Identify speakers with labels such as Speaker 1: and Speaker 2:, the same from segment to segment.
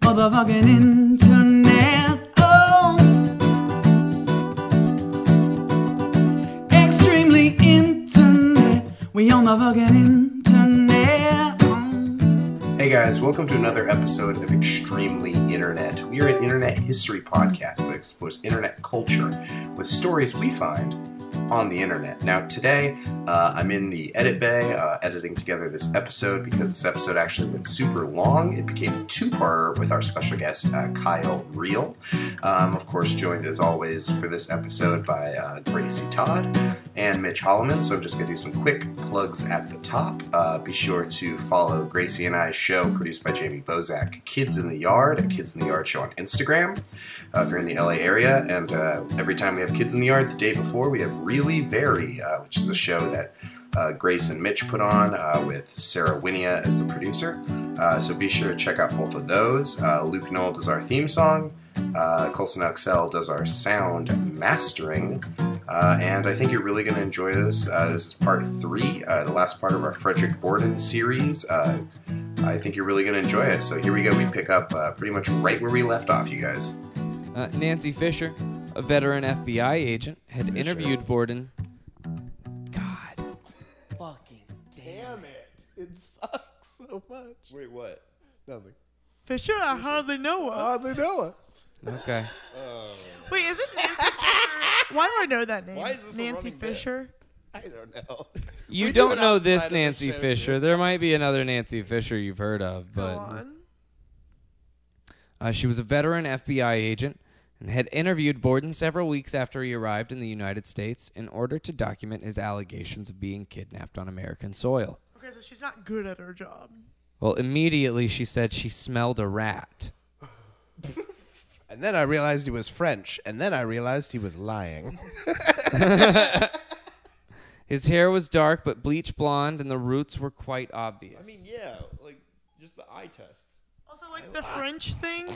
Speaker 1: motherfucking internet. Oh, extremely internet. We on the fucking internet. Oh.
Speaker 2: Hey guys, welcome to another episode of Extremely Internet. We are an internet history podcast that explores internet culture with stories we find on the internet. Now, today uh, I'm in the edit bay uh, editing together this episode because this episode actually went super long. It became a two parter with our special guest, uh, Kyle Reel. Um, of course, joined as always for this episode by uh, Gracie Todd and Mitch Holloman. So I'm just going to do some quick plugs at the top. Uh, be sure to follow Gracie and I's show, produced by Jamie Bozak, Kids in the Yard at Kids in the Yard Show on Instagram. Uh, if you're in the LA area, and uh, every time we have Kids in the Yard, the day before we have Really Very, uh, which is a show that. Uh, Grace and Mitch put on uh, with Sarah Winia as the producer. Uh, so be sure to check out both of those. Uh, Luke Knoll does our theme song. Uh, Colson Uxell does our sound mastering. Uh, and I think you're really going to enjoy this. Uh, this is part three, uh, the last part of our Frederick Borden series. Uh, I think you're really going to enjoy it. So here we go. We pick up uh, pretty much right where we left off, you guys.
Speaker 3: Uh, Nancy Fisher, a veteran FBI agent, had interviewed Borden. God.
Speaker 4: fucking
Speaker 5: Damn it. It sucks so much.
Speaker 6: Wait, what?
Speaker 5: Nothing.
Speaker 7: Fisher, I hardly know her.
Speaker 5: Hardly know it.
Speaker 3: Okay.
Speaker 7: Wait, is it Nancy Fisher? Why do I know that name?
Speaker 6: Why is this a
Speaker 7: Nancy
Speaker 6: running bit?
Speaker 7: Fisher?
Speaker 5: I don't know.
Speaker 3: You
Speaker 5: We do
Speaker 3: don't
Speaker 5: it
Speaker 3: know
Speaker 5: outside
Speaker 3: this
Speaker 5: of the
Speaker 3: Nancy
Speaker 5: show,
Speaker 3: Fisher.
Speaker 5: too.
Speaker 3: There might be another Nancy Fisher you've heard of,
Speaker 7: Go
Speaker 3: but
Speaker 7: on.
Speaker 3: uh, she was a veteran FBI agent and had interviewed Borden several weeks after he arrived in the United States in order to document his allegations of being kidnapped on American soil.
Speaker 7: Okay, so she's not good at her job.
Speaker 3: Well, immediately she said she smelled a rat.
Speaker 5: And then I realized he was French, and then I realized he was lying.
Speaker 3: His hair was dark but bleach blonde, and the roots were quite obvious.
Speaker 6: I mean, yeah, like just the eye test.
Speaker 7: Also, like the French thing.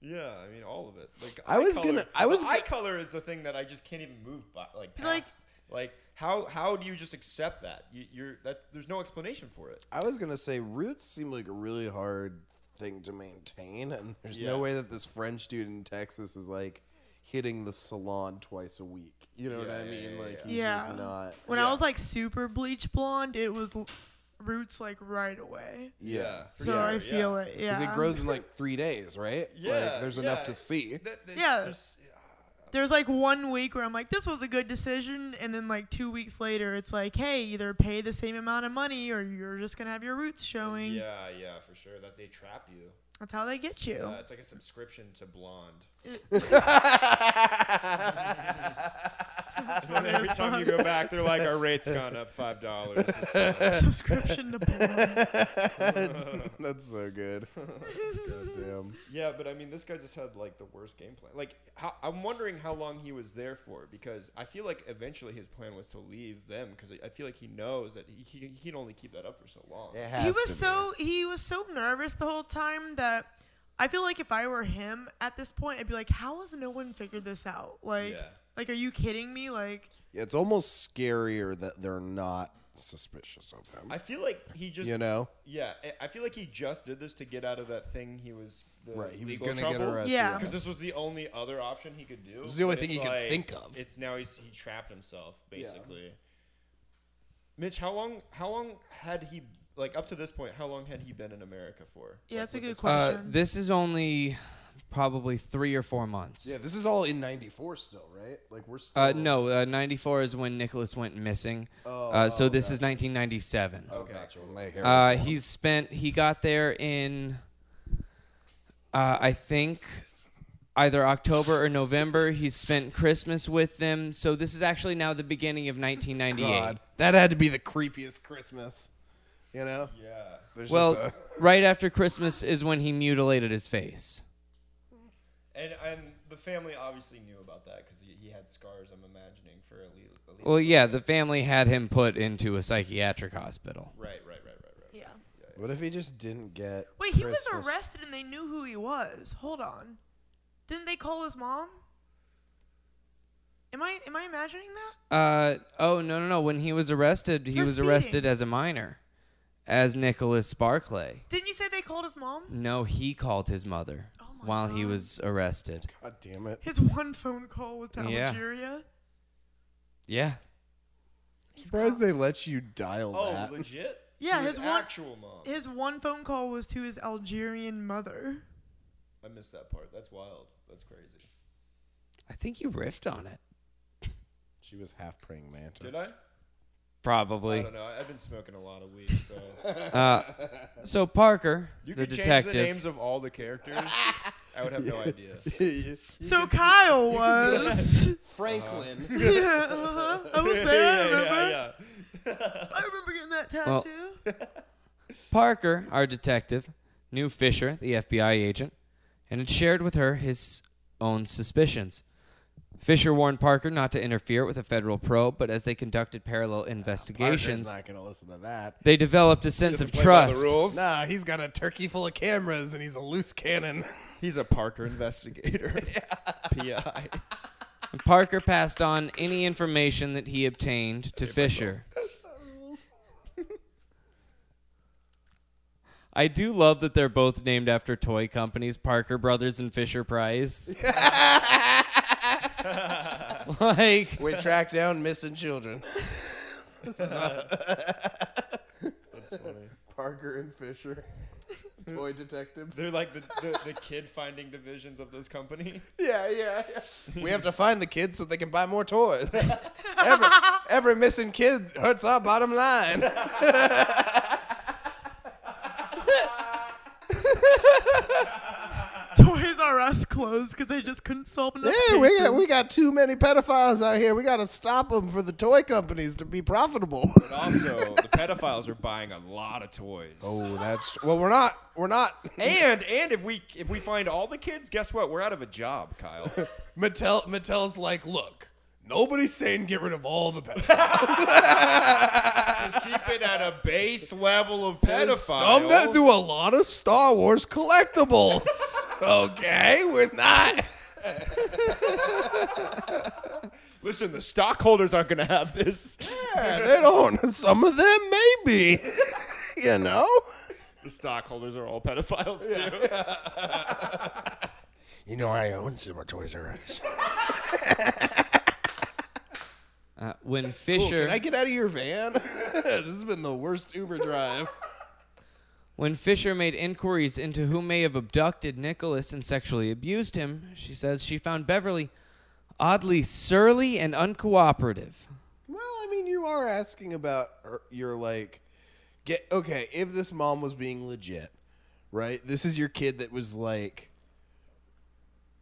Speaker 6: Yeah, I mean all of it. Like
Speaker 5: I
Speaker 6: eye
Speaker 5: was
Speaker 6: color-
Speaker 5: gonna- I was
Speaker 6: the eye
Speaker 5: go-
Speaker 6: color is the thing that I just can't even move by. Like
Speaker 7: Like-
Speaker 6: past. Like, how how do you just accept that? You, you're that there's no explanation for it.
Speaker 5: I was gonna say roots seem like a really hard thing to maintain, and there's no
Speaker 6: Yeah.
Speaker 5: way that this French dude in Texas is like hitting the salon twice a week. You know what
Speaker 6: Yeah,
Speaker 5: I
Speaker 6: yeah,
Speaker 5: mean?
Speaker 6: yeah,
Speaker 5: like
Speaker 6: yeah.
Speaker 5: he's
Speaker 7: Yeah.
Speaker 5: just not.
Speaker 7: When
Speaker 6: Yeah.
Speaker 7: I was like super bleach blonde, it was l- roots like right away.
Speaker 5: Yeah.
Speaker 6: for
Speaker 7: So
Speaker 6: sure,
Speaker 7: I feel
Speaker 6: yeah.
Speaker 7: it. Yeah.
Speaker 5: Because it grows in like three days, right? Like there's enough
Speaker 6: yeah.
Speaker 5: to see.
Speaker 6: That- that's
Speaker 7: Yeah.
Speaker 6: just-
Speaker 7: There's like one week where I'm like, this was a good decision, and then like two weeks later, it's like, hey, either pay the same amount of money or you're just gonna have your roots showing.
Speaker 6: yeah, yeah, for sure. That they trap you.
Speaker 7: That's how they get you.
Speaker 6: Yeah, it's like a subscription to Blonde. And then every time you go back, they're like, our rate's gone up five dollars.
Speaker 7: Subscription to porn.
Speaker 5: That's so good. Goddamn.
Speaker 6: Yeah, but I mean, this guy just had like the worst game plan. Like, how, I'm wondering how long he was there for because I feel like eventually his plan was to leave them because I, I feel like he knows that he, he, he can only keep that up for so long.
Speaker 5: It
Speaker 7: he
Speaker 5: has to
Speaker 7: was
Speaker 5: be.
Speaker 7: so he was so nervous the whole time that I feel like if I were him at this point, I'd be like, "How has no one figured this out? Like,
Speaker 6: Yeah.
Speaker 7: like, are you kidding me? Like,
Speaker 5: It's almost scarier that they're not suspicious of him.
Speaker 6: I feel like he just,
Speaker 5: you know?
Speaker 6: yeah, I- I feel like he just did this to get out of that thing he was. The
Speaker 5: Right, he was
Speaker 6: going to
Speaker 5: gonna get arrested,
Speaker 7: Yeah. yeah.
Speaker 6: Because this was the only other option he could do. This
Speaker 5: was Um, the only thing he could think of.
Speaker 6: It's now he's he trapped himself basically. Mitch, how long? How long had he like up to this point? How long had he been in America for? Like,
Speaker 7: yeah, that's a
Speaker 6: with
Speaker 7: good
Speaker 6: this-
Speaker 3: Uh,
Speaker 7: question."
Speaker 3: this is only probably three or four months.
Speaker 5: Yeah, this is all in '94 still, right? Like we're still.
Speaker 3: Uh, no, uh, 94 is when Nicholas went missing. uh, so this is 1997.
Speaker 5: Oh, Okay. My hair
Speaker 3: Uh,
Speaker 5: was long.
Speaker 3: he's spent, he got there in, uh, I think, either October or November. He's spent Christmas with them. So this is actually now the beginning of 1998.
Speaker 5: God, that had to be the creepiest Christmas. You know?
Speaker 6: Yeah.
Speaker 5: There's
Speaker 3: Well,
Speaker 5: just uh,
Speaker 3: right after Christmas is when he mutilated his face.
Speaker 6: And and the family obviously knew about that because he, he had scars. I'm imagining for at least. At least
Speaker 3: Well, yeah, the family had him put into a psychiatric hospital.
Speaker 6: Right, right, right, right, right.
Speaker 7: yeah.
Speaker 5: a, what if he just didn't get?
Speaker 7: Wait, he was
Speaker 5: Christmas?
Speaker 7: arrested and they knew who he was. Hold on, didn't they call his mom? Am I am I imagining that?
Speaker 3: Uh oh no no no! When he was arrested, he
Speaker 7: For
Speaker 3: was
Speaker 7: speeding.
Speaker 3: arrested as a minor, as Nicholas Barclay.
Speaker 7: Didn't you say they called his mom?
Speaker 3: No, he called his mother
Speaker 7: Oh my
Speaker 3: while he
Speaker 7: God.
Speaker 3: was arrested.
Speaker 5: God damn it.
Speaker 7: His one phone call was to
Speaker 3: Yeah.
Speaker 7: Algeria.
Speaker 3: Yeah.
Speaker 5: Surprised they let you dial
Speaker 6: Oh,
Speaker 5: that.
Speaker 6: legit?
Speaker 7: Yeah,
Speaker 6: To
Speaker 7: his one-
Speaker 6: actual mom.
Speaker 7: His one phone call was to his Algerian mother.
Speaker 6: I missed that part. That's wild. That's crazy.
Speaker 3: I think you riffed on it.
Speaker 5: She was half praying mantis.
Speaker 6: Did I? I
Speaker 3: Probably.
Speaker 6: don't know. I- I've been smoking a lot of weed, so
Speaker 3: Uh, so Parker,
Speaker 6: you
Speaker 3: the
Speaker 6: could change
Speaker 3: detective.
Speaker 6: the names of all the characters. I would have no idea.
Speaker 5: I?
Speaker 7: so Kyle was.
Speaker 5: Franklin.
Speaker 7: yeah, uh-huh. I was there. I remember.
Speaker 6: yeah, yeah,
Speaker 7: I remember getting that
Speaker 3: Well-
Speaker 7: tattoo.
Speaker 3: Parker, our detective, knew Fisher, the FBI agent, and had shared with her his own suspicions. Fisher warned Parker not to interfere with a federal probe, but as they conducted parallel
Speaker 5: Parker's
Speaker 3: investigations,
Speaker 5: not gonna listen to that.
Speaker 3: they developed a sense of trust.
Speaker 5: Nah, he's got a turkey full of cameras and he's a loose cannon.
Speaker 6: He's a Parker investigator. PI.
Speaker 3: And Parker passed on any information that he obtained to Fisher. I do love that they're both named after toy companies, Parker Brothers and Fisher Price. like
Speaker 5: We track down missing children. Parker and Fisher, toy detectives.
Speaker 6: They're like the, the, the kid finding divisions of this company.
Speaker 5: Yeah, yeah, yeah. We have to find the kids so they can buy more toys. every, every missing kid hurts our bottom line.
Speaker 7: Toys R Us closed because they just couldn't solve enough
Speaker 5: Yeah, we
Speaker 7: cases.
Speaker 5: got, we got too many pedophiles out here. We got to stop them for the toy companies to be profitable.
Speaker 6: But also, the pedophiles are buying a lot of toys.
Speaker 5: Oh, that's well. We're not. We're not.
Speaker 6: And and if we if we find all the kids, guess what? We're out of a job, Kyle.
Speaker 5: Mattel. Mattel's like, look, nobody's saying get rid of all the pedophiles.
Speaker 6: Just keep it at a base level of pedophiles.
Speaker 5: Some that do a lot of Star Wars collectibles. okay, we're not.
Speaker 6: Listen, the stockholders aren't going to have this.
Speaker 5: Yeah, they don't. Some of them maybe. you know.
Speaker 6: The stockholders are all pedophiles too.
Speaker 5: You know, I own some Toys R Us.
Speaker 3: uh, when Fisher
Speaker 5: Can I get out of your van? this has been the worst Uber drive.
Speaker 3: When Fisher made inquiries into who may have abducted Nicholas and sexually abused him, she says she found Beverly oddly surly and uncooperative.
Speaker 5: Well, I mean, you are asking about her- your like, get okay. If this mom was being legit, right? This is your kid that was like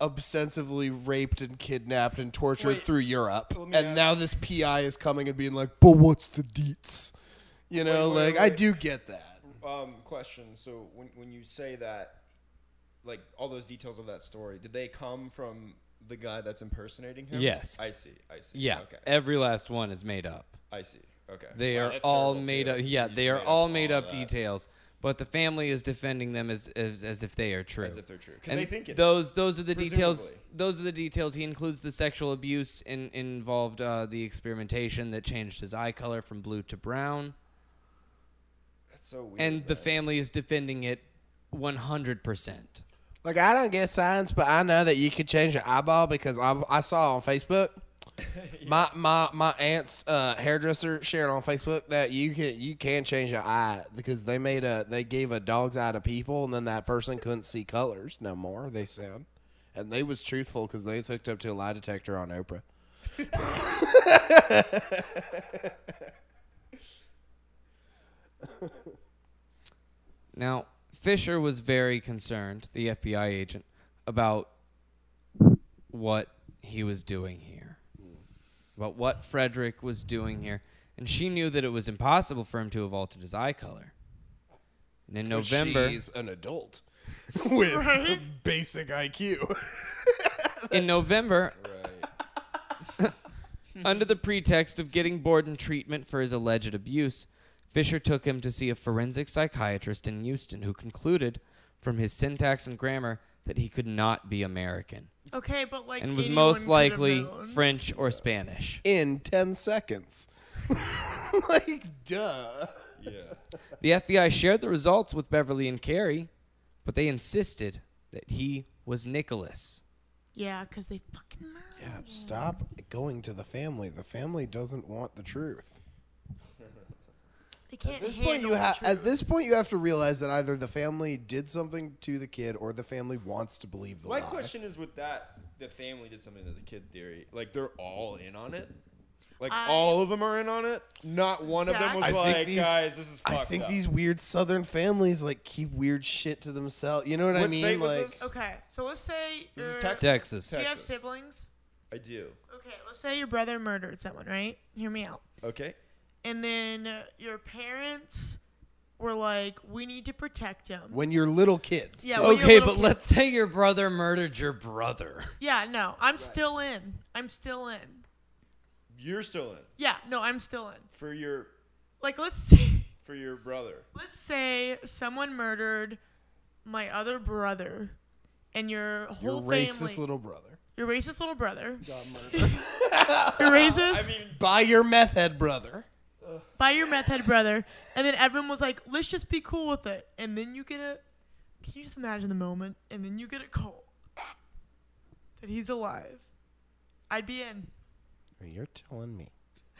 Speaker 5: obsessively raped and kidnapped and tortured
Speaker 6: Wait,
Speaker 5: through Europe,
Speaker 6: let
Speaker 5: and
Speaker 6: me ask-
Speaker 5: now this PI is coming and being like, "But what's the deets?" You know,
Speaker 6: Wait, wait,
Speaker 5: like I
Speaker 6: wait.
Speaker 5: do get that.
Speaker 6: Um, question. So when when you say that, like all those details of that story, did they come from the guy that's impersonating him?
Speaker 3: Yes.
Speaker 6: I see. I see.
Speaker 3: Yeah,
Speaker 6: Okay.
Speaker 3: every last one is made up.
Speaker 6: I see. Okay.
Speaker 3: They
Speaker 6: Wow,
Speaker 3: are
Speaker 6: that's
Speaker 3: all
Speaker 6: terrible,
Speaker 3: made
Speaker 6: too.
Speaker 3: up. Yeah,
Speaker 6: You just
Speaker 3: they are all made up
Speaker 6: that
Speaker 3: details, but the family is defending them as as, as if they are true.
Speaker 6: As if they're true, because
Speaker 3: and
Speaker 6: they think it.
Speaker 3: those those are the details.
Speaker 6: Presumably.
Speaker 3: Those are the details. He includes the sexual abuse in, involved uh, the experimentation that changed his eye color from blue to brown.
Speaker 6: that's so weird.
Speaker 3: and the
Speaker 6: man.
Speaker 3: family is defending it 100%.
Speaker 5: Like I don't get science, but I know that you could change your eyeball because I, I saw on Facebook. My my my aunt's uh, hairdresser shared on Facebook that you can you can change your eye because they made a they gave a dog's eye to people and then that person couldn't see colors no more. They said, and they was truthful because they was hooked up to a lie detector on Oprah.
Speaker 3: Now, Fisher was very concerned, the FBI agent, about what he was doing here, about what Frederick was doing here. And she knew that it was impossible for him to have altered his eye color. And in November,
Speaker 5: she's an adult with
Speaker 7: Right?
Speaker 5: basic IQ.
Speaker 3: in November,
Speaker 6: Right.
Speaker 3: Under the pretext of getting Borden treatment for his alleged abuse, Fisher took him to see a forensic psychiatrist in Houston who concluded, from his syntax and grammar, that he could not be American
Speaker 7: Okay, but like
Speaker 3: and was
Speaker 7: anyone
Speaker 3: most
Speaker 7: could've
Speaker 3: likely
Speaker 7: known.
Speaker 3: French or Spanish.
Speaker 5: in 10 seconds. like, duh.
Speaker 6: yeah.
Speaker 3: The FBI shared the results with Beverly and Carrie, but they insisted that he was Nicholas.
Speaker 7: Yeah, because they fucking murdered.
Speaker 5: Yeah, stop going to the family. The family doesn't want the truth.
Speaker 7: They can't
Speaker 5: At this
Speaker 7: handle
Speaker 5: point, you
Speaker 7: the
Speaker 5: have at
Speaker 7: truth.
Speaker 5: this point you have to realize that either the family did something to the kid, or the family wants to believe the
Speaker 6: My
Speaker 5: lie.
Speaker 6: question is with that, the family did something to the kid theory. Like they're all in on it. Like
Speaker 7: I-
Speaker 6: all of them are in on it. Not one of them was
Speaker 5: I
Speaker 7: Exactly.
Speaker 6: like,
Speaker 5: think these
Speaker 6: guys, this is fucked
Speaker 5: I think
Speaker 6: up.
Speaker 5: these weird Southern families like keep weird shit to themselves. You know what I
Speaker 6: What state
Speaker 5: mean?
Speaker 6: was
Speaker 5: Like
Speaker 6: this?
Speaker 7: Okay, so let's say
Speaker 6: This is
Speaker 7: your-
Speaker 6: Texas.
Speaker 3: Texas.
Speaker 7: Do you have
Speaker 6: Texas.
Speaker 7: siblings?
Speaker 6: I do.
Speaker 7: Okay, let's say your brother murdered someone, right? Hear me out.
Speaker 6: Okay.
Speaker 7: And then uh, your parents were like, "We need to protect him."
Speaker 5: when you're little kids.
Speaker 7: Yeah.
Speaker 5: too.
Speaker 7: when you're
Speaker 3: Okay,
Speaker 7: little
Speaker 3: but
Speaker 7: kid-
Speaker 3: let's say your brother murdered your brother.
Speaker 7: Yeah, no, I'm still in. I'm still in.
Speaker 6: You're still in
Speaker 7: Yeah, no, I'm still in.
Speaker 6: for your
Speaker 7: Like, let's say,
Speaker 6: for your brother.
Speaker 7: let's say someone murdered my other brother, and your
Speaker 5: your
Speaker 7: whole
Speaker 5: racist
Speaker 7: family,
Speaker 5: little brother
Speaker 7: your racist little brother, your racist
Speaker 6: I mean,
Speaker 5: by your meth head brother.
Speaker 7: by your meth head brother, and then everyone was like, "Let's just be cool with it." And then you get a, can you just imagine the moment? And then you get a call that he's alive. I'd be in.
Speaker 5: You're telling me.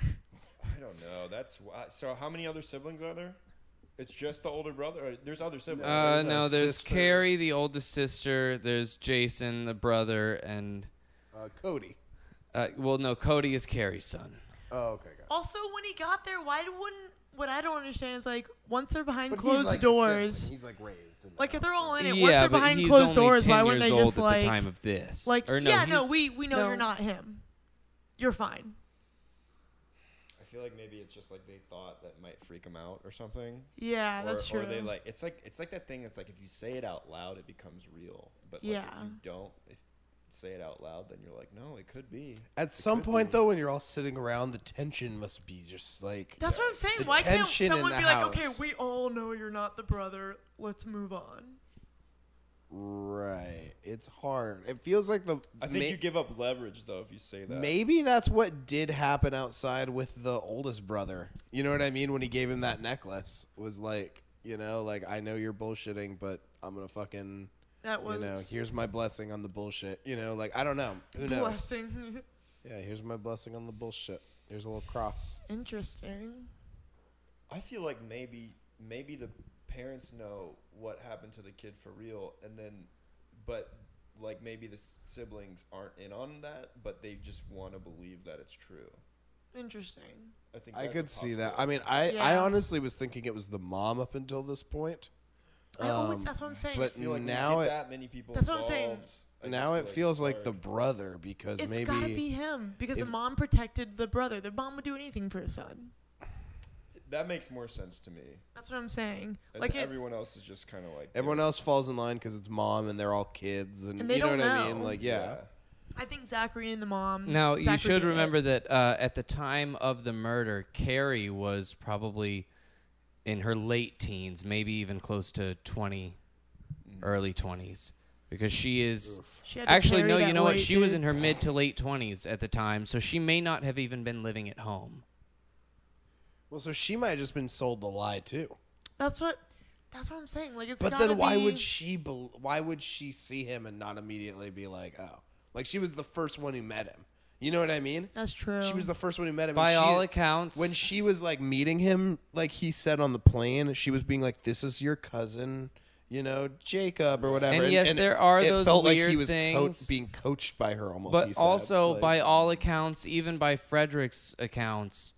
Speaker 6: I don't know. That's why. So how many other siblings are there? It's just the older brother. Or there's other siblings.
Speaker 3: Uh,
Speaker 5: there's a
Speaker 3: no, there's
Speaker 5: sister.
Speaker 3: Carrie, the oldest sister. There's Jason, the brother, and
Speaker 5: Uh, Cody.
Speaker 3: uh, well, no, Cody is Carrie's son.
Speaker 5: Oh, okay, got it.
Speaker 7: Also, when he got there, why wouldn't? What I don't understand is like once they're behind
Speaker 5: But he's
Speaker 7: closed
Speaker 5: like a
Speaker 7: doors,
Speaker 5: sibling. He's like raised. in the
Speaker 7: like if they're
Speaker 5: house.
Speaker 7: all in it, once
Speaker 3: yeah,
Speaker 7: they're
Speaker 3: but
Speaker 7: behind
Speaker 3: he's
Speaker 7: closed
Speaker 3: only
Speaker 7: doors,
Speaker 3: 10
Speaker 7: why wouldn't
Speaker 3: years
Speaker 7: they
Speaker 3: old
Speaker 7: just
Speaker 3: at
Speaker 7: like,
Speaker 3: the time of this?
Speaker 7: like
Speaker 3: or no,
Speaker 7: yeah, no,
Speaker 3: he's-
Speaker 7: we we know
Speaker 3: no.
Speaker 7: you're not him. You're fine.
Speaker 6: I feel like maybe it's just like they thought that might freak them out or something.
Speaker 7: Yeah,
Speaker 6: or,
Speaker 7: that's true.
Speaker 6: Or they like it's like it's like that thing. It's like if you say it out loud, it becomes real. But like,
Speaker 7: Yeah.
Speaker 6: if you don't if say it out loud, then you're like, no, it could be.
Speaker 5: At some point, though, when you're all sitting around, the tension must be just like.
Speaker 7: That's what I'm saying.
Speaker 5: The
Speaker 7: Why can't
Speaker 5: tension in
Speaker 7: someone
Speaker 5: the
Speaker 7: be like, okay,
Speaker 5: house.
Speaker 7: we all know you're not the brother. Let's move on.
Speaker 5: Right. It's hard. It feels like the.
Speaker 6: I think
Speaker 5: ma-
Speaker 6: you give up leverage though if you say that.
Speaker 5: Maybe that's what did happen outside with the oldest brother. You know what I mean? When he gave him that necklace, was like, you know, like I know you're bullshitting, but I'm gonna fucking,
Speaker 7: That was
Speaker 5: you know, here's my blessing on the bullshit. You know, like I don't know. Who knows?
Speaker 7: blessing.
Speaker 5: Yeah, here's my blessing on the bullshit. Here's a little cross.
Speaker 7: Interesting.
Speaker 6: I feel like maybe maybe the parents know what happened to the kid for real, and then, but like maybe the s- siblings aren't in on that, but they just want to believe that it's true.
Speaker 7: Interesting.
Speaker 6: I think
Speaker 5: I
Speaker 6: that's a
Speaker 5: could see that. I
Speaker 6: possibility.
Speaker 5: mean, I I
Speaker 7: Yeah.
Speaker 5: honestly was thinking it was the mom up until this point.
Speaker 7: I always,
Speaker 5: Um,
Speaker 7: that's what I'm saying.
Speaker 5: but
Speaker 6: I feel like
Speaker 5: now
Speaker 6: now
Speaker 5: it-
Speaker 6: that many people.
Speaker 7: That's what I'm saying.
Speaker 6: involved, I just
Speaker 5: now
Speaker 6: feel
Speaker 5: it feels
Speaker 6: it's
Speaker 5: like the
Speaker 6: hard.
Speaker 5: brother because
Speaker 7: It's
Speaker 5: maybe
Speaker 7: gotta be him because
Speaker 5: if-
Speaker 7: the mom protected the brother. The mom would do anything for his son.
Speaker 6: that makes more sense to me.
Speaker 7: That's what I'm saying.
Speaker 6: And
Speaker 7: Like it's,
Speaker 6: everyone else is just kind of like
Speaker 5: everyone else falls in line because it's mom and they're all kids and,
Speaker 7: And they
Speaker 5: you know
Speaker 7: don't
Speaker 5: what I mean.
Speaker 7: know.
Speaker 5: Like, yeah.
Speaker 7: I think Zachary and the mom.
Speaker 3: Now you
Speaker 7: Zachary
Speaker 3: should
Speaker 7: did it.
Speaker 3: remember that uh, at the time of the murder, Carrie was probably in her late teens, maybe even close to 20
Speaker 5: Mm.
Speaker 3: early twenties, because she is.
Speaker 7: She had to
Speaker 3: Actually,
Speaker 7: carry
Speaker 3: no. You
Speaker 7: that
Speaker 3: know what?
Speaker 7: weight,
Speaker 3: She was
Speaker 7: dude.
Speaker 3: in her mid to late twenties at the time, so she may not have even been living at home.
Speaker 5: Well, so she might have just been sold the lie too.
Speaker 7: That's what. That's what I'm saying. Like it's.
Speaker 5: But
Speaker 7: gotta
Speaker 5: then why
Speaker 7: be-
Speaker 5: would she? Bel- why would she see him and not immediately be like, oh, like she was the first one who met him. You know what I mean?
Speaker 7: That's true.
Speaker 5: She was the first one who met him. and
Speaker 3: By
Speaker 5: she-
Speaker 3: all accounts,
Speaker 5: when she was like meeting him, like he said on the plane, she was being like, "This is your cousin." You know Jacob or whatever,
Speaker 3: And yes, there are
Speaker 5: it
Speaker 3: those
Speaker 5: felt like
Speaker 3: weird
Speaker 5: he was
Speaker 3: things.
Speaker 5: being coached by her almost. he
Speaker 3: But
Speaker 5: said,
Speaker 3: also,
Speaker 5: like-
Speaker 3: by all accounts, even by Frederick's accounts,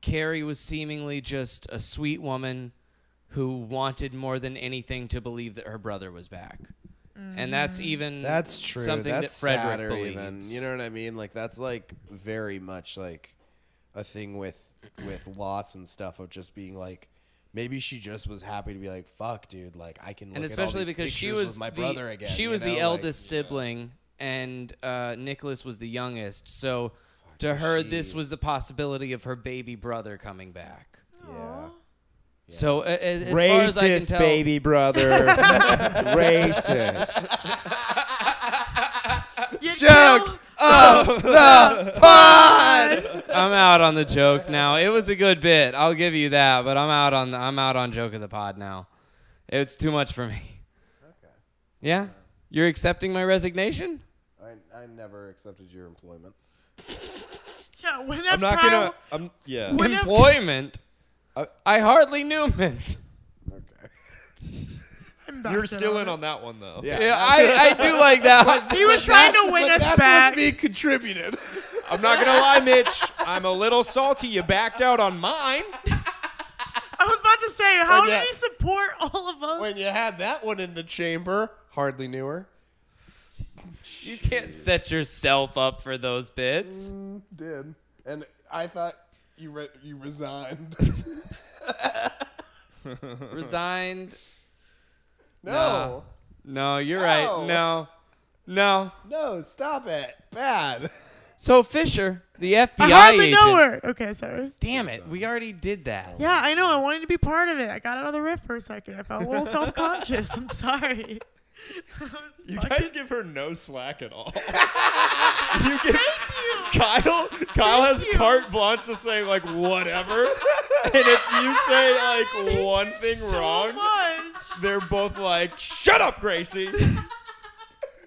Speaker 3: Carrie was seemingly just a sweet woman who wanted more than anything to believe that her brother was back. And that's
Speaker 7: Mm-hmm.
Speaker 3: even
Speaker 5: That's true.
Speaker 3: Something
Speaker 5: that's
Speaker 3: that Frederick
Speaker 5: sadder
Speaker 3: believes.
Speaker 5: even. You know what I mean? Like that's like very much like a thing with with loss and stuff of just being like maybe she just was happy to be like fuck dude like I can look
Speaker 3: and
Speaker 5: at all
Speaker 3: especially
Speaker 5: these
Speaker 3: because she
Speaker 5: pictures
Speaker 3: was
Speaker 5: with my
Speaker 3: the-
Speaker 5: brother again.
Speaker 3: She
Speaker 5: you
Speaker 3: was
Speaker 5: know?
Speaker 3: the
Speaker 5: Like,
Speaker 3: eldest sibling, and uh, Nicholas was the youngest. So to
Speaker 5: so
Speaker 3: her, this
Speaker 5: she-
Speaker 3: was the possibility of her baby brother coming back.
Speaker 5: yeah.
Speaker 3: So, uh, as, as far as I can tell,
Speaker 6: brother. Racist.
Speaker 7: You
Speaker 5: Joke.
Speaker 7: know-
Speaker 5: of the pod.
Speaker 3: I'm out on the joke now. It was a good bit. I'll give you that, but I'm out on the, I'm out on joke of the pod now. It's too much for me. Okay. Yeah? You're accepting my resignation?
Speaker 5: I, I never accepted your employment.
Speaker 7: Yeah, when
Speaker 6: I'm
Speaker 7: have
Speaker 6: not
Speaker 7: Prime-
Speaker 6: gonna. I'm yeah.
Speaker 7: When have-
Speaker 3: Employment?
Speaker 5: Uh,
Speaker 6: I-
Speaker 3: I hardly knew Mint.
Speaker 5: Okay.
Speaker 7: I'm back
Speaker 6: You're
Speaker 7: in
Speaker 6: still in
Speaker 7: it.
Speaker 6: on that one though.
Speaker 5: Yeah.
Speaker 3: Yeah, I, I do like that one.
Speaker 7: He was trying to win us back.
Speaker 5: contributed.
Speaker 6: I'm not gonna lie, Mitch. I'm a little salty. You backed out on mine.
Speaker 7: I was about to say, how
Speaker 5: But yeah.
Speaker 7: did he support all of us?
Speaker 5: when you had that one in the chamber, hardly knew her.
Speaker 3: You can't set yourself up for those bits.
Speaker 5: Did and I thought you re- you resigned.
Speaker 3: Resigned.
Speaker 5: no,
Speaker 3: No, you're
Speaker 5: No.
Speaker 3: right. No. No.
Speaker 5: no, stop it, bad.
Speaker 3: So Fisher, the FBI
Speaker 7: I hardly
Speaker 3: agent.
Speaker 7: know her. Okay, sorry.
Speaker 3: Damn it, we already did that.
Speaker 7: Yeah, I know. I wanted to be part of it. I got out of the riff for a second. I felt a little self conscious. I'm sorry.
Speaker 6: You guys give her no slack at all. you give
Speaker 7: Thank you.
Speaker 6: Kyle. Kyle has
Speaker 7: you.
Speaker 6: carte blanche to say like whatever, and if you say like
Speaker 7: Thank
Speaker 6: one
Speaker 7: you
Speaker 6: thing
Speaker 7: so
Speaker 6: wrong,
Speaker 7: much.
Speaker 6: they're both like, "Shut up, Gracie."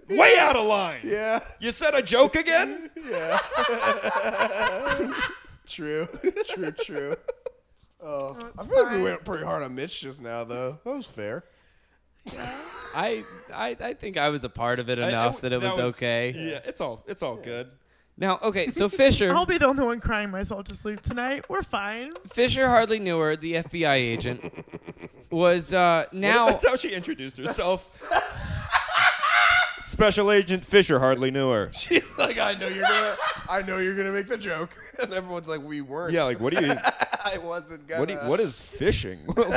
Speaker 6: Way out of line.
Speaker 5: Yeah,
Speaker 6: You said a joke again?
Speaker 5: yeah. true, true, true. Oh, I
Speaker 7: it's
Speaker 5: feel like we
Speaker 7: fine.
Speaker 5: went pretty hard on Mitch just now, though. That was fair.
Speaker 3: I, I I think I was a part of it
Speaker 6: I- I
Speaker 3: enough that
Speaker 6: w-
Speaker 3: it was, okay.
Speaker 6: Yeah, it's all it's all good.
Speaker 3: Now, okay, so Fisher
Speaker 7: I'll be the only one crying myself to sleep tonight. We're fine.
Speaker 3: Fisher hardly knew her, the FBI agent. Was uh now
Speaker 6: That's how she introduced herself. Special Agent Fisher hardly knew her.
Speaker 5: She's like, I know you're gonna, I know you're gonna make the joke, and everyone's like, we weren't.
Speaker 6: Yeah, like what do you
Speaker 5: I wasn't gonna.
Speaker 6: what do you, what is fishing? what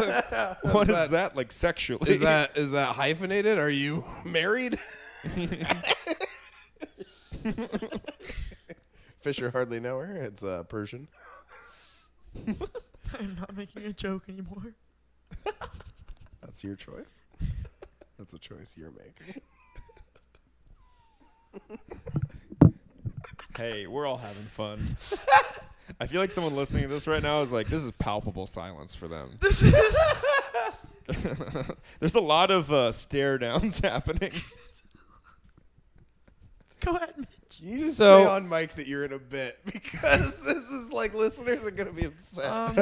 Speaker 6: is
Speaker 5: that-
Speaker 6: that like sexually?
Speaker 5: Is that is that hyphenated? Are you married? Fisher hardly know her. It's uh, Persian.
Speaker 7: I'm not making a joke anymore.
Speaker 5: That's your choice. That's a choice you're making.
Speaker 6: hey, we're all having fun. I feel like someone listening to this right now is like, this is palpable silence for them.
Speaker 7: This is.
Speaker 6: There's a lot of uh, stare downs happening.
Speaker 7: Go ahead, Mitch.
Speaker 5: You just
Speaker 3: So-
Speaker 5: say on mic that you're in a bit because this is like listeners are gonna be upset.
Speaker 7: Um,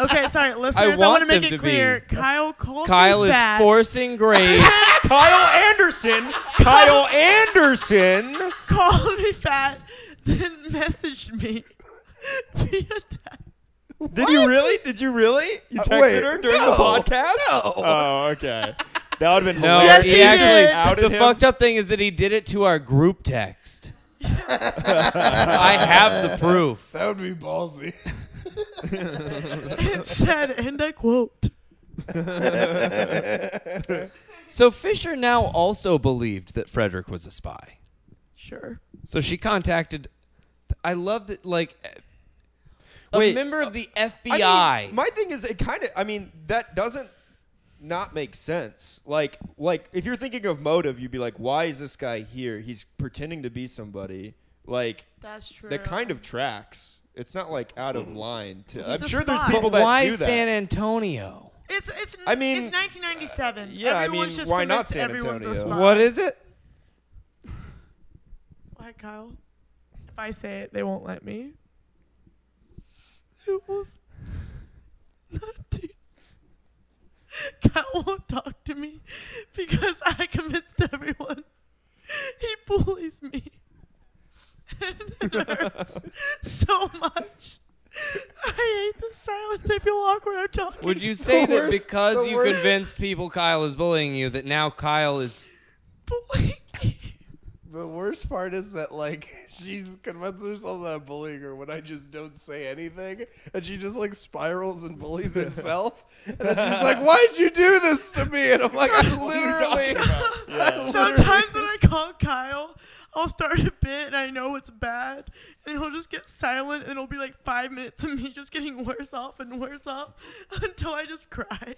Speaker 7: okay, sorry, listeners. I
Speaker 3: want
Speaker 7: want to make
Speaker 3: them to
Speaker 7: it
Speaker 3: be.
Speaker 7: clear. Kyle called
Speaker 3: Kyle
Speaker 7: me
Speaker 3: is
Speaker 7: back.
Speaker 3: forcing Grace.
Speaker 6: Kyle Anderson! Kyle Anderson!
Speaker 7: called me fat, then messaged me via text.
Speaker 6: Did you really? Did you really? You
Speaker 5: Uh,
Speaker 6: texted
Speaker 5: wait,
Speaker 6: her during
Speaker 5: no,
Speaker 6: the podcast?
Speaker 5: no.
Speaker 6: Oh, okay. That would have been
Speaker 3: No,
Speaker 6: hilarious.
Speaker 7: Yes, he
Speaker 3: he
Speaker 7: did.
Speaker 3: actually
Speaker 6: Outed
Speaker 3: the
Speaker 6: him.
Speaker 3: fucked up thing is that he did it to our group text. I have the proof.
Speaker 5: that would be ballsy.
Speaker 7: It said, and I quote,
Speaker 3: So Fisher now also believed that Frederick was a spy.
Speaker 7: sure.
Speaker 3: So she contacted. I love that, like, a
Speaker 6: Wait.
Speaker 3: member of the
Speaker 6: I
Speaker 3: FBI.
Speaker 6: mean, my thing is, it kind of. I mean, that doesn't not make sense. Like, like if you're thinking of motive, you'd be like, why is this guy here? He's pretending to be somebody. Like,
Speaker 7: That's true.
Speaker 6: that kind of tracks. It's not like out of line. To, I'm
Speaker 7: a
Speaker 6: sure there's
Speaker 7: spy.
Speaker 6: people
Speaker 3: but
Speaker 6: that
Speaker 3: why
Speaker 6: do that.
Speaker 3: San Antonio?
Speaker 7: It's it's.
Speaker 6: I mean, uh,
Speaker 7: it's 1997.
Speaker 6: yeah, I
Speaker 7: Everyone's
Speaker 6: mean,
Speaker 7: just
Speaker 6: why not
Speaker 7: convinced
Speaker 6: San
Speaker 7: everyone's a
Speaker 6: Antonio?
Speaker 7: spy.
Speaker 3: What is it?
Speaker 7: Why, Kyle? If I say it, they won't let me. It was 19. Kyle won't talk to me because I convinced everyone. He bullies me. And it hurts so much. I hate the silence. I feel awkward. I'm talking.
Speaker 3: Would you say that
Speaker 5: worst-
Speaker 3: because
Speaker 5: the
Speaker 3: you
Speaker 5: worst.
Speaker 3: convinced people Kyle is bullying you, that now Kyle is?
Speaker 7: bullying me?
Speaker 5: The worst part is that like she's convinced herself that I'm bullying her when I just don't say anything, and she just like spirals and bullies herself. And then she's like, "Why'd you do this to me?" And I'm like, "I literally." I literally-
Speaker 7: Sometimes when I call Kyle, I'll start a bit and I know it's bad, and he'll just get silent, and it'll be like five minutes of me just getting worse off and worse off until I just cry.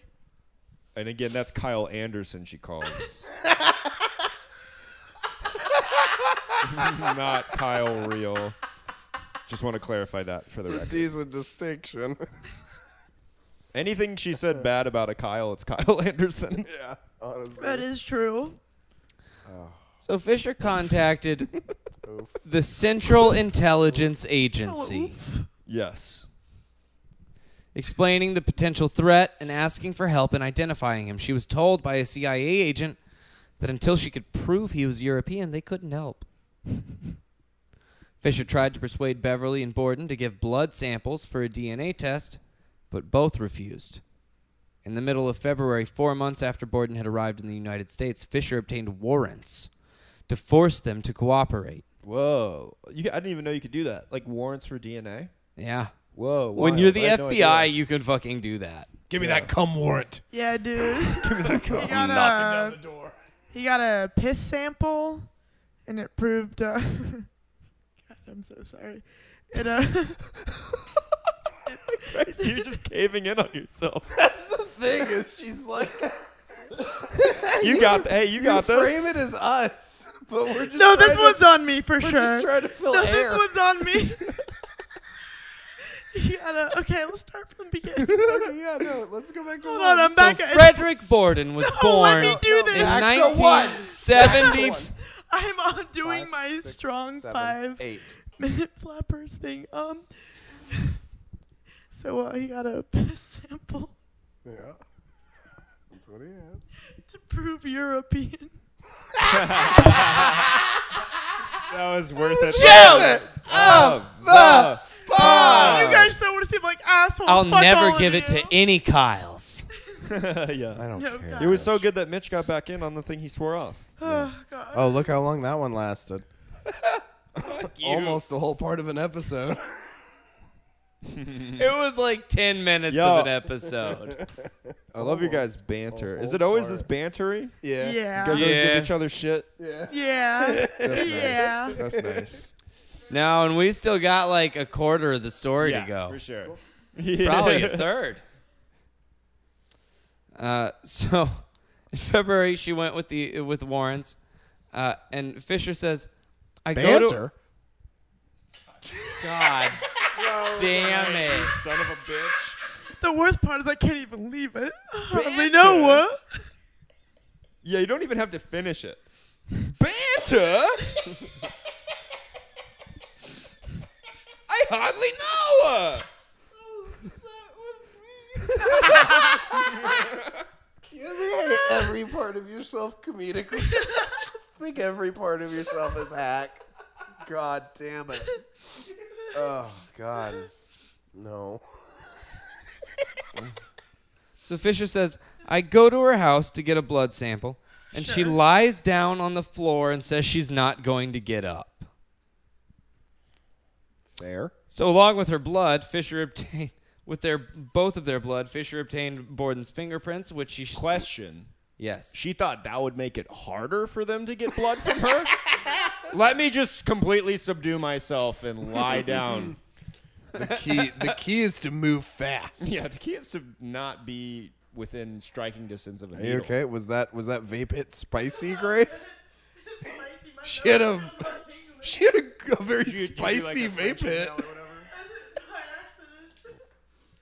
Speaker 6: And again, that's Kyle Anderson. She calls. not Kyle Real. Just want to clarify that for the record.
Speaker 5: Decent distinction.
Speaker 6: Anything she said bad about a Kyle, it's Kyle Anderson.
Speaker 5: yeah, honestly.
Speaker 7: That is true.
Speaker 3: So Fisher contacted the Central Intelligence Agency,
Speaker 6: yes.
Speaker 3: explaining the potential threat and asking for help in identifying him. She was told by a CIA agent that until she could prove he was European, they couldn't help. Fisher tried to persuade Beverly and Borden to give blood samples for a DNA test, but both refused. In the middle of February, four months after Borden had arrived in the United States, Fisher obtained warrants to force them to cooperate.
Speaker 6: Whoa. You, I didn't even know you could do that. Like warrants for DNA.
Speaker 3: Yeah.
Speaker 6: Whoa.
Speaker 3: When you're the
Speaker 6: wild. I had no
Speaker 3: FBI,
Speaker 6: idea.
Speaker 3: you can fucking do that.
Speaker 5: Give me that cum warrant.
Speaker 7: Yeah, dude. he got
Speaker 5: Knock it down the
Speaker 7: a
Speaker 5: door.
Speaker 7: he got a piss sample, and it proved. Uh, God, I'm so sorry. It uh.
Speaker 6: Christ, you're just caving in on yourself.
Speaker 5: Thing is, she's like,
Speaker 6: You got. Hey, you, got this.
Speaker 5: frame it as us, but we're just
Speaker 7: no,
Speaker 5: trying
Speaker 7: this
Speaker 5: to-
Speaker 7: one's on me for
Speaker 5: we're
Speaker 7: sure.
Speaker 5: just trying to fill
Speaker 7: no,
Speaker 5: air.
Speaker 7: this one's on me. you gotta. Okay, let's start from the beginning.
Speaker 5: yeah, no, let's go back to
Speaker 7: Hold
Speaker 5: one.
Speaker 7: on, I'm
Speaker 3: So
Speaker 7: back.
Speaker 3: Frederick Borden was
Speaker 7: no,
Speaker 3: born
Speaker 7: let me do
Speaker 5: No,
Speaker 7: this.
Speaker 3: in
Speaker 5: Back to one.
Speaker 3: 1970.
Speaker 7: I'm on doing
Speaker 5: Five,
Speaker 7: my
Speaker 5: six,
Speaker 7: strong
Speaker 5: seven,
Speaker 7: five
Speaker 5: Eight.
Speaker 7: minute flappers thing. Um. So uh, he got a piss sample
Speaker 5: Yeah. That's what he had.
Speaker 7: to prove European.
Speaker 6: That was worth it.
Speaker 3: Joe!
Speaker 6: Of the
Speaker 7: Ah, you guys don't want to seem like assholes.
Speaker 3: I'll
Speaker 7: Fuck all
Speaker 3: never
Speaker 7: of
Speaker 3: give it
Speaker 7: you.
Speaker 3: to any Kyles.
Speaker 6: yeah.
Speaker 5: don't
Speaker 7: No, God.
Speaker 6: It was so good that Mitch got back in on the thing he swore off.
Speaker 7: Oh, God.
Speaker 5: Oh, look how long that one lasted. Almost the whole part of an episode.
Speaker 3: It was like 10 minutes
Speaker 6: Mm. Yo.
Speaker 3: of an episode.
Speaker 6: I love your guys'
Speaker 5: Almost.
Speaker 6: banter.
Speaker 5: Oh,
Speaker 6: Is it always
Speaker 5: part.
Speaker 6: this bantery?
Speaker 5: Yeah.
Speaker 6: You guys
Speaker 7: Yeah.
Speaker 6: always
Speaker 3: Yeah.
Speaker 6: give each other shit.
Speaker 5: Yeah.
Speaker 7: Yeah.
Speaker 6: That's nice.
Speaker 7: Yeah.
Speaker 6: That's nice.
Speaker 3: no, and we still got like a quarter of the story to go.
Speaker 6: sure.
Speaker 3: Probably a third. Uh, so in February, she went with the with Warrens, uh, and Fisher says, "I go to
Speaker 5: Banter.
Speaker 3: God, damn it."
Speaker 6: Son of a bitch.
Speaker 7: The worst part is I can't even leave it. Hardly know what.
Speaker 6: Yeah, you don't even have to finish it. Banter? I hardly know her.
Speaker 1: Oh.
Speaker 5: You think I hate every part of yourself comedically? I just think every part of yourself is hack. God damn it. Oh, God. No.
Speaker 3: So Fisher says, I go to her house to get a blood sample, and she lies down on the floor and says she's not going to get up.
Speaker 5: Fair.
Speaker 3: So along with her blood, Fisher obtained with their both of their blood, Fisher obtained Borden's fingerprints, which she
Speaker 6: Question.
Speaker 3: yes.
Speaker 6: She thought that would make it harder for them to get blood from her. Let me just completely subdue myself and lie down.
Speaker 5: The key the key is to move fast.
Speaker 6: yeah, the key is to not be within striking distance of a
Speaker 5: Are you
Speaker 6: needle.
Speaker 5: okay? Was that was that vape hit spicy, Grace?
Speaker 7: She
Speaker 5: She had a she had a, a very spicy vape hit.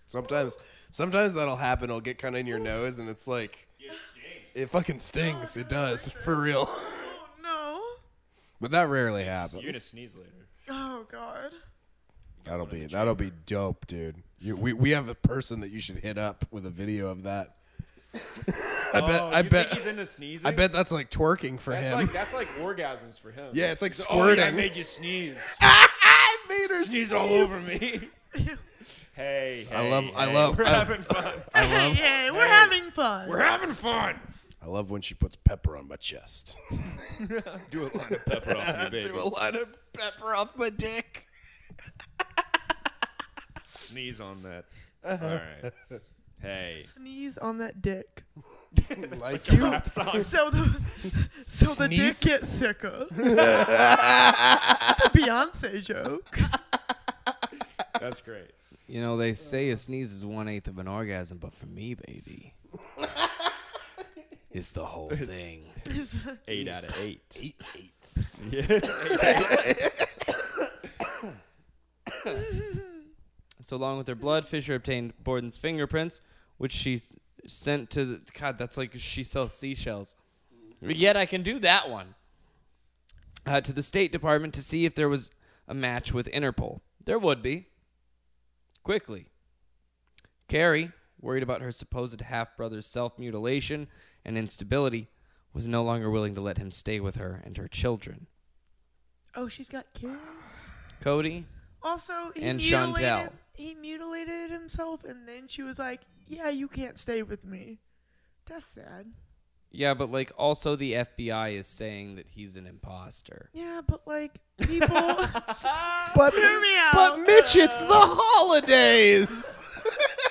Speaker 5: Sometimes sometimes that'll happen. It'll get kind of in your nose, and it's like it fucking stings. It does for real.
Speaker 7: Oh, no.
Speaker 5: But that rarely happens.
Speaker 6: sneeze later.
Speaker 7: Oh, God.
Speaker 5: That'll be that'll be dope, dude. You, we we have a person that you should hit up with a video of that. I
Speaker 6: Oh,
Speaker 5: bet I bet
Speaker 6: into sneezing.
Speaker 5: I bet that's like twerking for him.
Speaker 6: that's like orgasms for him. "Oh,
Speaker 5: yeah, it's like squirting.
Speaker 6: you sneeze.
Speaker 5: I made her sneeze.
Speaker 6: all over me. hey,
Speaker 5: I love I love I,
Speaker 6: fun.
Speaker 5: I love
Speaker 7: Hey, we're having fun.
Speaker 6: having fun.
Speaker 5: I love when she puts pepper on my chest.
Speaker 6: Do a line of pepper off me, baby.
Speaker 5: Do a lot of pepper off my dick.
Speaker 6: Sneeze on that. All right. Hey.
Speaker 7: Sneeze on that dick.
Speaker 5: Like
Speaker 6: Rap song.
Speaker 7: So the, so the dick
Speaker 5: Sneeze?
Speaker 7: gets sicker. the Beyonce joke.
Speaker 6: That's great.
Speaker 3: You know, they say a sneeze is one eighth of an orgasm, but for me, baby. is the whole thing.
Speaker 6: Eight out of eight.
Speaker 5: Eight eight.
Speaker 6: Yeah.
Speaker 3: So along with her blood, Fisher obtained Borden's fingerprints, which she s- sent to the God. That's like she sells seashells. Yet I can do that one. Uh, to the State Department to see if there was a match with Interpol. There would be. Quickly. Carrie, worried about her supposed half brother's self mutilation and instability, was no longer willing to let him stay with her and her children.
Speaker 7: Oh, she's got kids.
Speaker 3: Cody,
Speaker 7: Also, he
Speaker 3: And
Speaker 7: mutilated,
Speaker 3: Chantel.
Speaker 7: He mutilated himself, and then she was like, "Yeah, you can't stay with me." That's sad.
Speaker 3: Yeah, but like also the FBI is saying that he's an imposter.
Speaker 7: Yeah, but like people,
Speaker 5: But
Speaker 7: Hear me out.
Speaker 5: but Mitch, it's the holidays.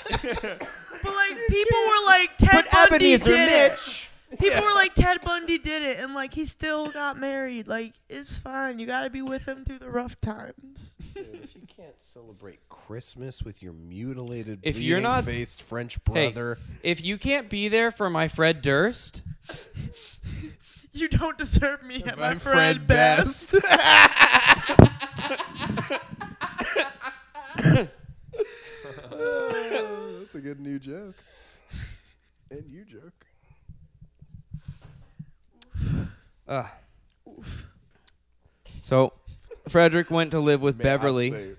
Speaker 7: but like people were like Ted
Speaker 5: But
Speaker 7: Bundy
Speaker 5: Ebenezer
Speaker 7: did
Speaker 5: Mitch.
Speaker 7: it. People were like Ted Bundy did it, and like he still got married. Like it's fine. You got to be with him through the rough times.
Speaker 5: Dude, if you can't celebrate Christmas with your mutilated,
Speaker 3: If you're not-
Speaker 5: faced French
Speaker 3: Hey,
Speaker 5: brother,
Speaker 3: if you can't be there for my Fred Durst,
Speaker 7: You don't deserve me, at my, friend. Best.
Speaker 5: Best. that's a good new joke. And you joke.
Speaker 3: uh, so Frederick went to live with Beverly.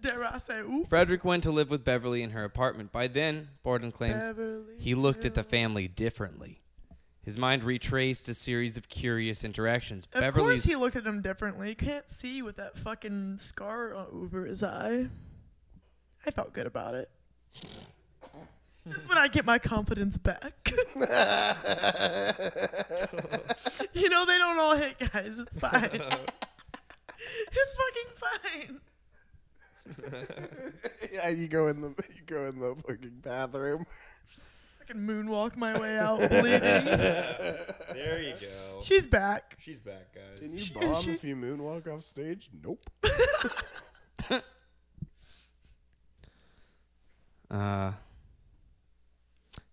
Speaker 7: Dare I say, ooh,
Speaker 3: Frederick went to live with Beverly in her apartment. By then, Borden claims
Speaker 7: Beverly
Speaker 3: he looked at the
Speaker 7: Hills.
Speaker 3: family differently. His mind retraced a series of curious interactions.
Speaker 7: Of
Speaker 3: Beverly's
Speaker 7: course, he looked at him differently. You can't see with that fucking scar o- over his eye. I felt good about it. That's when I get my confidence back. you know, they don't all hit guys. It's fine. it's fucking fine.
Speaker 5: yeah, you go in the you go in the fucking bathroom.
Speaker 7: I can moonwalk my way out bleeding.
Speaker 6: There you go.
Speaker 7: She's back.
Speaker 6: She's back, guys.
Speaker 5: Can you
Speaker 7: She-
Speaker 5: bomb
Speaker 7: she-
Speaker 5: if you moonwalk off stage? Nope.
Speaker 3: Uh,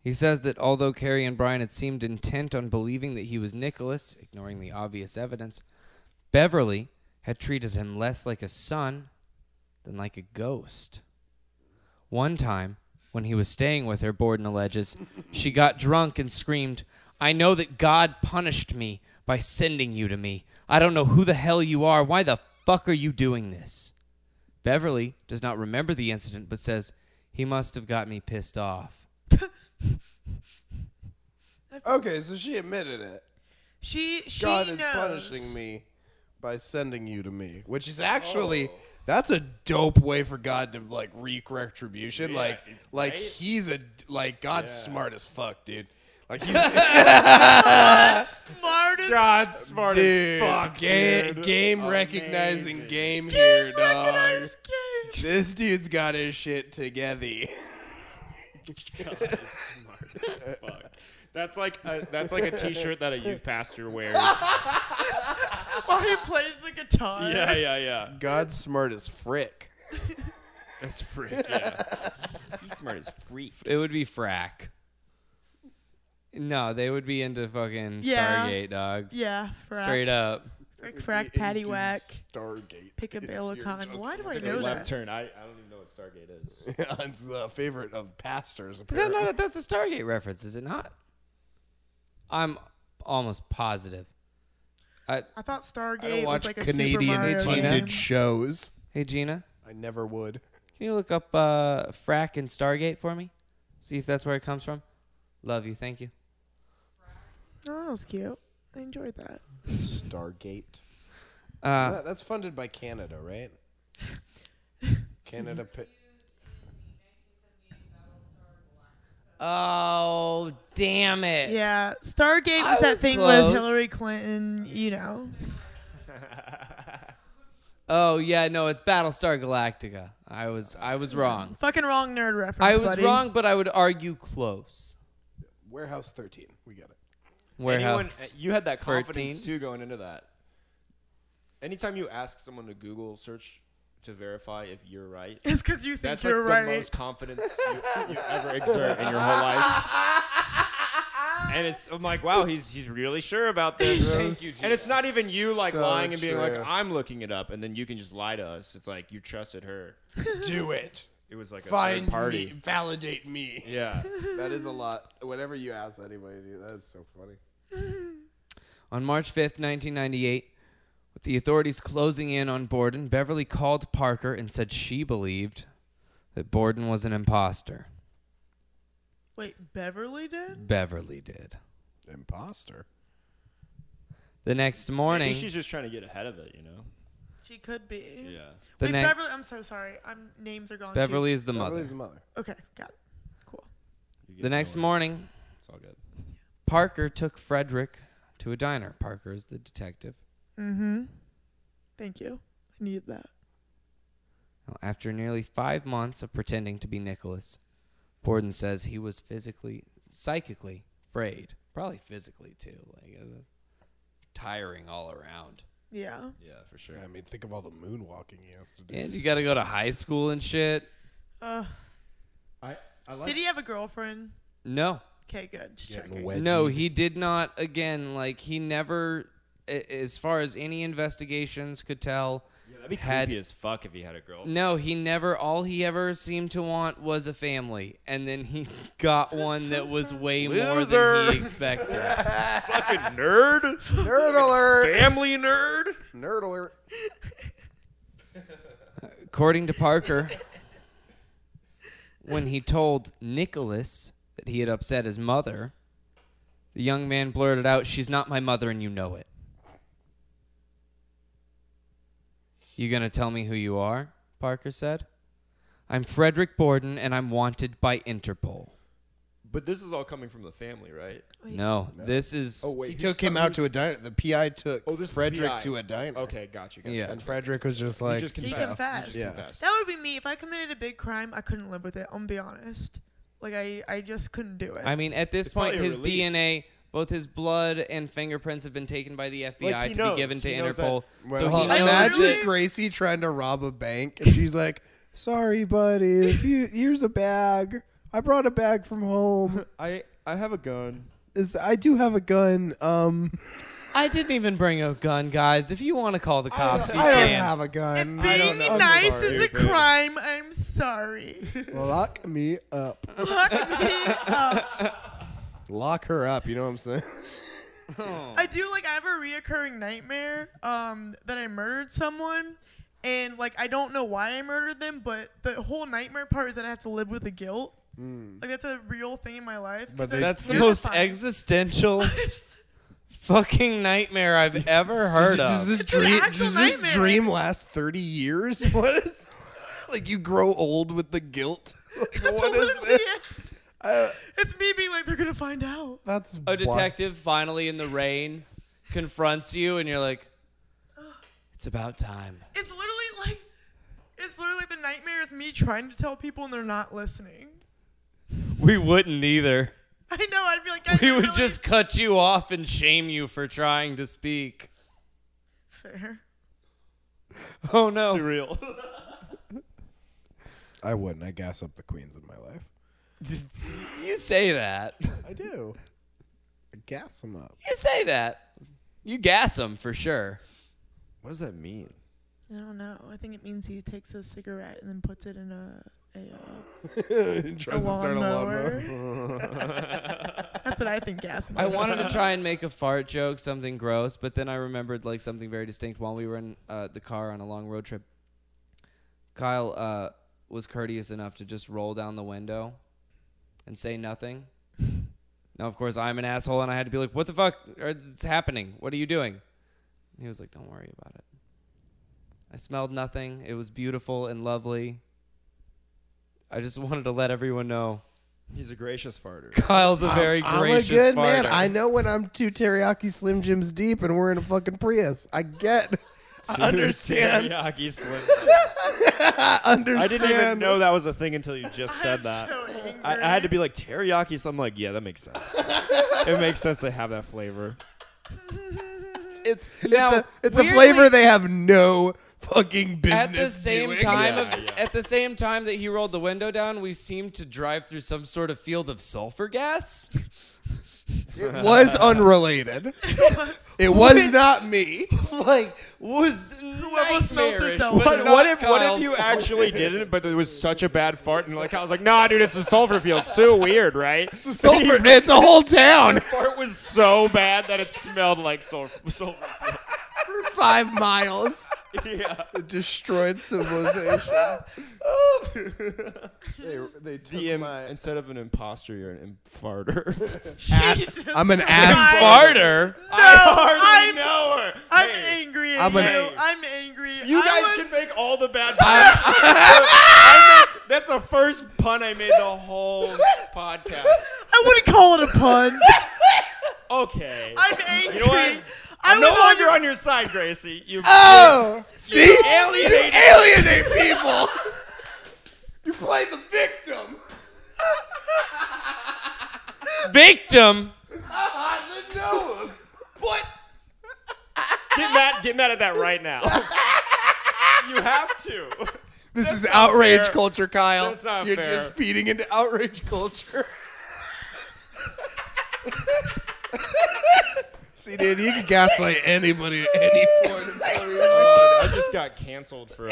Speaker 3: he says that although Carrie and Brian had seemed intent on believing that he was Nicholas, ignoring the obvious evidence, Beverly had treated him less like a son than like a ghost. One time, when he was staying with her, Borden alleges, she got drunk and screamed, I know that God punished me by sending you to me. I don't know who the hell you are. Why the fuck are you doing this? Beverly does not remember the incident but says, He must have got me pissed off.
Speaker 5: Okay, so she admitted it.
Speaker 7: She she
Speaker 5: God is
Speaker 7: knows.
Speaker 5: punishing me by sending you to me, which is actually that's a dope way for God to like wreak retribution. like, like he's a like God's smart as fuck, dude. Like he's
Speaker 7: Smartest
Speaker 6: God, smart
Speaker 5: dude,
Speaker 6: as fuck,
Speaker 5: ga-
Speaker 6: dude.
Speaker 5: game recognizing game here, dog.
Speaker 7: recognized kid.
Speaker 5: This dude's got his shit together.
Speaker 6: God is smart as fuck. That's like a, that's like a T-shirt that a youth pastor wears.
Speaker 7: While he plays the guitar.
Speaker 6: yeah, yeah, yeah.
Speaker 5: God's smart as frick.
Speaker 6: That's freak. Yeah, he's smart as freak.
Speaker 3: It would be frack. No, they would be into fucking
Speaker 7: Yeah.
Speaker 3: Stargate, dog.
Speaker 7: Yeah, frack.
Speaker 3: Straight up.
Speaker 7: Frick, frack, patty whack,
Speaker 5: Stargate.
Speaker 7: pick up
Speaker 5: is your
Speaker 7: Illicon. Why do I
Speaker 6: Take a
Speaker 7: know
Speaker 6: left
Speaker 7: that?
Speaker 6: turn. I, I don't even know what Stargate is.
Speaker 5: it's a favorite of pastors.
Speaker 3: Is that
Speaker 5: Apparently.
Speaker 3: not a, that's a Stargate reference, is it not? I'm almost positive. I,
Speaker 7: I thought Stargate
Speaker 5: I watch
Speaker 7: was like a
Speaker 5: Canadian E
Speaker 7: Super Mario
Speaker 3: funded
Speaker 5: funded
Speaker 7: game.
Speaker 5: shows.
Speaker 3: hey, Gina,
Speaker 5: I never would.
Speaker 3: can you look up uh, frack and Stargate for me? See if that's where it comes from. Love you. Thank you.
Speaker 7: Oh, that was cute. I enjoyed that.
Speaker 5: Stargate.
Speaker 3: Uh,
Speaker 5: that's funded by Canada, right? Canada. Pi-
Speaker 3: oh, damn it.
Speaker 7: Yeah, Stargate
Speaker 3: I
Speaker 7: was that
Speaker 3: was
Speaker 7: thing
Speaker 3: close.
Speaker 7: with Hillary Clinton. You know,
Speaker 3: Oh yeah, no, it's Battlestar Galactica. I was I was wrong.
Speaker 7: fucking wrong nerd reference.
Speaker 3: I was
Speaker 7: buddy.
Speaker 3: wrong, but I would argue close.
Speaker 5: Warehouse 13. We got it.
Speaker 6: Anyone, eh,
Speaker 3: Warehouse.
Speaker 6: you had that confidence
Speaker 3: 13.
Speaker 6: too going into that. Anytime you ask someone to Google search to verify if you're right,
Speaker 7: It's because you think
Speaker 6: that's like
Speaker 7: you're
Speaker 6: the
Speaker 7: right.
Speaker 6: most confidence you, you ever exert in your whole life. and it's I'm like, wow, he's he's really sure about this.
Speaker 5: Yes.
Speaker 6: and it's not even you like
Speaker 5: So
Speaker 6: lying and being like,
Speaker 5: true.
Speaker 6: I'm looking it up, and then you can just lie to us. It's like you trusted her.
Speaker 5: Do it.
Speaker 6: It was like a
Speaker 5: Find
Speaker 6: third party.
Speaker 5: me. Validate me.
Speaker 6: Yeah.
Speaker 5: That is a lot. Whenever you ask anybody, dude, that is so funny.
Speaker 3: On March 5th, 1998, with the authorities closing in on Borden, Beverly called Parker and said she believed that Borden was an imposter.
Speaker 7: Wait, Beverly did?
Speaker 3: Beverly did.
Speaker 5: Imposter.
Speaker 3: The next
Speaker 6: Maybe
Speaker 3: morning,
Speaker 6: she's just trying to get ahead of it, you know.
Speaker 7: She could be.
Speaker 6: Yeah.
Speaker 3: the
Speaker 7: Wait,
Speaker 3: ne-
Speaker 7: Beverly. I'm so sorry. I'm names are gone. too.
Speaker 3: Beverly is the mother.
Speaker 5: Beverly's the mother.
Speaker 7: Okay, got it. Cool.
Speaker 6: You get
Speaker 3: The next
Speaker 6: noise.
Speaker 3: morning,
Speaker 6: It's all good.
Speaker 3: Parker took Frederick to a diner. Parker is the detective.
Speaker 7: Mm-hmm. Thank you. I needed that.
Speaker 3: Now, After nearly five months of pretending to be Nicholas, Borden says he was physically, psychically afraid. Probably physically too. Like it was tiring all around.
Speaker 7: Yeah.
Speaker 6: Yeah, for sure.
Speaker 5: I mean, think of all the moonwalking he has to do.
Speaker 3: And you got to go to high school and shit.
Speaker 7: Uh,
Speaker 6: I, I like
Speaker 7: did he have a girlfriend?
Speaker 3: No,
Speaker 7: Okay, good. Just
Speaker 5: Getting
Speaker 7: checking.
Speaker 5: wet.
Speaker 3: no,
Speaker 5: Edgy.
Speaker 3: he did not. Again, like he never, a- as far as any investigations could tell,
Speaker 6: yeah, that'd be
Speaker 3: had-
Speaker 6: creepy as fuck if he had a girl.
Speaker 3: No, he never. All he ever seemed to want was a family, and then he got one that was way more than he
Speaker 6: Loser.
Speaker 3: expected.
Speaker 6: Fucking nerd.
Speaker 5: Nerd alert!
Speaker 6: Family nerd.
Speaker 5: Nerd alert!
Speaker 3: According to Parker, when he told Nicholas that he had upset his mother, the young man blurted out, "She's not my mother, and you know it." You gonna tell me who you are? Parker said. I'm Frederick Borden, and I'm wanted by Interpol.
Speaker 6: But this is all coming from the family, right?
Speaker 3: No, this is.
Speaker 6: Oh, wait.
Speaker 5: He took him out to a diner. The PI took
Speaker 6: Oh, this is the
Speaker 5: Frederick
Speaker 6: PI.
Speaker 5: to a diner.
Speaker 6: Okay, gotcha. gotcha.
Speaker 3: Yeah.
Speaker 5: And Frederick was just like,
Speaker 6: you just
Speaker 7: He
Speaker 6: confessed.
Speaker 7: confessed.
Speaker 5: Yeah.
Speaker 7: That would be me. If I committed a big crime, I couldn't live with it. I'm gonna be honest. Like I, I just couldn't do it.
Speaker 3: I mean, at this
Speaker 6: It's
Speaker 3: point,
Speaker 6: probably a
Speaker 3: his
Speaker 6: relief.
Speaker 3: DNA, both his blood and fingerprints, have been taken by the FBI
Speaker 6: Like, he
Speaker 3: to
Speaker 6: knows.
Speaker 3: be given to
Speaker 6: He knows
Speaker 3: Interpol.
Speaker 5: well,
Speaker 3: so he knows
Speaker 5: imagine
Speaker 3: that.
Speaker 5: Gracie trying to rob a bank, and she's like, "Sorry, buddy. If you here's a bag. I brought a bag from home.
Speaker 6: I I have a gun.
Speaker 5: Is I do have a gun. Um,
Speaker 3: I didn't even bring a gun, guys. If you want to call the cops, you
Speaker 5: I don't
Speaker 3: can.
Speaker 5: have a gun.
Speaker 7: if being
Speaker 5: I'm
Speaker 7: nice
Speaker 5: sorry.
Speaker 7: is a crime, I'm sorry.
Speaker 5: Lock me up.
Speaker 7: Lock me up.
Speaker 5: Lock her up. You know what I'm saying?
Speaker 7: I do like I have a reoccurring nightmare um that I murdered someone and like I don't know why I murdered them, but the whole nightmare part is that I have to live with the guilt. Like that's a real thing in my life. 'cause
Speaker 5: Hmm. But they-
Speaker 7: it's
Speaker 3: That's the most
Speaker 7: terrifying.
Speaker 3: existential fucking nightmare I've ever heard
Speaker 5: does, does
Speaker 3: of.
Speaker 5: this
Speaker 7: an
Speaker 5: dream?
Speaker 7: actual
Speaker 5: Does this
Speaker 7: nightmare.
Speaker 5: dream last thirty years? What is? Like you grow old with the guilt. Like what
Speaker 7: What
Speaker 5: is
Speaker 7: if
Speaker 5: this?
Speaker 7: they- it's me being like they're gonna find out.
Speaker 5: That's
Speaker 3: A
Speaker 5: wild.
Speaker 3: detective finally in the rain confronts you, and you're like, "It's about time."
Speaker 7: It's literally like it's literally like the nightmare is me trying to tell people and they're not listening.
Speaker 3: We wouldn't either.
Speaker 7: I know. I'd be like, guys,
Speaker 3: We
Speaker 7: I
Speaker 3: would
Speaker 7: really-
Speaker 3: just cut you off and shame you for trying to speak.
Speaker 7: fair.
Speaker 3: Oh no.
Speaker 6: Too real.
Speaker 5: I wouldn't. I gas up the queens in my life.
Speaker 3: You say that.
Speaker 5: I do. I gas them up.
Speaker 3: You say that. You gas them for sure.
Speaker 6: what does that mean?
Speaker 7: I don't know. I think it means he takes a cigarette and then puts it in a a, uh,
Speaker 5: and
Speaker 7: a
Speaker 5: tries to start a lawnmower.
Speaker 7: lawnmower. That's what I think. Gas.
Speaker 3: I wanted to try and make a fart joke, something gross, but then I remembered like something very distinct while we were in uh, the car on a long road trip. Kyle uh, was courteous enough to just roll down the window and say nothing. Now, of course, I'm an asshole, and I had to be like, "What the fuck? Are- It's happening. What are you doing?" And he was like, "Don't worry about it." I smelled nothing. It was beautiful and lovely. I just wanted to let everyone know
Speaker 6: He's a gracious farter.
Speaker 3: Kyle's a very
Speaker 5: I'm a
Speaker 3: gracious
Speaker 5: good man.
Speaker 3: farter.
Speaker 5: I know when I'm two teriyaki Slim Jims deep and we're in a fucking Prius. I get. I understand.
Speaker 6: Teriyaki Slim.
Speaker 5: I understand.
Speaker 6: I didn't even know that was a thing until you just said that.
Speaker 7: So angry.
Speaker 6: I, I had to be like teriyaki. So I'm like, yeah, that makes sense. it makes sense they have that flavor.
Speaker 5: It's,
Speaker 3: Now,
Speaker 5: it's a, it's a
Speaker 3: weirdly-
Speaker 5: flavor they have no fucking business
Speaker 3: at the same
Speaker 5: doing.
Speaker 3: time
Speaker 6: Yeah,
Speaker 3: of,
Speaker 6: yeah.
Speaker 3: at the same time that he rolled the window down we seemed to drive through some sort of field of sulfur gas
Speaker 5: It was unrelated. It was not me.
Speaker 2: like was
Speaker 7: Whoever smelt it
Speaker 3: nightmarish,
Speaker 7: though.
Speaker 3: but
Speaker 6: What,
Speaker 3: not
Speaker 6: what if what
Speaker 3: Kyle's
Speaker 6: if you actually did it, but it was such a bad fart, and like I was like, nah, dude, it's the sulfur field. So weird, right? The
Speaker 5: Sulfur. It's a whole town.
Speaker 6: fart was so bad that it smelled like sulfur. sulfur.
Speaker 5: Five miles.
Speaker 6: Yeah.
Speaker 5: It destroyed civilization. they, they took
Speaker 6: The im-
Speaker 5: my.
Speaker 6: instead of an imposter, you're an farter.
Speaker 7: Jesus.
Speaker 5: I'm an
Speaker 7: Christ.
Speaker 5: ass
Speaker 3: Farter.
Speaker 6: I hardly
Speaker 7: I'm-
Speaker 6: know her.
Speaker 7: I'm
Speaker 6: Hey,
Speaker 7: angry at
Speaker 5: I'm
Speaker 7: you.
Speaker 5: an-
Speaker 7: I'm angry.
Speaker 6: you
Speaker 7: I
Speaker 6: guys
Speaker 7: was-
Speaker 6: can make all the bad puns. I made- that's the first pun I made the whole podcast.
Speaker 7: I wouldn't call it a pun.
Speaker 6: Okay.
Speaker 7: I'm angry.
Speaker 6: know what?
Speaker 7: I
Speaker 6: I'm no
Speaker 7: was
Speaker 6: longer on your side, Gracie. You
Speaker 5: Oh, see, you
Speaker 6: alienated-
Speaker 5: alienate people. you play the victim.
Speaker 3: Victim.
Speaker 5: What?
Speaker 6: get mad, get mad at that right now. you have to.
Speaker 5: This is outrage
Speaker 6: fair.
Speaker 5: culture, Kyle.
Speaker 6: That's not
Speaker 5: You're
Speaker 6: fair.
Speaker 5: just feeding into outrage culture. see, dude, you can gaslight anybody at any point. in time.
Speaker 6: Oh, I just got canceled for a, a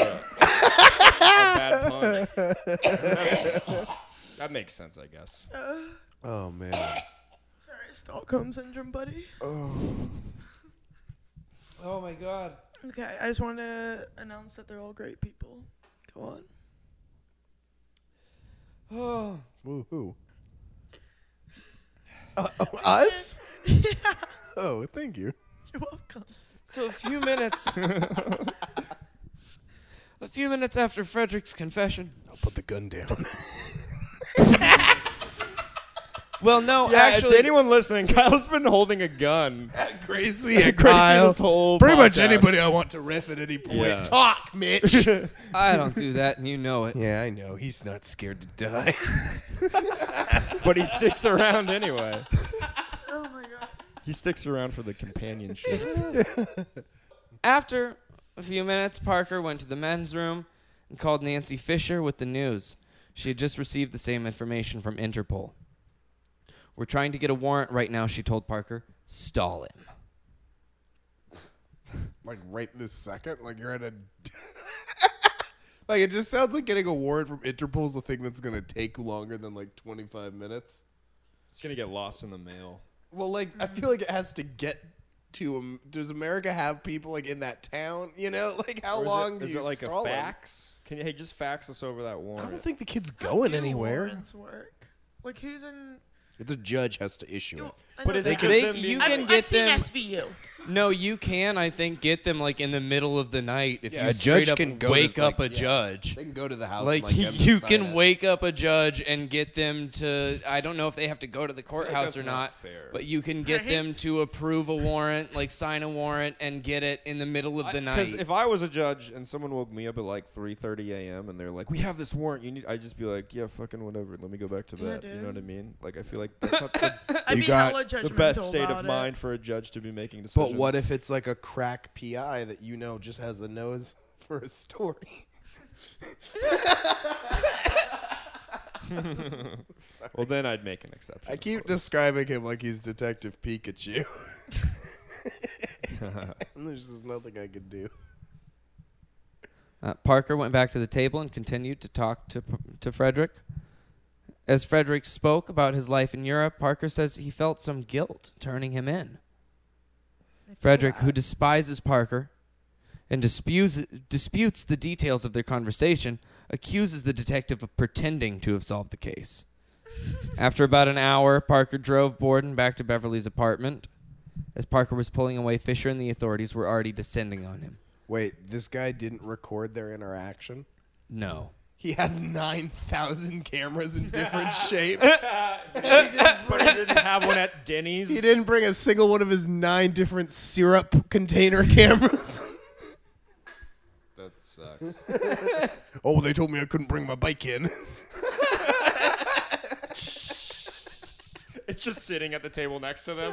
Speaker 6: bad pun. That's- that makes sense, I guess.
Speaker 5: Oh man.
Speaker 7: Sorry, Stockholm syndrome, buddy.
Speaker 3: Oh my god.
Speaker 7: Okay, I just wanted to announce that they're all great people. Go on.
Speaker 3: Oh.
Speaker 5: Woo hoo. Uh, oh, us?
Speaker 7: yeah,
Speaker 5: Oh, thank you.
Speaker 7: you're welcome.
Speaker 3: So a few minutes. a few minutes after Frederick's confession.
Speaker 5: I'll put the gun down.
Speaker 3: Well, no,
Speaker 6: Yeah,
Speaker 3: actually,
Speaker 6: to anyone listening, Kyle's been holding a gun.
Speaker 5: Crazy and
Speaker 6: Gracie
Speaker 5: Kyle.
Speaker 6: this whole
Speaker 5: Pretty much
Speaker 6: podcast.
Speaker 5: anybody I want to riff at any point.
Speaker 6: Yeah.
Speaker 5: Talk, Mitch.
Speaker 3: I don't do that, and you know it.
Speaker 5: yeah, I know. He's not scared to die.
Speaker 6: but he sticks around anyway.
Speaker 7: Oh my god.
Speaker 6: He sticks around for the companionship.
Speaker 3: After a few minutes, Parker went to the men's room and called Nancy Fisher with the news. She had just received the same information from Interpol. We're trying to get a warrant right now, she told Parker. Stall him.
Speaker 5: like right this second, like you're at a. like it just sounds like getting a warrant from Interpol is the thing that's gonna take longer than like 25 minutes.
Speaker 6: it's gonna get lost in the mail.
Speaker 5: Well, like I feel like it has to get to. Am- Does America have people like in that town? You know, like how
Speaker 6: Or is it-
Speaker 5: long do
Speaker 6: is
Speaker 5: you
Speaker 6: it like
Speaker 5: stall
Speaker 6: a
Speaker 5: 'em?
Speaker 6: fax? Can you hey just fax us over that
Speaker 5: I
Speaker 6: warrant?
Speaker 5: don't think the kid's
Speaker 7: How
Speaker 5: going
Speaker 7: do
Speaker 5: anywhere.
Speaker 7: warrants work? Like who's in?
Speaker 5: The judge has to issue it.
Speaker 7: I
Speaker 6: But
Speaker 7: know
Speaker 6: is
Speaker 7: that-
Speaker 6: it just
Speaker 3: They-
Speaker 6: them
Speaker 3: you
Speaker 6: being
Speaker 7: I've,
Speaker 3: can
Speaker 6: like-
Speaker 3: get
Speaker 7: I've seen
Speaker 3: them-
Speaker 7: SVU.
Speaker 3: No, you can, I think, get them like in the middle of the night if
Speaker 5: Yeah,
Speaker 3: you
Speaker 5: a
Speaker 3: straight
Speaker 5: judge
Speaker 3: up
Speaker 5: can go to,
Speaker 3: wake up
Speaker 5: like,
Speaker 3: a
Speaker 5: yeah.
Speaker 3: judge.
Speaker 5: They can go to the house.
Speaker 3: Like,
Speaker 5: and, like
Speaker 3: you can wake up a judge and get them to I don't know if they have to go to the courthouse
Speaker 6: that's
Speaker 3: or not,
Speaker 6: not fair.
Speaker 3: but you can get
Speaker 7: Right?
Speaker 3: them to approve a warrant, like sign a warrant and get it in the middle of the night.
Speaker 6: Because if I was a judge and someone woke me up at like 3:30 a.m. and they're like, "We have this warrant," you need, I'd just be like, "Yeah, fucking whatever. Let me go back to
Speaker 7: Yeah,
Speaker 6: bed." you know
Speaker 7: dude.
Speaker 6: what I mean? Like, I feel like that's not the,
Speaker 7: I'd be
Speaker 5: got
Speaker 7: hella
Speaker 6: the
Speaker 7: judgmental
Speaker 6: best state
Speaker 7: about
Speaker 6: of
Speaker 7: it.
Speaker 6: mind for a judge to be making decisions.
Speaker 5: But what if it's like a crack PI that you know just has a nose for a story?
Speaker 6: Well, then I'd make an exception.
Speaker 5: I keep describing him like he's Detective Pikachu. And There's just nothing I can do.
Speaker 3: Uh, Parker went back to the table and continued to talk to, to Frederick. As Frederick spoke about his life in Europe, Parker says he felt some guilt turning him in. Frederick, who despises Parker and disputes, disputes the details of their conversation, accuses the detective of pretending to have solved the case. After about an hour, Parker drove Borden back to Beverly's apartment. As Parker was pulling away, Fisher and the authorities were already descending on him.
Speaker 5: Wait, this guy didn't record their interaction?
Speaker 3: No.
Speaker 5: He has 9,000 cameras in different shapes.
Speaker 6: but I didn't have one at Denny's.
Speaker 5: He didn't bring a single one of his nine different syrup container cameras.
Speaker 6: That sucks.
Speaker 5: oh, they told me I couldn't bring my bike in.
Speaker 6: it's just sitting at the table next to them.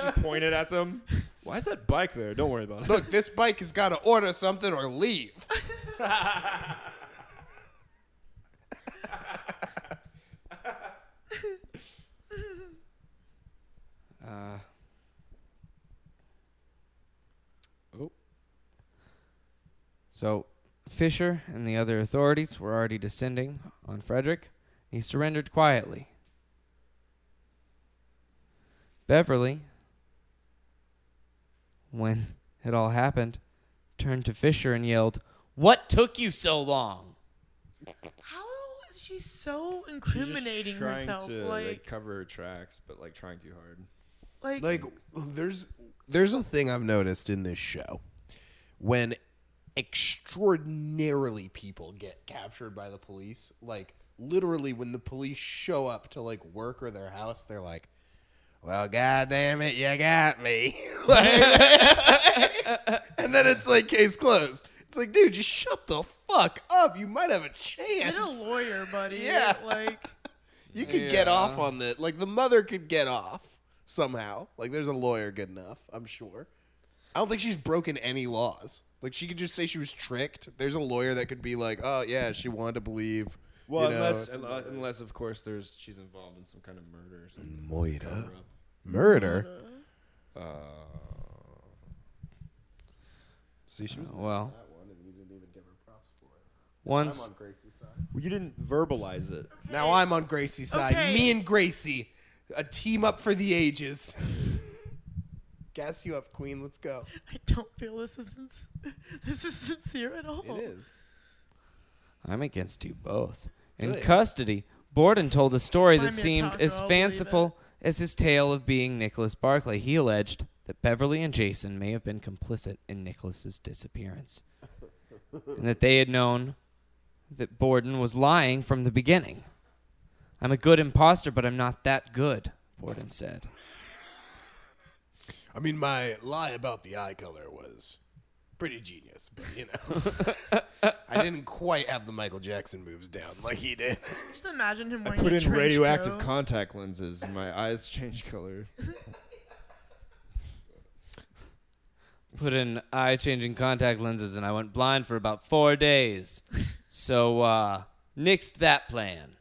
Speaker 6: Just pointed at them. Why is that bike there? Don't worry about it.
Speaker 5: Look, this bike has got to order something or leave.
Speaker 3: Uh, So Fisher and the other authorities were already descending on Frederick. He surrendered quietly. Beverly, when it all happened, turned to Fisher and yelled, What took you so long?
Speaker 7: How is she so
Speaker 6: She's just
Speaker 7: incriminating
Speaker 6: trying
Speaker 7: herself?
Speaker 6: to like,
Speaker 7: like,
Speaker 6: cover her tracks, but like trying too hard.
Speaker 7: like,
Speaker 5: like there's there's a thing I've noticed in this show when extraordinarily people get captured by the police like literally when the police show up to like work or their house they're like well god damn it you got me Like- and then it's like case closed it's like dude just shut the fuck up you might have a chance
Speaker 7: get a lawyer, buddy.
Speaker 5: Yeah.
Speaker 7: Like,
Speaker 5: you could get off
Speaker 3: Yeah.
Speaker 5: on that. Like the mother could get off somehow. Like there's a lawyer good enough, I'm sure. I don't think she's broken any laws. Like she could just say she was tricked. There's a lawyer that could be like, "Oh yeah, she wanted to believe."
Speaker 6: Well,
Speaker 5: you know,
Speaker 6: unless unless, unless of course there's she's involved in some kind of murder or something.
Speaker 5: Moira
Speaker 6: cover-up.
Speaker 5: murder.
Speaker 3: well, once
Speaker 6: Well, you didn't verbalize it.
Speaker 5: Now I'm on Gracie's side.
Speaker 7: Okay.
Speaker 5: Me and Gracie, a team up for the ages. Gas you up, Queen. Let's go.
Speaker 7: I don't feel this isn't this is sincere at all.
Speaker 3: I'm against you both. In
Speaker 5: Good.
Speaker 3: custody, Borden told a story
Speaker 7: Buy
Speaker 3: that
Speaker 7: me a
Speaker 3: seemed
Speaker 7: taco,
Speaker 3: as
Speaker 7: I'll believe
Speaker 3: fanciful as his tale of being Nicholas Barclay. He alleged that Beverly and Jason may have been complicit in Nicholas's disappearance, and that they had known that Borden was lying from the beginning. I'm a good imposter, but I'm not that good, Borden said.
Speaker 5: I mean, my lie about the eye color was pretty genius, but you know, I didn't quite have the Michael Jackson moves down like he did.
Speaker 7: Just imagine him
Speaker 6: I
Speaker 7: wearing
Speaker 6: put
Speaker 7: a
Speaker 6: in
Speaker 7: trench
Speaker 6: radioactive
Speaker 7: coat.
Speaker 6: contact lenses, and my eyes changed color.
Speaker 3: Put in eye changing contact lenses, and I went blind for about four days. So, uh, nixed that plan.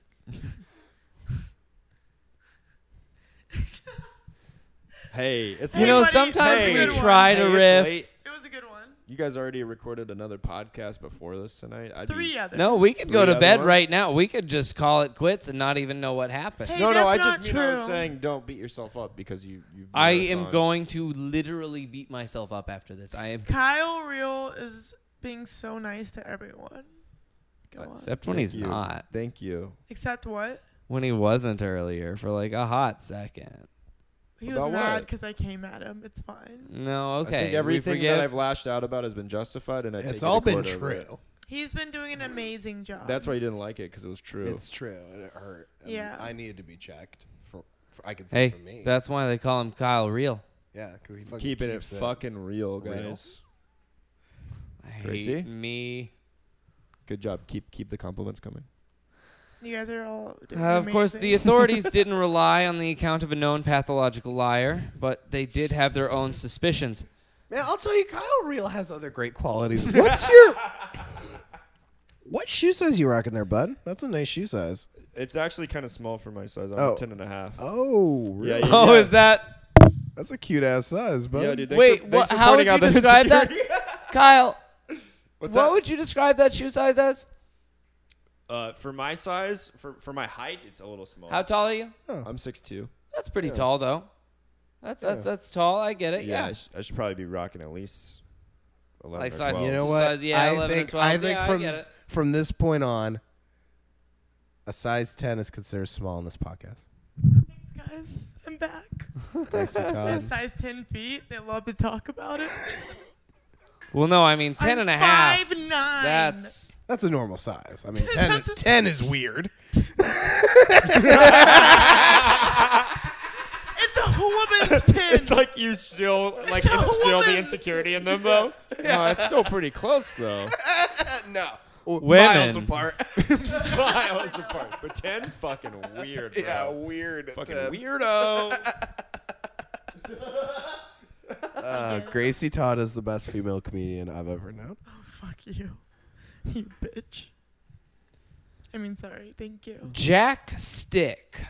Speaker 6: Hey, it's
Speaker 3: You
Speaker 7: Hey,
Speaker 6: late.
Speaker 3: know,
Speaker 7: buddy,
Speaker 3: sometimes
Speaker 7: that's a
Speaker 3: we
Speaker 7: good one.
Speaker 3: try
Speaker 6: Hey,
Speaker 3: to
Speaker 6: it's
Speaker 3: riff.
Speaker 6: late.
Speaker 7: It was a good one.
Speaker 6: You guys already recorded another podcast before this tonight. I'd be-
Speaker 7: Three other.
Speaker 3: No, we could go to
Speaker 6: Three
Speaker 3: bed
Speaker 6: other
Speaker 3: right now. We could just call it quits and not even know what happened.
Speaker 7: Hey,
Speaker 6: no, no.
Speaker 7: that's
Speaker 6: I just
Speaker 7: not
Speaker 6: mean I was
Speaker 7: true.
Speaker 6: saying don't beat yourself up because you you.
Speaker 3: I am going to literally beat myself up after this. I am
Speaker 7: Kyle Real is being so nice to everyone. Go on.
Speaker 3: except when he's not.
Speaker 6: Thank you.
Speaker 7: Except what?
Speaker 3: When he wasn't earlier for like a hot second.
Speaker 7: He
Speaker 6: About
Speaker 7: was mad
Speaker 6: what?
Speaker 7: because I came at him. It's fine.
Speaker 3: No, okay.
Speaker 6: I think
Speaker 3: we
Speaker 6: everything
Speaker 3: forgive.
Speaker 6: that I've lashed out about has been justified, and I take it
Speaker 5: It's
Speaker 6: to
Speaker 5: all been
Speaker 6: court over
Speaker 5: true.
Speaker 6: it.
Speaker 7: He's been doing an amazing job.
Speaker 6: That's why you didn't like it because it was true.
Speaker 5: It's true, and it hurt. and
Speaker 7: Yeah.
Speaker 5: I needed to be checked. For, for I could say
Speaker 3: hey,
Speaker 5: for me,
Speaker 3: that's why they call him Kyle Real.
Speaker 5: yeah, because he fucking
Speaker 6: keeping it
Speaker 5: keeps
Speaker 6: fucking real, guys.
Speaker 3: I hate
Speaker 6: Tracy?
Speaker 3: me.
Speaker 6: Good job. Keep keep the compliments coming.
Speaker 7: you guys are all. Doing
Speaker 3: Uh, of course, the
Speaker 7: amazing.
Speaker 3: authorities didn't rely on the account of a known pathological liar, but they did have their own suspicions.
Speaker 5: Man, I'll tell you, Kyle Real has other great qualities. What's your what shoe size you rocking there, bud? That's a nice shoe size.
Speaker 6: It's actually kind of small for my size. I'm
Speaker 5: Oh.
Speaker 6: oh. ten and a half.
Speaker 5: Oh,
Speaker 6: Yeah,
Speaker 5: really?
Speaker 6: yeah,
Speaker 3: Oh,
Speaker 6: yeah.
Speaker 3: is that
Speaker 5: That's a cute ass size, bud.
Speaker 6: Yeah, dude. Thanks
Speaker 3: Wait,
Speaker 6: for,
Speaker 3: what,
Speaker 6: thanks for
Speaker 3: how would
Speaker 6: pointing
Speaker 3: you
Speaker 6: out this
Speaker 3: describe that,
Speaker 6: insecurity.
Speaker 3: Kyle?
Speaker 6: What's
Speaker 3: what
Speaker 6: that?
Speaker 3: would you describe that shoe size as?
Speaker 6: Uh, for my size, for for my height, it's a little small.
Speaker 3: How tall are you?
Speaker 6: I'm six two.
Speaker 3: That's pretty tall, though. That's that's that's tall. I get it. Yeah.
Speaker 6: I, sh- I should probably be rocking at least. 11
Speaker 3: Like
Speaker 6: or
Speaker 3: size-
Speaker 6: 12.
Speaker 5: You know
Speaker 3: Size-
Speaker 5: what?
Speaker 3: yeah,
Speaker 5: I
Speaker 3: 11 or
Speaker 5: think
Speaker 3: 12.
Speaker 5: I think
Speaker 3: Yeah, I
Speaker 5: from
Speaker 3: get it.
Speaker 5: from this point on, a size ten is considered small in this podcast.
Speaker 7: guys, I'm back.
Speaker 5: Thanks to
Speaker 7: I'm
Speaker 5: Todd.
Speaker 7: size ten feet. They love to talk about it.
Speaker 3: Well, no, I mean ten
Speaker 7: I'm
Speaker 3: and a half.
Speaker 7: Five nine.
Speaker 3: That's
Speaker 5: That's a normal size. I mean, 10, 10 is weird.
Speaker 7: It's a woman's ten.
Speaker 6: It's like you still like
Speaker 7: a
Speaker 6: instill
Speaker 7: woman.
Speaker 6: the insecurity in them though. No, it's still pretty close though.
Speaker 5: no, miles
Speaker 3: Women.
Speaker 5: apart.
Speaker 6: Miles apart, but ten fucking weird. Bro.
Speaker 5: yeah, weird. at
Speaker 6: fucking
Speaker 5: 10.
Speaker 6: weirdo.
Speaker 5: Uh, Gracie Todd is the best female comedian I've ever known.
Speaker 7: Fuck you, you bitch. I mean, sorry. Thank you.
Speaker 3: Jack Stick.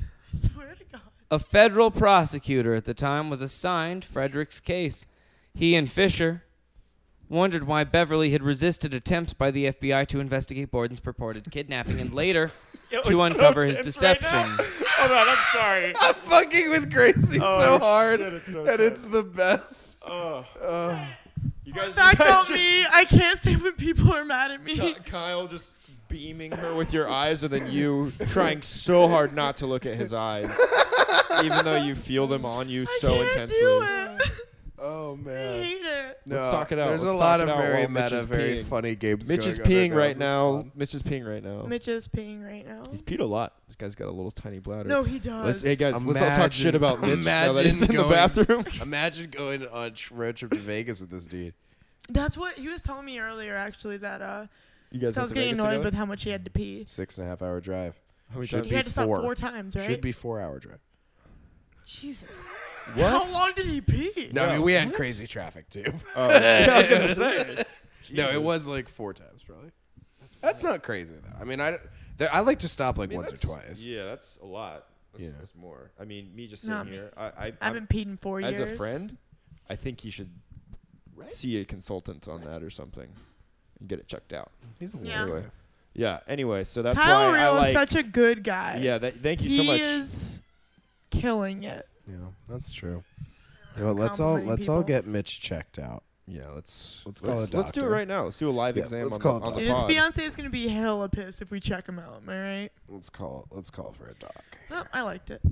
Speaker 7: I swear to God.
Speaker 3: A federal prosecutor at the time was assigned Frederick's case. He and Fisher wondered why Beverly had resisted attempts by the FBI to investigate Borden's purported kidnapping and later
Speaker 6: Yo, it's
Speaker 3: to
Speaker 6: so
Speaker 3: uncover his
Speaker 6: tense right
Speaker 3: deception.
Speaker 6: now. Hold on, I'm sorry.
Speaker 5: I'm fucking with Gracie
Speaker 6: Oh,
Speaker 5: so
Speaker 6: shit,
Speaker 5: hard,
Speaker 6: it's so
Speaker 5: and
Speaker 6: good.
Speaker 5: it's the best.
Speaker 6: Oh,
Speaker 5: Oh.
Speaker 6: you guys, you
Speaker 7: Back
Speaker 6: guys
Speaker 7: on
Speaker 6: just
Speaker 7: me. I can't stand when people are mad at me.
Speaker 6: Ky- Kyle just beaming her with your eyes, and then you trying so hard not to look at his eyes, even though you feel them on you
Speaker 7: I
Speaker 6: so
Speaker 7: can't
Speaker 6: intensely.
Speaker 7: do it.
Speaker 5: Oh
Speaker 7: I
Speaker 5: man.
Speaker 7: hate it.
Speaker 5: No,
Speaker 6: Let's talk it out.
Speaker 5: There's
Speaker 6: Let's
Speaker 5: a
Speaker 6: talk
Speaker 5: lot of
Speaker 6: it out
Speaker 5: very
Speaker 6: while Mitch
Speaker 5: meta,
Speaker 6: is
Speaker 5: very
Speaker 6: peeing.
Speaker 5: funny games.
Speaker 6: Mitch is
Speaker 5: going
Speaker 6: peeing
Speaker 5: on
Speaker 6: right now.
Speaker 5: around this
Speaker 6: Mitch is peeing right now.
Speaker 7: Mitch is peeing right now.
Speaker 6: He's peed a lot. This guy's got a little tiny bladder.
Speaker 7: No, he does.
Speaker 6: Let's, hey guys, let's all talk
Speaker 5: Imagine-
Speaker 6: shit about Mitch now that
Speaker 5: imagine
Speaker 6: he's in the
Speaker 5: going-
Speaker 6: bathroom.
Speaker 5: pod. Imagine going on a road trip to Vegas with this dude.
Speaker 7: That's what he was telling me earlier, actually, that uh,
Speaker 6: You guys
Speaker 7: so I was getting annoyed with how much he had to pee.
Speaker 5: Six and a half hour drive.
Speaker 6: how many
Speaker 5: Should
Speaker 6: times?
Speaker 7: He had to stop
Speaker 5: four.
Speaker 7: four times, right?
Speaker 5: Should be four hour drive.
Speaker 7: Jesus.
Speaker 6: What?
Speaker 7: How long did he pee?
Speaker 5: No, I mean
Speaker 6: Yeah.
Speaker 5: we had crazy traffic too.
Speaker 6: Oh, yeah, I was gonna say.
Speaker 5: no, it was like four times probably. That's, not crazy though. I mean, I there, I like to stop like
Speaker 6: I mean,
Speaker 5: once or
Speaker 6: that's-
Speaker 5: twice.
Speaker 6: Yeah, that's a lot. That's,
Speaker 5: Yeah.
Speaker 6: that's more. I mean, me just
Speaker 7: Not
Speaker 6: sitting
Speaker 7: me.
Speaker 6: here. I, I,
Speaker 7: I
Speaker 6: I'm,
Speaker 7: haven't peed in four
Speaker 6: as
Speaker 7: years.
Speaker 6: a friend, I think you should see a consultant on that or something and get it checked out.
Speaker 5: He's a
Speaker 7: Yeah.
Speaker 5: little
Speaker 6: Anyway, yeah. Anyway, so that's
Speaker 7: Kyle
Speaker 6: why
Speaker 7: Real
Speaker 6: I
Speaker 7: is
Speaker 6: like.
Speaker 7: such a good guy.
Speaker 6: yeah. That, thank you
Speaker 7: he
Speaker 6: so much.
Speaker 7: is killing it.
Speaker 5: Yeah, that's true. You know, let's all
Speaker 7: Complimenting
Speaker 5: let's all
Speaker 7: people.
Speaker 5: get Mitch checked out.
Speaker 6: yeah. Let's
Speaker 5: Let's call
Speaker 6: let's,
Speaker 5: a
Speaker 6: let's do it
Speaker 5: doctor.
Speaker 6: right now. Let's do a live
Speaker 5: Yeah,
Speaker 6: exam
Speaker 5: let's
Speaker 6: on,
Speaker 5: call a
Speaker 6: the, on the
Speaker 7: Dude,
Speaker 5: doctor.
Speaker 7: his
Speaker 6: pod.
Speaker 7: fiance is gonna be hella pissed if we check him out. Am I right?
Speaker 5: Let's call let's call for a doc.
Speaker 7: No, I liked it.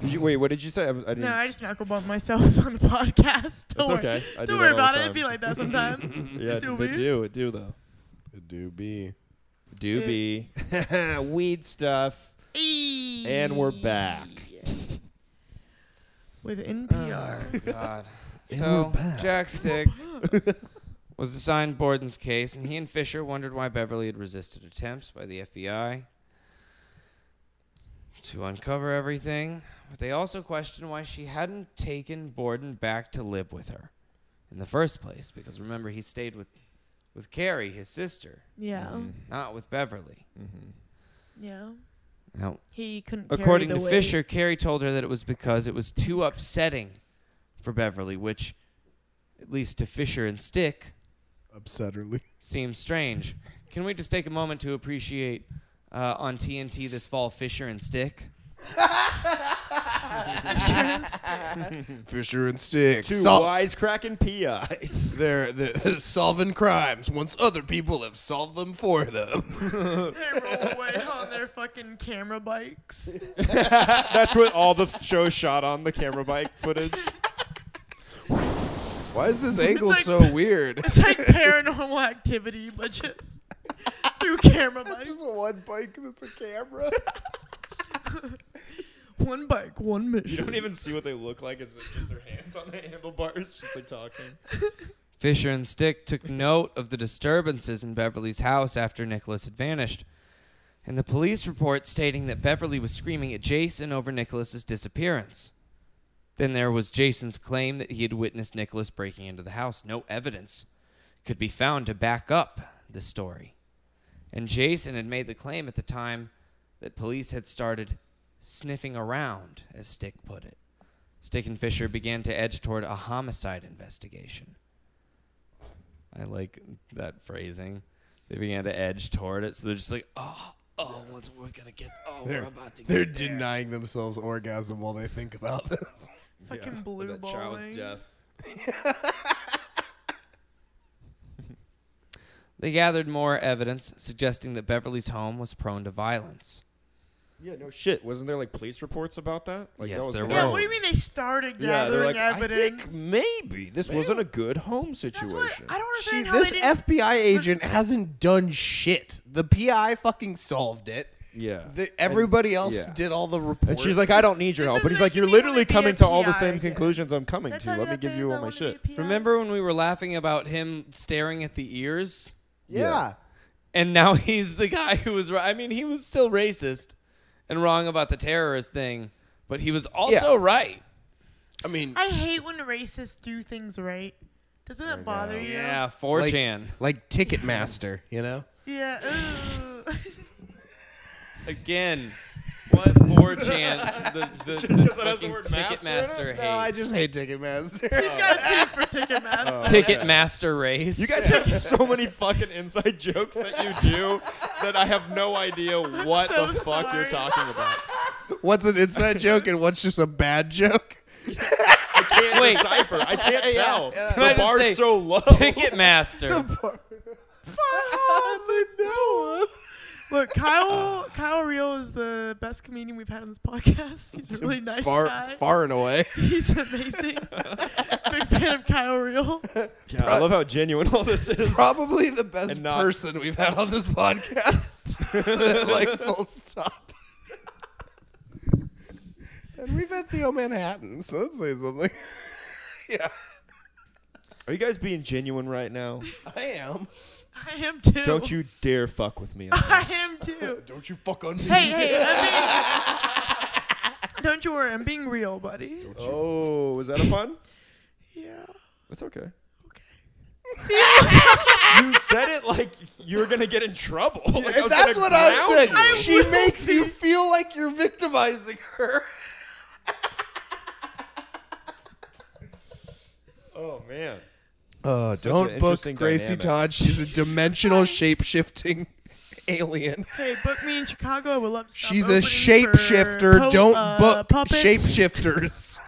Speaker 6: Did you, wait, what did you say? I, I didn't.
Speaker 7: No, I just knuckle bump myself on the podcast.
Speaker 6: That's
Speaker 7: Don't worry.
Speaker 6: okay. I do
Speaker 7: Don't
Speaker 6: that
Speaker 7: worry
Speaker 6: all the
Speaker 7: about it. It'd
Speaker 6: time.
Speaker 7: be like that sometimes.
Speaker 6: yeah,
Speaker 7: Do
Speaker 6: they
Speaker 7: we?
Speaker 6: do. It do though.
Speaker 5: It do be.
Speaker 6: Doobie. Weed stuff.
Speaker 7: Eee.
Speaker 6: And we're back.
Speaker 7: With
Speaker 6: Uh,
Speaker 7: NPR.
Speaker 3: Oh, God. so Jack Stick was assigned Borden's case, and he and Fisher wondered why Beverly had resisted attempts by the FBI to uncover everything. But they also questioned why she hadn't taken Borden back to live with her in the first place, because remember he stayed with with Carrie, his sister,
Speaker 7: yeah.
Speaker 6: Mm.
Speaker 3: not with Beverly.
Speaker 7: Yeah.
Speaker 3: Now,
Speaker 7: He couldn't. carry
Speaker 3: According
Speaker 7: the
Speaker 3: to
Speaker 7: weight.
Speaker 3: Fisher, Carrie told her that it was because it was too upsetting for Beverly, which, at least to Fisher and Stick,
Speaker 5: Upsetterly.
Speaker 3: seems strange. Can we just take a moment to appreciate uh, on TNT this fall Fisher and Stick?
Speaker 5: Fisher and Stick.
Speaker 6: Two
Speaker 5: Sol-
Speaker 6: wisecracking PIs.
Speaker 5: they're, they're solving crimes once other people have solved them for them.
Speaker 7: they roll away on their fucking camera bikes.
Speaker 6: That's what all the shows shot on the camera bike footage.
Speaker 5: Why is this angle
Speaker 7: like-
Speaker 5: so weird?
Speaker 7: It's like paranormal activity, but just through camera bikes.
Speaker 5: Just one bike that's a camera.
Speaker 7: One bike, one
Speaker 6: You
Speaker 7: mission.
Speaker 6: don't even see what they look like. It's just their hands on the handlebars, just like talking.
Speaker 3: Fisher and Stick took note of the disturbances in Beverly's house after Nicholas had vanished, and the police report stating that Beverly was screaming at Jason over Nicholas's disappearance. Then there was Jason's claim that he had witnessed Nicholas breaking into the house. No evidence could be found to back up the story. And Jason had made the claim at the time that police had started sniffing around, as Stick put it. Stick and Fisher began to edge toward a homicide investigation. I like that phrasing. They began to edge toward it, so they're just like, oh, oh, what's, we're gonna get, oh, we're about to get
Speaker 5: They're
Speaker 3: there.
Speaker 5: denying themselves orgasm while they think about this.
Speaker 7: Fucking blue
Speaker 6: that child's
Speaker 7: balling.
Speaker 6: death.
Speaker 3: They gathered more evidence suggesting that Beverly's home was prone to violence.
Speaker 6: Yeah, no shit. Wasn't there like police reports about that? Like
Speaker 3: Yes,
Speaker 6: that was
Speaker 3: there
Speaker 7: Yeah,
Speaker 3: were.
Speaker 7: what do you mean they started
Speaker 6: Yeah, they're
Speaker 7: gathering
Speaker 6: like,
Speaker 7: evidence?
Speaker 6: I think maybe this wasn't a good home
Speaker 7: That's
Speaker 6: situation.
Speaker 7: what, I don't
Speaker 5: She,
Speaker 7: understand how
Speaker 5: this
Speaker 7: they didn't
Speaker 5: FBI agent hasn't done shit. The PI fucking solved it.
Speaker 6: yeah.
Speaker 5: The, everybody else
Speaker 6: yeah.
Speaker 5: did all the reports.
Speaker 6: and she's like, I don't need your
Speaker 7: This
Speaker 6: help.
Speaker 7: is
Speaker 6: But he's like,
Speaker 7: making
Speaker 6: you're
Speaker 7: me wanna
Speaker 6: literally
Speaker 7: be a
Speaker 6: coming to all the
Speaker 7: PI
Speaker 6: same
Speaker 7: again.
Speaker 6: conclusions I'm coming
Speaker 7: That's
Speaker 6: to.
Speaker 7: how
Speaker 6: Let me
Speaker 7: that
Speaker 6: give
Speaker 7: is,
Speaker 6: you
Speaker 7: I
Speaker 6: all my
Speaker 7: wanna be a
Speaker 6: shit.
Speaker 7: PI.
Speaker 3: Remember when we were laughing about him staring at the ears?
Speaker 5: yeah.
Speaker 3: And now he's the guy who was, ri- I mean, he was still racist and wrong about the terrorist thing, but he was also right.
Speaker 5: I mean,
Speaker 7: I hate when racists do things right. Doesn't that bother you?
Speaker 3: Yeah,
Speaker 5: like,
Speaker 3: 4chan.
Speaker 5: like Ticketmaster, you know?
Speaker 7: Yeah. ooh.
Speaker 3: Again,
Speaker 6: What?
Speaker 3: 4chan, the, the,
Speaker 6: Just 'cause
Speaker 3: the
Speaker 6: it has the
Speaker 3: fucking
Speaker 6: word master
Speaker 3: Ticketmaster
Speaker 6: in
Speaker 5: No, I
Speaker 3: hate.
Speaker 5: just hate Ticketmaster.
Speaker 7: got sued for Ticketmaster.
Speaker 3: Ticketmaster race.
Speaker 6: You guys have so many fucking inside jokes that you do that I have no idea what
Speaker 7: so
Speaker 6: the fuck you're
Speaker 7: sorry.
Speaker 6: talking about.
Speaker 5: what's an inside joke and what's just a bad joke?
Speaker 6: I can't
Speaker 3: Wait.
Speaker 6: decipher. I can't
Speaker 5: Yeah,
Speaker 6: tell.
Speaker 5: yeah.
Speaker 3: Can I
Speaker 6: The
Speaker 3: just
Speaker 6: bar's
Speaker 3: say,
Speaker 6: so low.
Speaker 3: Ticketmaster.
Speaker 7: Look, Kyle Kyle Real is the best comedian we've had on this podcast. He's a really nice guy.
Speaker 5: Far, far and away.
Speaker 7: He's amazing. Big fan of Kyle Real.
Speaker 6: God, I love how genuine all this is.
Speaker 5: Probably the best
Speaker 6: And not-
Speaker 5: person we've had on this podcast. like full stop. and we've had Theo Manhattan, so let's say something. yeah,
Speaker 6: Are you guys being genuine right now?
Speaker 5: I am.
Speaker 7: I am too.
Speaker 6: Don't you dare fuck with me. on
Speaker 7: I
Speaker 6: this.
Speaker 7: am too.
Speaker 5: Don't you fuck on me.
Speaker 7: Hey, hey, I mean, don't you worry. I'm being real, buddy.
Speaker 6: Oh, was that a pun?
Speaker 7: Yeah.
Speaker 6: That's okay.
Speaker 7: Okay.
Speaker 6: You said it like you're gonna get in trouble. Like I was
Speaker 5: that's
Speaker 6: gonna
Speaker 5: what I
Speaker 6: ground
Speaker 5: said.
Speaker 6: you.
Speaker 5: She makes you feel like you're victimizing her.
Speaker 6: Oh man.
Speaker 5: Uh,
Speaker 6: an
Speaker 5: don't book
Speaker 6: interesting
Speaker 5: Gracie
Speaker 6: dynamic.
Speaker 5: Todd. She's a dimensional shape shifting alien.
Speaker 7: Hey, book me in Chicago. I would love to. stop
Speaker 5: She's a
Speaker 7: opening for
Speaker 5: shapeshifter.
Speaker 7: po-
Speaker 5: don't
Speaker 7: uh,
Speaker 5: book
Speaker 7: puppets.
Speaker 5: shapeshifters.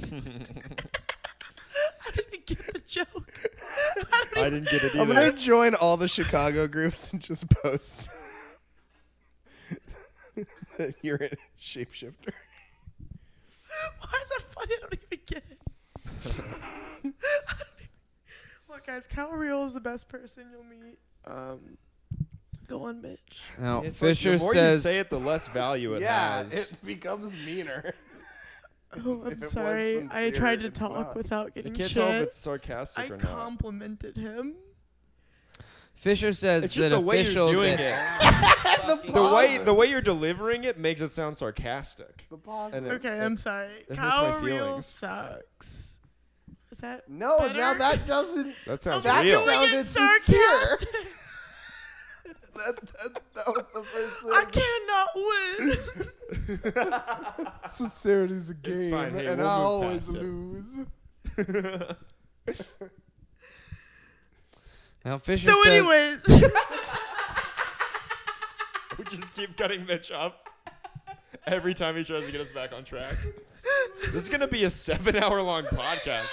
Speaker 7: I didn't get the joke.
Speaker 6: I didn't get it
Speaker 5: I'm
Speaker 6: either.
Speaker 5: gonna join all the Chicago groups and just post that you're a shapeshifter.
Speaker 7: Why is that funny? I don't even get it. I don't even- Look, guys, Kyle Real is the best person you'll meet. Um, go on, bitch.
Speaker 3: Now,
Speaker 6: It's like,
Speaker 3: Fisher
Speaker 6: the more
Speaker 3: says
Speaker 6: you say it, the less value it
Speaker 5: Yeah,
Speaker 6: has.
Speaker 5: it becomes meaner.
Speaker 7: Oh,
Speaker 5: it
Speaker 7: I'm
Speaker 5: was
Speaker 7: sorry. I
Speaker 5: sincere,
Speaker 7: tried to
Speaker 5: it's
Speaker 7: talk
Speaker 5: not.
Speaker 7: without
Speaker 6: I
Speaker 7: getting
Speaker 6: can't
Speaker 7: shit.
Speaker 6: tell if it's sarcastic
Speaker 7: I
Speaker 6: or not.
Speaker 7: complimented him.
Speaker 3: Fisher says
Speaker 6: It's just
Speaker 3: that
Speaker 6: the way you're
Speaker 3: officials
Speaker 6: doing
Speaker 3: at-
Speaker 6: it.
Speaker 5: the,
Speaker 6: The
Speaker 5: pause-
Speaker 6: way the way you're delivering it makes it sound sarcastic.
Speaker 5: the pause.
Speaker 6: and
Speaker 5: is-
Speaker 6: That's-
Speaker 7: Okay,
Speaker 6: that-
Speaker 7: I'm sorry.
Speaker 6: that hurts my
Speaker 7: Kyle Real
Speaker 6: feelings.
Speaker 7: sucks. Is that Oh
Speaker 5: no, now
Speaker 7: better?
Speaker 5: that doesn't.
Speaker 6: That sounds
Speaker 5: That
Speaker 6: real.
Speaker 5: is- sounded
Speaker 7: Sounded
Speaker 5: sincere.
Speaker 7: sarcastic.
Speaker 5: That, that, that was the first thing.
Speaker 7: I cannot win.
Speaker 5: Sincerity's a game,
Speaker 6: fine. Hey,
Speaker 5: and
Speaker 6: we'll
Speaker 5: I
Speaker 6: move
Speaker 5: always
Speaker 6: past it.
Speaker 5: lose.
Speaker 3: Now Fisher
Speaker 7: so,
Speaker 3: says
Speaker 7: anyways,
Speaker 6: we just keep cutting Mitch up every time he tries to get us back on track. This is gonna be a seven-hour-long podcast.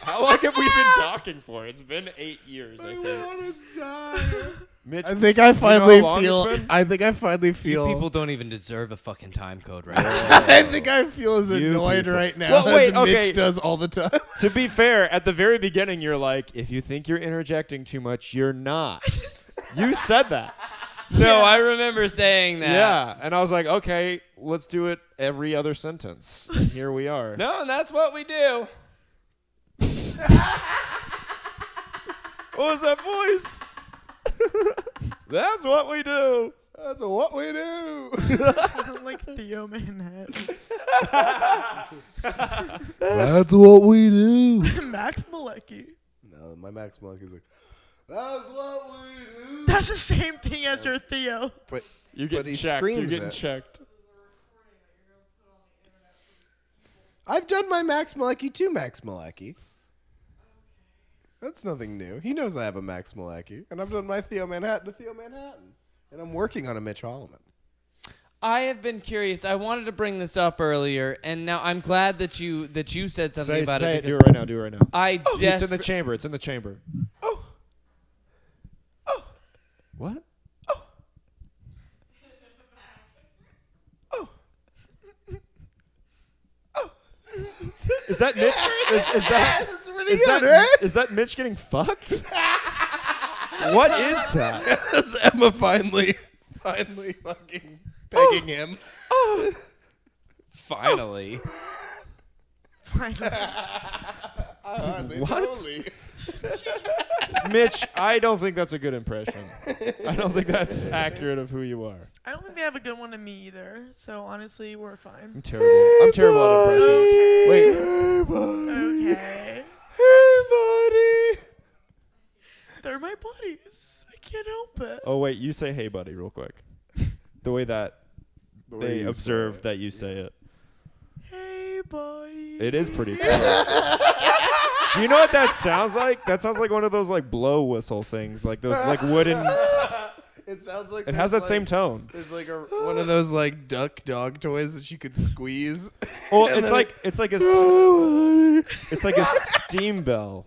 Speaker 6: How long have we been talking for? It's been eight years, I think. Mitch,
Speaker 5: I think I finally
Speaker 6: finally long it's
Speaker 5: feel.
Speaker 6: feel- been?
Speaker 5: I think I finally feel.
Speaker 3: people don't even deserve a fucking time code right now.
Speaker 5: I think I feel as
Speaker 6: You
Speaker 5: annoyed
Speaker 6: people.
Speaker 5: right now
Speaker 6: Well,
Speaker 5: as
Speaker 6: wait,
Speaker 5: Mitch
Speaker 6: okay.
Speaker 5: does all the time.
Speaker 6: to be fair, at the very beginning, you're like, if you think you're interjecting too much, you're not. you said that.
Speaker 3: no, I remember saying that.
Speaker 6: Yeah. And I was like, okay, let's do it every other sentence. And here we are.
Speaker 3: No, and that's what we do.
Speaker 6: What was that voice? That's what we do.
Speaker 5: That's what we do.
Speaker 7: I'm like Theo Manhattan,
Speaker 5: That's what we do.
Speaker 7: Max Malecki.
Speaker 5: No, my Max Monk is like. That's what we do.
Speaker 7: That's the same thing as your Theo.
Speaker 5: But
Speaker 6: You're getting
Speaker 5: But he
Speaker 6: checked. You're
Speaker 5: screams
Speaker 6: getting
Speaker 5: it.
Speaker 6: checked.
Speaker 5: I've done my Max Malecki to Max Malecki. That's nothing new. He knows I have a Max Malecki, and I've done my Theo Manhattan to Theo Manhattan, and I'm working on a Mitch Holloman.
Speaker 3: I have been curious. I wanted to bring this up earlier, and now I'm glad that you that you said something
Speaker 6: Say,
Speaker 3: about
Speaker 6: say
Speaker 3: it
Speaker 6: Do
Speaker 3: because
Speaker 6: it right now. Do it right now.
Speaker 3: I
Speaker 6: it's in the
Speaker 3: desperate-
Speaker 6: chamber. It's in the chamber. Oh. Oh. What? Oh. Is that Mitch? Is, is that is that, is that Mitch getting fucked? what is that?
Speaker 5: That's Emma finally, finally fucking pegging him.
Speaker 3: finally.
Speaker 7: Finally.
Speaker 5: Hardly
Speaker 6: What?
Speaker 5: lonely.
Speaker 6: Mitch, I don't think that's a good impression. I don't think that's accurate of who you are.
Speaker 7: I don't think they have a good one of me either. So honestly, we're fine.
Speaker 6: I'm terrible. I'm terrible at impressions. Wait,
Speaker 5: Hey, buddy.
Speaker 7: Okay.
Speaker 5: Hey, buddy.
Speaker 7: They're my buddies. I can't help it.
Speaker 6: Oh wait, you say hey buddy real quick. the way that
Speaker 5: The way
Speaker 6: they
Speaker 5: you say
Speaker 6: observe
Speaker 5: it.
Speaker 6: that you say it.
Speaker 7: Hey, buddy.
Speaker 6: It is pretty close. Do you know what that sounds like? That sounds like one of those like blow whistle things, like those like wooden.
Speaker 5: It sounds like
Speaker 6: It has that
Speaker 5: there's,
Speaker 6: same
Speaker 5: like-
Speaker 6: tone.
Speaker 5: There's like a
Speaker 8: One of those like duck dog toys that you could squeeze.
Speaker 6: Well, it's like it's like a s- it's like a steam bell.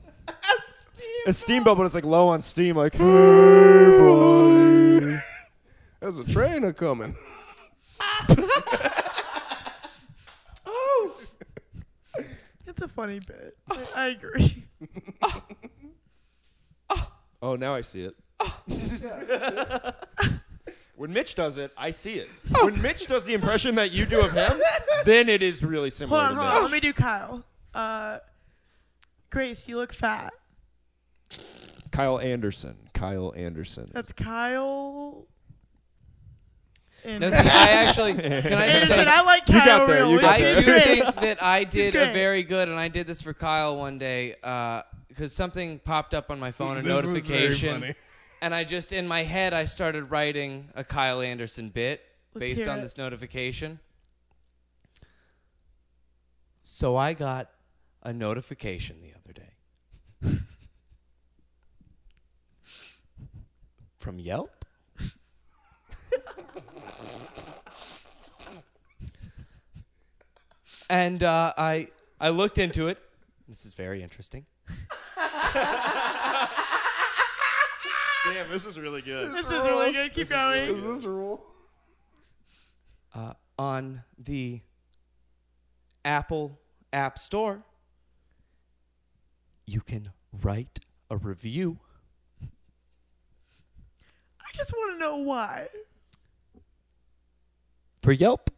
Speaker 6: A steam bell, but it's like low on steam. Like
Speaker 5: there's a train a coming.
Speaker 7: It's a funny bit. I, I agree.
Speaker 9: Oh, now I see it. when Mitch does it, I see it. When Mitch does the impression that you do of him, then it is really similar
Speaker 7: Hold on,
Speaker 9: to
Speaker 7: hold
Speaker 9: that.
Speaker 7: on. Let me do Kyle. Uh, Grace, you look fat.
Speaker 6: Kyle Anderson. Kyle Anderson.
Speaker 7: That's Kyle. And,
Speaker 3: No, see, I actually can I
Speaker 7: and,
Speaker 3: just say
Speaker 7: I like Kyle.
Speaker 6: got there,
Speaker 7: Real.
Speaker 6: you got
Speaker 7: He's
Speaker 3: I
Speaker 6: there.
Speaker 3: do
Speaker 7: great.
Speaker 3: think that I did a
Speaker 7: great.
Speaker 3: very good, and I did this for Kyle one day because something popped up on my phone, a
Speaker 5: This was very
Speaker 3: notification,
Speaker 5: funny.
Speaker 3: and I just in my head I started writing a Kyle Anderson bit
Speaker 7: Let's
Speaker 3: based
Speaker 7: hear
Speaker 3: on
Speaker 7: it.
Speaker 3: this notification. So I got a notification the other day from Yelp. And uh, I I looked into it. This is very interesting.
Speaker 9: Damn, this is really good.
Speaker 7: This is really good. Keep going.
Speaker 5: Is this a rule?
Speaker 3: Uh, on the Apple App Store, you can write a review
Speaker 7: I just want to know why.
Speaker 3: for Yelp.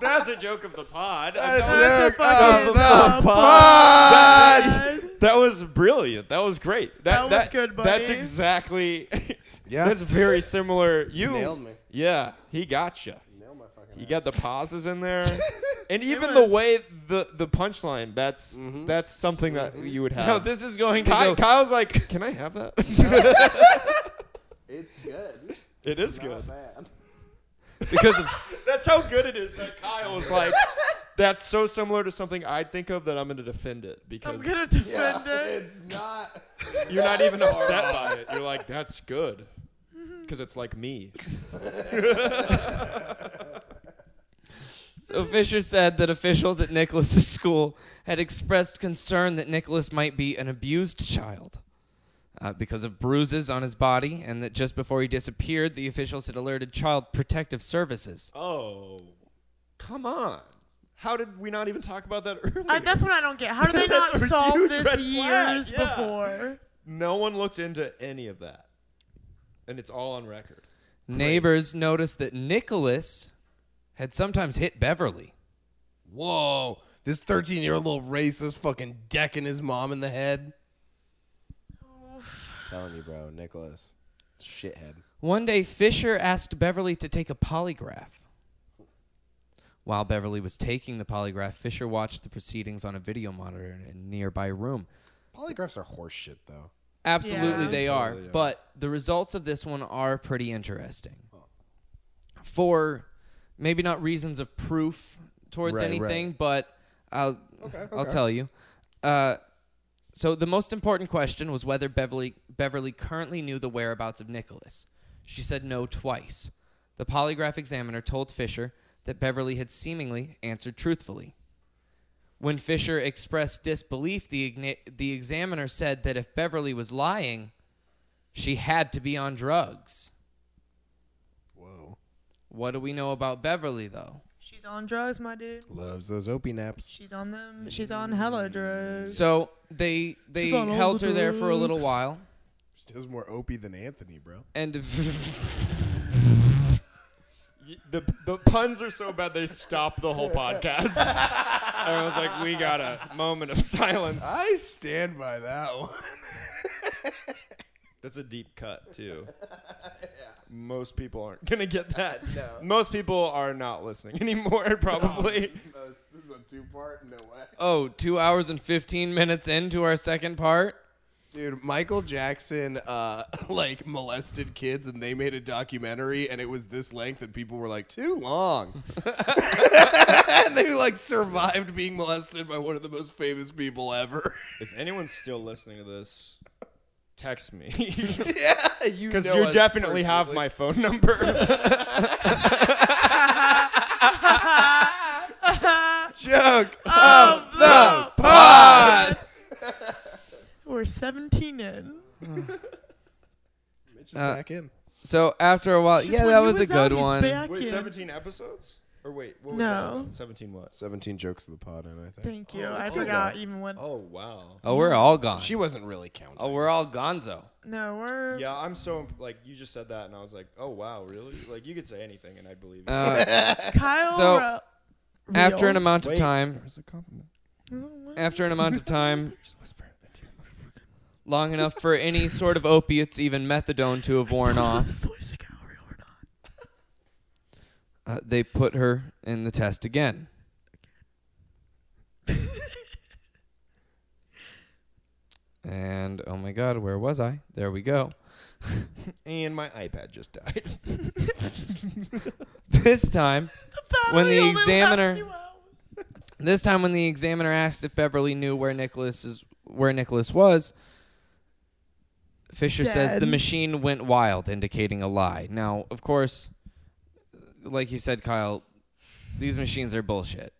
Speaker 9: That's a joke of the pod.
Speaker 7: That's a fucking
Speaker 6: the pod.
Speaker 7: uh, pod.
Speaker 6: That was brilliant. That was great. That,
Speaker 7: That was good,
Speaker 6: That's
Speaker 7: buddy.
Speaker 6: exactly.
Speaker 5: Yeah.
Speaker 6: That's very similar. You
Speaker 5: Nailed me.
Speaker 6: Yeah, he got you.
Speaker 5: Nailed my fucking
Speaker 6: You got the pauses in there, and even
Speaker 7: was-
Speaker 6: the way the the punchline. That's that's something that you would have.
Speaker 3: No, this is going to
Speaker 6: Ky-
Speaker 3: go.
Speaker 6: Kyle's like, can I have that?
Speaker 5: It's good.
Speaker 6: it is good.
Speaker 5: Bad.
Speaker 3: because of,
Speaker 6: That's how good it is that Kyle is like. That's so similar to something I'd think of that I'm gonna defend it because
Speaker 7: I'm gonna defend it.
Speaker 5: It's not.
Speaker 6: you're not even upset by it. You're like, that's good, because it's like me.
Speaker 3: so Fisher said that officials at Nicholas's school had expressed concern that Nicholas might be an abused child. uh, because of bruises on his body, and that just before he disappeared, the officials had alerted Child Protective Services.
Speaker 6: Oh,
Speaker 9: Come on. How did we not even talk about that earlier?
Speaker 7: I, Uh, that's what I don't get. How do they not
Speaker 9: That's a
Speaker 7: solve
Speaker 9: huge
Speaker 7: this
Speaker 9: red flag,
Speaker 7: years
Speaker 9: yeah.
Speaker 7: before?
Speaker 9: no one looked into any of that. And it's all on record.
Speaker 3: Neighbors noticed that Nicholas had sometimes hit Beverly.
Speaker 8: Whoa! This thirteen-year-old little racist fucking decking his mom in the head.
Speaker 5: telling you, bro, Nicholas, shithead.
Speaker 3: One day, Fisher asked Beverly to take a polygraph. While Beverly was taking the polygraph, Fisher watched the proceedings on a video monitor in a nearby room.
Speaker 5: Polygraphs are horseshit, though.
Speaker 3: Absolutely,
Speaker 7: Yeah.
Speaker 3: they are. But the results of this one are pretty interesting. For maybe not reasons of proof towards
Speaker 5: Right,
Speaker 3: anything, but I'll I'll
Speaker 5: okay.
Speaker 3: tell you. Uh, so the most important question was whether Beverly Beverly currently knew the whereabouts of Nicholas. She said no twice. The polygraph examiner told Fisher that Beverly had seemingly answered truthfully. When Fisher expressed disbelief, the, igni- the examiner said that if Beverly was lying, she had to be on drugs.
Speaker 5: Whoa.
Speaker 3: What do we know about Beverly, though?
Speaker 7: She's on drugs, my dude.
Speaker 5: Loves those opie naps.
Speaker 7: She's on them. She's on hella drugs.
Speaker 3: So they they
Speaker 7: She's on all
Speaker 3: held
Speaker 7: the
Speaker 3: her there for a little
Speaker 7: drugs.
Speaker 3: while,
Speaker 5: She does more opie than Anthony, bro.
Speaker 3: and
Speaker 6: Y- the the puns are so bad they stop the whole podcast. I was like, we got a moment of silence.
Speaker 5: I stand by that one.
Speaker 6: That's a deep cut too. Most people aren't gonna get that. Most people are not listening anymore. Probably.
Speaker 5: this is a two part. No way.
Speaker 3: oh, two hours and fifteen minutes into our second part,
Speaker 5: Dude, Michael Jackson uh, like molested kids, and they made a documentary, and it was this length, and people were like, "Too long." and they like survived being molested by one of the most famous people ever.
Speaker 6: If anyone's still listening to this, text me
Speaker 5: yeah, you
Speaker 6: because
Speaker 5: know
Speaker 6: you
Speaker 5: us
Speaker 6: definitely have
Speaker 5: personally.
Speaker 6: my phone number.
Speaker 5: joke.
Speaker 7: Oh, no.
Speaker 5: pod.
Speaker 7: We're 17 in.
Speaker 5: Mitch is
Speaker 3: Uh,
Speaker 5: back in.
Speaker 3: So after a while,
Speaker 7: Just
Speaker 3: yeah,
Speaker 7: when
Speaker 3: that
Speaker 7: he
Speaker 3: was a
Speaker 7: out,
Speaker 3: good
Speaker 7: he's
Speaker 3: one.
Speaker 7: back
Speaker 6: wait,
Speaker 7: in.
Speaker 6: seventeen episodes? Or wait, what was
Speaker 7: No.
Speaker 6: that one? Seventeen what?
Speaker 5: Seventeen jokes of the pod, and I think.
Speaker 7: Thank you. I
Speaker 6: Oh, good,
Speaker 7: forgot even what.
Speaker 6: Oh wow.
Speaker 3: Oh, we're all gone.
Speaker 5: She wasn't really counting.
Speaker 3: oh, we're all gonzo.
Speaker 7: No, we're.
Speaker 6: Yeah, I'm so imp- like you just said that, and I was like, oh wow, really? Like you could say anything, and I'd believe you.
Speaker 3: Uh,
Speaker 7: Kyle.
Speaker 3: So,
Speaker 7: Ro-
Speaker 3: after
Speaker 7: Real.
Speaker 3: an amount of
Speaker 6: Wait,
Speaker 3: time,
Speaker 6: Where's the compliment?
Speaker 3: after an amount of time,
Speaker 6: Just whisper it into your mouth.
Speaker 3: long enough for any sort of opiates, even methadone, to have worn off,
Speaker 7: Boys like, oh, real or not.
Speaker 3: uh, they put her in the test again. and oh my God, where was I? There we go.
Speaker 6: And my iPad just died.
Speaker 3: This time, When the
Speaker 7: Battery only lasts
Speaker 3: examiner-
Speaker 7: two hours.
Speaker 3: This time, when the examiner asked if Beverly knew where Nicholas is, where Nicholas was, Fisher says the
Speaker 7: Dead.
Speaker 3: machine went wild, indicating a lie. Now, of course, like you said, Kyle, these machines are bullshit.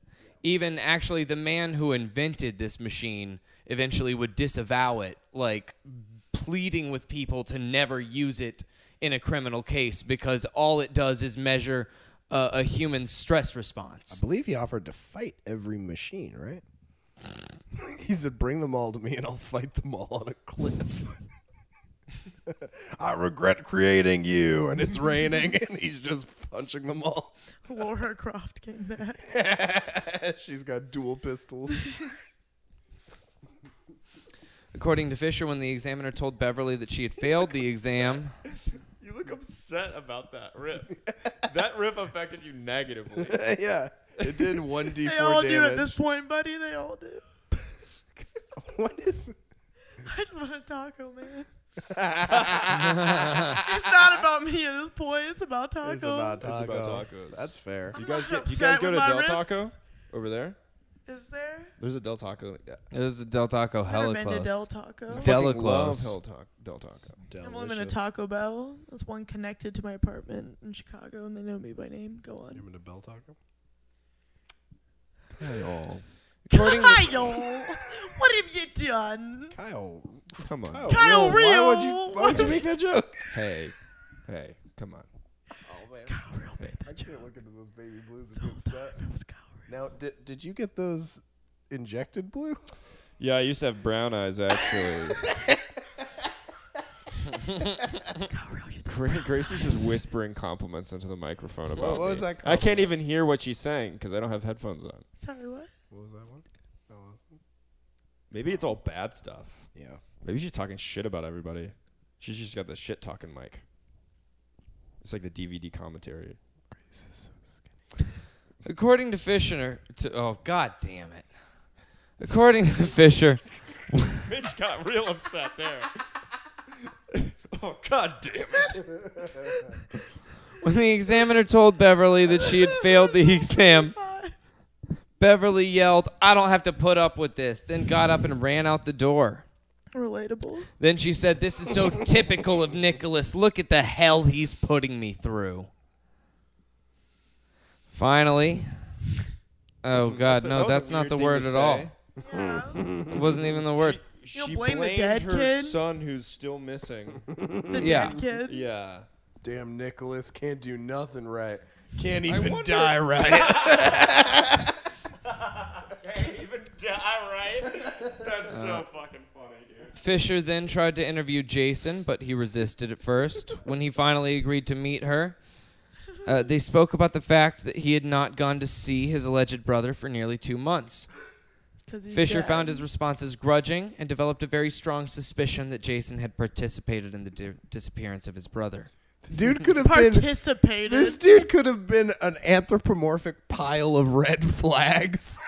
Speaker 3: Even actually, the man who invented this machine eventually would disavow it, like pleading with people to never use it in a criminal case because all it does is measure uh, a human stress response.
Speaker 5: I believe he offered to fight every machine, right? he said, "Bring them all to me, and I'll fight them all on a cliff." I regret creating you, and it's raining, and he's just punching them all.
Speaker 7: Laura Croft came back.
Speaker 5: She's got dual pistols.
Speaker 3: According to Fisher, when the examiner told Beverly that she had failed the exam,
Speaker 6: you look upset about that riff. that riff affected you negatively.
Speaker 5: yeah, it did one d
Speaker 7: They
Speaker 5: four
Speaker 7: all do at this
Speaker 5: damage.
Speaker 7: point, buddy. They all do.
Speaker 5: What is?
Speaker 7: I just want a taco, man. it's not about me at this point. It's about tacos.
Speaker 5: It's about
Speaker 6: It's
Speaker 5: tacos.
Speaker 6: about tacos.
Speaker 5: That's fair.
Speaker 6: You
Speaker 7: I'm
Speaker 6: guys
Speaker 7: not
Speaker 6: get you guys
Speaker 7: upset
Speaker 6: go to
Speaker 7: with my
Speaker 6: Del
Speaker 7: riffs.
Speaker 6: Taco over there.
Speaker 7: Is there?
Speaker 6: There's a Del Taco. Yeah.
Speaker 3: it was a Del Taco
Speaker 7: Never
Speaker 3: hella
Speaker 7: been to
Speaker 3: close.
Speaker 7: Del Taco.
Speaker 3: Del- Della Close.
Speaker 6: Love Del Taco. Del Taco.
Speaker 7: I've only been to Taco Bell. There's one connected to my apartment in Chicago, and they know me by name. Go on.
Speaker 5: been to Bell Taco?
Speaker 3: According to,
Speaker 7: Kyle, what have you done?
Speaker 5: Kyle.
Speaker 6: Come on.
Speaker 5: Kyle,
Speaker 7: Kyle
Speaker 5: Real, Why would you?
Speaker 7: Real.
Speaker 5: Why would you make that joke?
Speaker 6: Hey, hey, come on.
Speaker 5: Oh,
Speaker 7: Kyle Real made
Speaker 5: I
Speaker 7: that
Speaker 5: can't
Speaker 7: joke.
Speaker 5: look into those baby blues
Speaker 7: The
Speaker 5: and
Speaker 7: whole
Speaker 5: get
Speaker 7: time
Speaker 5: upset.
Speaker 7: it was Kyle Real.
Speaker 5: Now, did, did you get those injected blue?
Speaker 6: Yeah, I used to have brown eyes actually.
Speaker 7: Kyle Real, you
Speaker 6: Gra- Grace is just whispering compliments into the microphone about
Speaker 5: what
Speaker 6: me.
Speaker 5: was that
Speaker 6: I can't even hear what she's saying because I don't have headphones on.
Speaker 7: Sorry, what?
Speaker 5: What was that one? That was-
Speaker 6: Maybe it's all bad stuff.
Speaker 5: Yeah.
Speaker 6: Maybe she's talking shit about everybody. She's just got the shit talking mic. It's like the DVD commentary.
Speaker 3: according to Fisher, to, oh god damn it! According to Fisher,
Speaker 6: Mitch got real upset there. oh god damn it!
Speaker 3: when the examiner told Beverly that she had failed the exam,
Speaker 7: Five.
Speaker 3: Beverly yelled, "I don't have to put up with this!" Then got up and ran out the door.
Speaker 7: Relatable.
Speaker 3: Then she said, "This is so typical of Nicholas. Look at the hell he's putting me through." Finally, oh god,
Speaker 6: a-
Speaker 3: no,
Speaker 6: that was a
Speaker 3: that's not
Speaker 6: weird
Speaker 3: the
Speaker 6: thing
Speaker 3: word
Speaker 6: to
Speaker 3: at all.
Speaker 6: say.
Speaker 3: It wasn't even the word.
Speaker 6: She,
Speaker 7: You don't
Speaker 6: she
Speaker 7: blame the
Speaker 6: blamed
Speaker 7: dead
Speaker 6: her
Speaker 7: kid?
Speaker 6: son who's still missing.
Speaker 7: The
Speaker 3: Yeah.
Speaker 7: dead kid.
Speaker 6: yeah.
Speaker 5: Damn, Nicholas can't do nothing right. Can't even
Speaker 6: wonder-
Speaker 5: die right.
Speaker 6: even die right? That's so fucking funny, dude.
Speaker 3: Fisher then tried to interview Jason, but he resisted at first. When he finally agreed to meet her, uh, they spoke about the fact that he had not gone to see his alleged brother for nearly two months.
Speaker 7: 'cause he's
Speaker 3: Fisher
Speaker 7: dead.
Speaker 3: found his responses grudging and developed a very strong suspicion that Jason had participated in the di- disappearance of his brother.
Speaker 5: dude could have been.
Speaker 7: participated.
Speaker 5: This dude could have been an anthropomorphic pile of red flags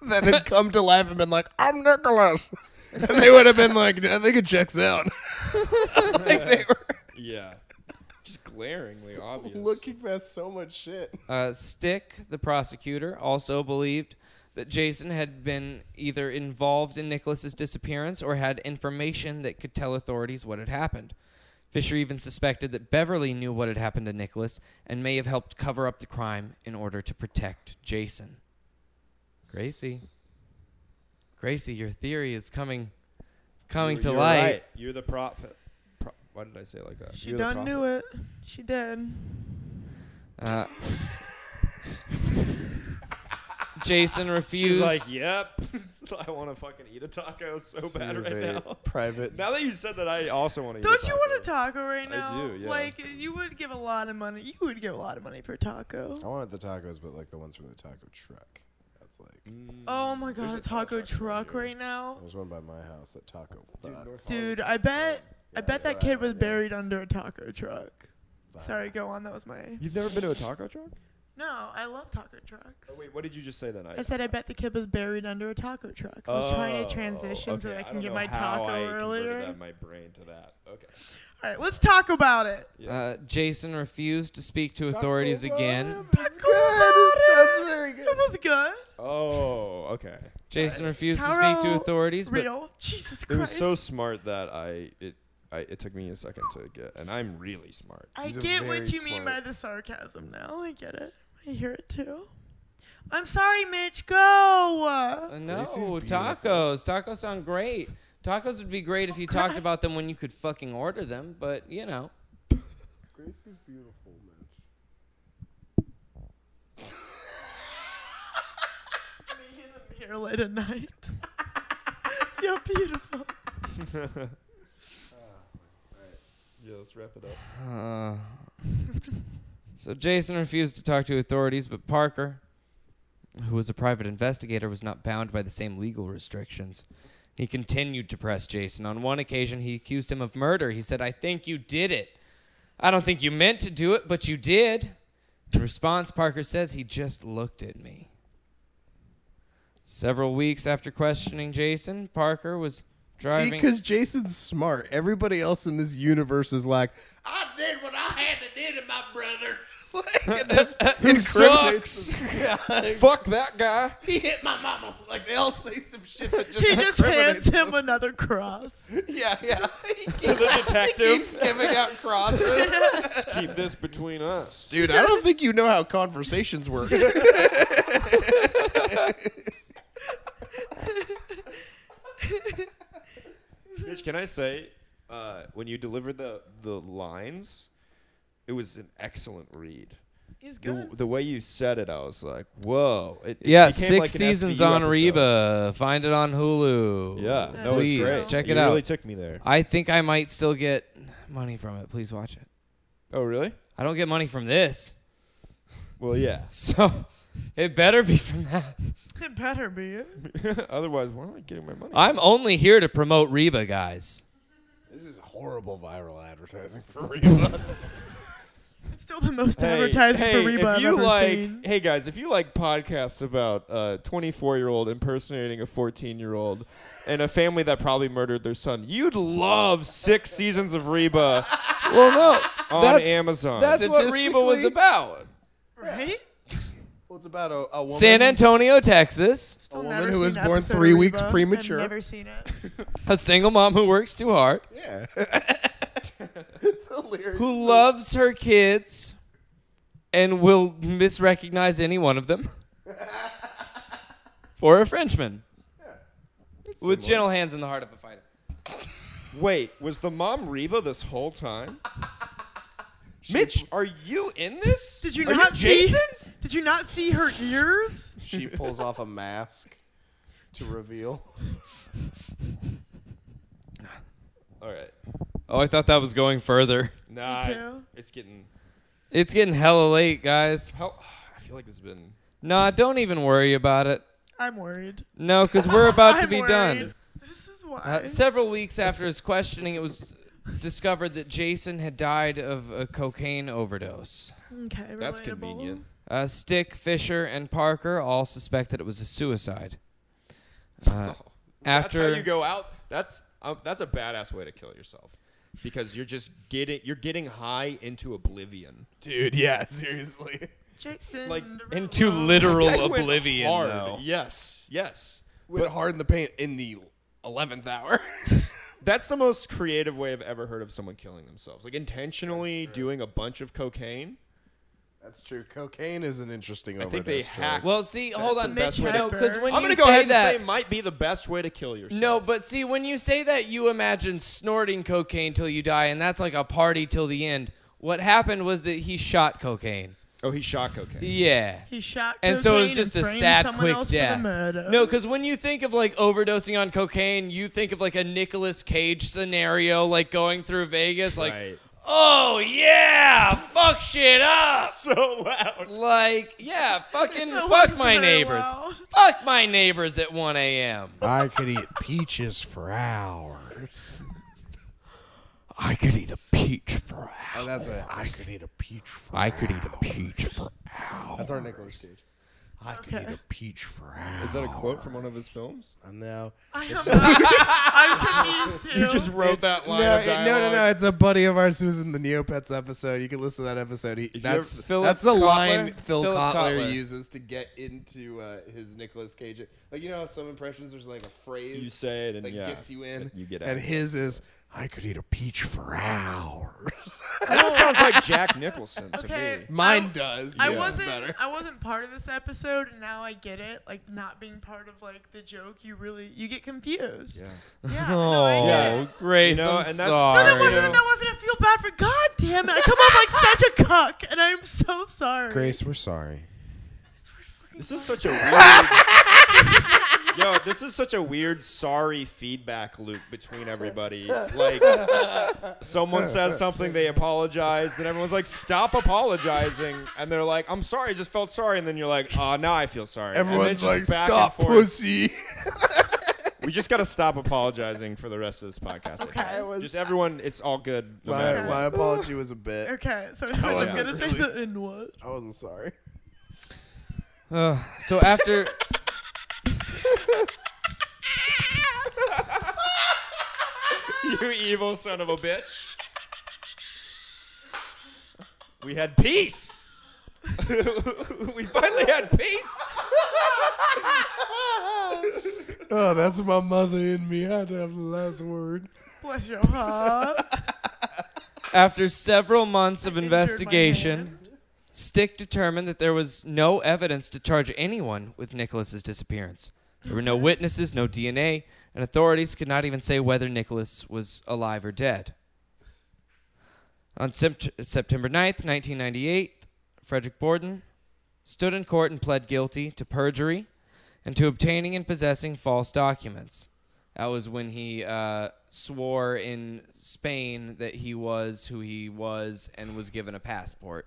Speaker 5: that had come to life and been like, "I'm Nicholas.
Speaker 10: and they would have been like, I think it checks out. like they were
Speaker 6: Yeah. Just glaringly obvious.
Speaker 10: looking past so much shit.
Speaker 3: Uh, Stick, the prosecutor, also believed that Jason had been either involved in Nicholas's disappearance or had information that could tell authorities what had happened. Fisher even suspected that Beverly knew what had happened to Nicholas and may have helped cover up the crime in order to protect Jason. Gracie, Gracie, your theory is coming, coming
Speaker 6: You-
Speaker 3: to
Speaker 6: you're
Speaker 3: light.
Speaker 6: right. You're the prophet. Pro- why did I say it like that?
Speaker 7: She
Speaker 6: You're
Speaker 7: done
Speaker 6: the
Speaker 7: knew it. She did.
Speaker 3: Uh, Jason refused.
Speaker 6: She's like, yep. I want to fucking eat a taco so bad
Speaker 10: She's
Speaker 6: right
Speaker 10: a
Speaker 6: now.
Speaker 10: private.
Speaker 6: Now that you said that, I also want to. eat
Speaker 7: Don't
Speaker 6: a
Speaker 7: you
Speaker 6: taco.
Speaker 7: want a taco right
Speaker 6: I
Speaker 7: now?
Speaker 6: do, yeah.
Speaker 7: Like you would give a lot of money. You would give a lot of money for a taco.
Speaker 5: Oh,
Speaker 10: I wanted the tacos, but like the ones from the taco truck. That's like
Speaker 6: Mm.
Speaker 7: Oh my
Speaker 6: There's
Speaker 7: god,
Speaker 6: a
Speaker 7: a
Speaker 6: taco
Speaker 7: taco
Speaker 6: truck around
Speaker 7: truck
Speaker 6: here.
Speaker 7: right now.
Speaker 5: Oh,
Speaker 10: there's one by my house that taco.
Speaker 6: Dude,
Speaker 10: fucks.
Speaker 6: North Hollywood.
Speaker 7: Dude, I bet I bet that
Speaker 10: what I
Speaker 7: kid was
Speaker 10: heard, yeah.
Speaker 7: buried under a taco truck.
Speaker 10: Fuck.
Speaker 7: Sorry, go on. That was my.
Speaker 6: You've never been to a taco truck?
Speaker 7: No, I love taco trucks.
Speaker 6: Oh, wait, what did you just say then?
Speaker 7: I said I bet the kid was buried under a taco truck. I
Speaker 6: Oh,
Speaker 7: was trying to transition so that I can get my taco earlier.
Speaker 6: That, my brain to that. Okay.
Speaker 7: All right, let's talk about it.
Speaker 3: Uh, Jason refused to speak to authorities again.
Speaker 10: That's
Speaker 7: Talk about it.
Speaker 10: That's very good.
Speaker 7: It was good.
Speaker 6: Oh, okay.
Speaker 3: Jason refused to speak to
Speaker 7: Carol
Speaker 3: authorities, but
Speaker 7: Real. Jesus
Speaker 6: It was
Speaker 7: Christ.
Speaker 6: so smart that I it I, it took me a second to get, and I'm really smart.
Speaker 7: I
Speaker 10: He's a
Speaker 7: get
Speaker 10: very
Speaker 7: what you mean by
Speaker 10: smart-
Speaker 7: the sarcasm now. I get it. I hear it too. I'm sorry, Mitch. Go.
Speaker 3: Uh, no
Speaker 10: Gracie's beautiful.
Speaker 3: tacos. Tacos sound great. Tacos would be great if you talked about them when you could fucking order them, but you know.
Speaker 10: Grace is beautiful, man.
Speaker 7: Here late at night. You're beautiful.
Speaker 6: Yeah, let's wrap it up.
Speaker 3: Uh, so Jason refused to talk to authorities, but Parker, who was a private investigator, was not bound by the same legal restrictions. He continued to press Jason. On one occasion, he accused him of murder. He said, I think you did it. I don't think you meant to do it, but you did. In response, Parker says, he just looked at me. Several weeks after questioning Jason, Parker was driving.
Speaker 10: because Jason's smart. Everybody else in this universe is like, I did what I had to do to my brother. Like, and this- it sucks. Yeah,
Speaker 6: Fuck that guy.
Speaker 10: he hit my mama. Like they all say some shit that just
Speaker 7: He just hands
Speaker 10: incriminates
Speaker 7: him another cross.
Speaker 10: them. Yeah, yeah. He keeps,
Speaker 6: The
Speaker 10: he
Speaker 6: detective.
Speaker 10: keeps giving out crosses.
Speaker 6: Keep this between us.
Speaker 10: Dude, I don't think you know how conversations work.
Speaker 6: Mitch, can I say, uh, when you delivered the the lines, it was an excellent read.
Speaker 7: He's good.
Speaker 6: The, the way you said it, I was like, "Whoa!" It, it
Speaker 3: Yeah,
Speaker 6: became
Speaker 3: six
Speaker 6: like an
Speaker 3: seasons
Speaker 6: SVU
Speaker 3: on
Speaker 6: episode.
Speaker 3: Reba. Find it on Hulu.
Speaker 6: Yeah,
Speaker 7: That
Speaker 6: no, it's
Speaker 3: please
Speaker 6: great.
Speaker 3: check
Speaker 6: You
Speaker 3: it out.
Speaker 6: Really took me there.
Speaker 3: I think I might still get money from it. Please watch it.
Speaker 6: Oh, really?
Speaker 3: I don't get money from this,
Speaker 6: Well, yeah.
Speaker 3: so it better be from that.
Speaker 7: It better be. it.
Speaker 6: Otherwise, why am I getting my money?
Speaker 3: I'm only here to promote Reba, guys.
Speaker 10: this is horrible viral advertising for real.
Speaker 7: It's still the most
Speaker 6: Hey,
Speaker 7: advertising
Speaker 6: hey,
Speaker 7: for Reba
Speaker 6: if
Speaker 7: I've
Speaker 6: you
Speaker 7: ever
Speaker 6: like,
Speaker 7: seen.
Speaker 6: hey guys, if you like podcasts about a 24 year old impersonating a 14 year old and a family that probably murdered their son, you'd love six seasons of Reba
Speaker 3: Well, no,
Speaker 6: on
Speaker 3: that's,
Speaker 6: Amazon.
Speaker 3: That's what Reba was
Speaker 10: Statistically-
Speaker 3: about.
Speaker 7: Right?
Speaker 10: well, it's about a, a woman.
Speaker 3: San Antonio, Texas.
Speaker 7: Still
Speaker 10: A
Speaker 7: never
Speaker 10: woman who
Speaker 7: seen
Speaker 10: was
Speaker 7: an
Speaker 10: born
Speaker 7: episode of
Speaker 10: three weeks
Speaker 7: Reba.
Speaker 10: premature.
Speaker 7: I've never seen it.
Speaker 3: A single mom who works too hard,
Speaker 10: Yeah. the lyrics.
Speaker 3: who loves her kids, and will misrecognize any one of them for a Frenchman with gentle hands in the heart of a fighter.
Speaker 6: Wait, was the mom Reba this whole time? Mitch, are you in this?
Speaker 7: Did you
Speaker 6: Are
Speaker 7: not see?
Speaker 6: Jason?
Speaker 7: Did you not see her ears?
Speaker 10: she pulls off a mask to reveal.
Speaker 6: All right.
Speaker 3: Oh, I thought that was going further.
Speaker 6: Nah,
Speaker 7: Me too.
Speaker 6: it's getting.
Speaker 3: It's getting hella late, guys.
Speaker 6: How, I feel like this has been.
Speaker 3: Nah, don't even worry about it.
Speaker 7: I'm worried.
Speaker 3: No, because we're about to
Speaker 7: I'm
Speaker 3: be
Speaker 7: worried.
Speaker 3: done.
Speaker 7: This is why.
Speaker 3: Uh, several weeks after his questioning, it was discovered that Jason had died of a cocaine overdose.
Speaker 7: okay,
Speaker 6: That's
Speaker 7: relatable.
Speaker 6: convenient.
Speaker 3: Uh, Stick, Fisher, and Parker all suspect that it was a suicide. Uh,
Speaker 6: That's how
Speaker 3: after
Speaker 6: you go out. That's um, that's a badass way to kill yourself, because you're just getting you're getting high into oblivion.
Speaker 10: Dude, yeah, seriously.
Speaker 7: Jason.
Speaker 6: Like,
Speaker 7: Derulo.
Speaker 11: Into literal
Speaker 6: I went
Speaker 11: oblivion,
Speaker 6: hard.
Speaker 11: though.
Speaker 6: Yes, yes.
Speaker 10: Went hard in the paint in the 11th hour.
Speaker 6: That's the most creative way I've ever heard of someone killing themselves. Like intentionally doing a bunch of cocaine.
Speaker 10: That's true. Cocaine is an interesting
Speaker 6: I
Speaker 10: overdose
Speaker 6: think they
Speaker 10: choice.
Speaker 6: hacked.
Speaker 3: Well, see, hold on.
Speaker 7: best way to-
Speaker 3: no, because when
Speaker 6: I'm
Speaker 3: you
Speaker 6: gonna go
Speaker 3: say
Speaker 6: ahead
Speaker 3: that,
Speaker 6: and say might be the best way to kill yourself.
Speaker 3: no, but see, when you say that, you imagine snorting cocaine till you die, and that's like a party till the end. What happened was that he shot cocaine.
Speaker 6: oh, he shot cocaine.
Speaker 3: Yeah.
Speaker 7: He shot
Speaker 3: And so it was
Speaker 7: cocaine
Speaker 3: just a
Speaker 7: and framed
Speaker 3: sad,
Speaker 7: someone
Speaker 3: quick
Speaker 7: else for the
Speaker 3: death.
Speaker 7: murder.
Speaker 3: No, because when you think of like overdosing on cocaine, you think of like a Nicolas Cage scenario, like going through Vegas, like,
Speaker 6: Right.
Speaker 3: oh yeah, fuck shit up.
Speaker 6: So loud.
Speaker 3: Like, yeah, fucking
Speaker 7: That
Speaker 3: fuck
Speaker 7: was
Speaker 3: my
Speaker 7: very
Speaker 3: neighbors.
Speaker 7: loud.
Speaker 3: Fuck my neighbors at 1 a.m.
Speaker 10: I could eat peaches for hours.
Speaker 3: I could eat a peach for
Speaker 10: Oh, that's what I could eat a peach for
Speaker 3: I could eat a peach for hours.
Speaker 10: That's our Nicholas Cage. I could eat
Speaker 7: Okay.
Speaker 10: a peach for hours.
Speaker 6: Is that a quote from one of his films?
Speaker 10: I know.
Speaker 7: I am I'm confused too.
Speaker 6: You just wrote
Speaker 10: It's-
Speaker 6: that line.
Speaker 10: No,
Speaker 6: of
Speaker 10: it- no, no, no.
Speaker 6: dialogue.
Speaker 10: It's a buddy of ours who was in the Neopets episode. You can listen to that episode. He,
Speaker 6: you
Speaker 10: that's
Speaker 6: ever-
Speaker 3: Philip
Speaker 10: that's the
Speaker 3: Kotler?
Speaker 10: line Phil
Speaker 3: Philip
Speaker 10: Kotler,
Speaker 3: Kotler.
Speaker 10: uses to get into uh, his Nicolas Cage. Like you know, how some impressions there's like a phrase
Speaker 6: You say it and
Speaker 10: that
Speaker 6: yeah,
Speaker 10: gets you in,
Speaker 6: and you get out.
Speaker 10: and his is I could eat a peach for hours.
Speaker 6: That sounds like Jack Nicholson to
Speaker 7: Okay.
Speaker 6: me.
Speaker 10: Mine
Speaker 7: I-
Speaker 10: does.
Speaker 7: I
Speaker 10: yeah.
Speaker 7: wasn't
Speaker 10: Better.
Speaker 7: I wasn't part of this episode and now I get it. Like not being part of like the joke, you really you get confused. Yeah. no, I
Speaker 3: Oh,
Speaker 7: get
Speaker 6: Yeah.
Speaker 7: it.
Speaker 3: Grace,
Speaker 6: You know,
Speaker 3: I'm
Speaker 6: and that's-
Speaker 3: sorry.
Speaker 7: No, that wasn't
Speaker 6: Yeah.
Speaker 7: that wasn't a feel bad for God damn it. I come off like such a cuck and I'm so sorry.
Speaker 10: Grace, we're sorry.
Speaker 6: This is such a weird. Yo, this is such a weird sorry feedback loop between everybody. Like, someone says something, they apologize, and everyone's like, "Stop apologizing," and they're like, "I'm sorry, I just felt sorry," and then you're like, "Oh, now I feel sorry." And it's
Speaker 10: Everyone's like,
Speaker 6: just back and
Speaker 10: stop,
Speaker 6: forth.
Speaker 10: pussy.
Speaker 6: We just gotta stop apologizing for the rest of this podcast.
Speaker 10: It was-
Speaker 6: Just everyone, it's all good. No
Speaker 10: my,
Speaker 6: matter
Speaker 10: my
Speaker 6: what.
Speaker 10: apology was a bit.
Speaker 7: Okay, so I was
Speaker 10: wasn't
Speaker 7: gonna say
Speaker 10: really-
Speaker 7: the N word.
Speaker 10: I wasn't sorry.
Speaker 3: Ugh, so after
Speaker 6: you evil son of a bitch. We had peace. we finally had peace.
Speaker 10: Oh, that's my mother in me. I had to have the last word.
Speaker 7: Bless your heart.
Speaker 3: after several months of
Speaker 7: injured my
Speaker 3: investigation, Stick determined that there was no evidence to charge anyone with Nicholas's disappearance. There were no witnesses, no DNA, and authorities could not even say whether Nicholas was alive or dead. On Sept- September 9th, 1998, Frederick Borden stood in court and pled guilty to perjury and to obtaining and possessing false documents. That was when he uh, swore in Spain that he was who he was and was given a passport.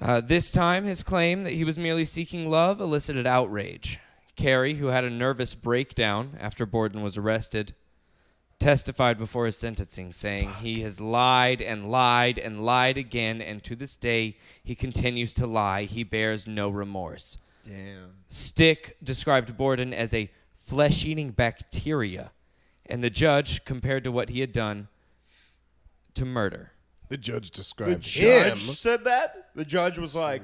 Speaker 3: Uh, this time, his claim that he was merely seeking love elicited outrage. Carey, who had a nervous breakdown after Borden was arrested, testified before his sentencing, saying he has lied and lied and lied again, and to this day he continues to lie. He bears no remorse.
Speaker 6: Damn.
Speaker 3: Stick described Borden as a flesh eating bacteria, and the judge compared to what he had done to murder.
Speaker 10: The judge described
Speaker 6: Judge said that. The judge was like,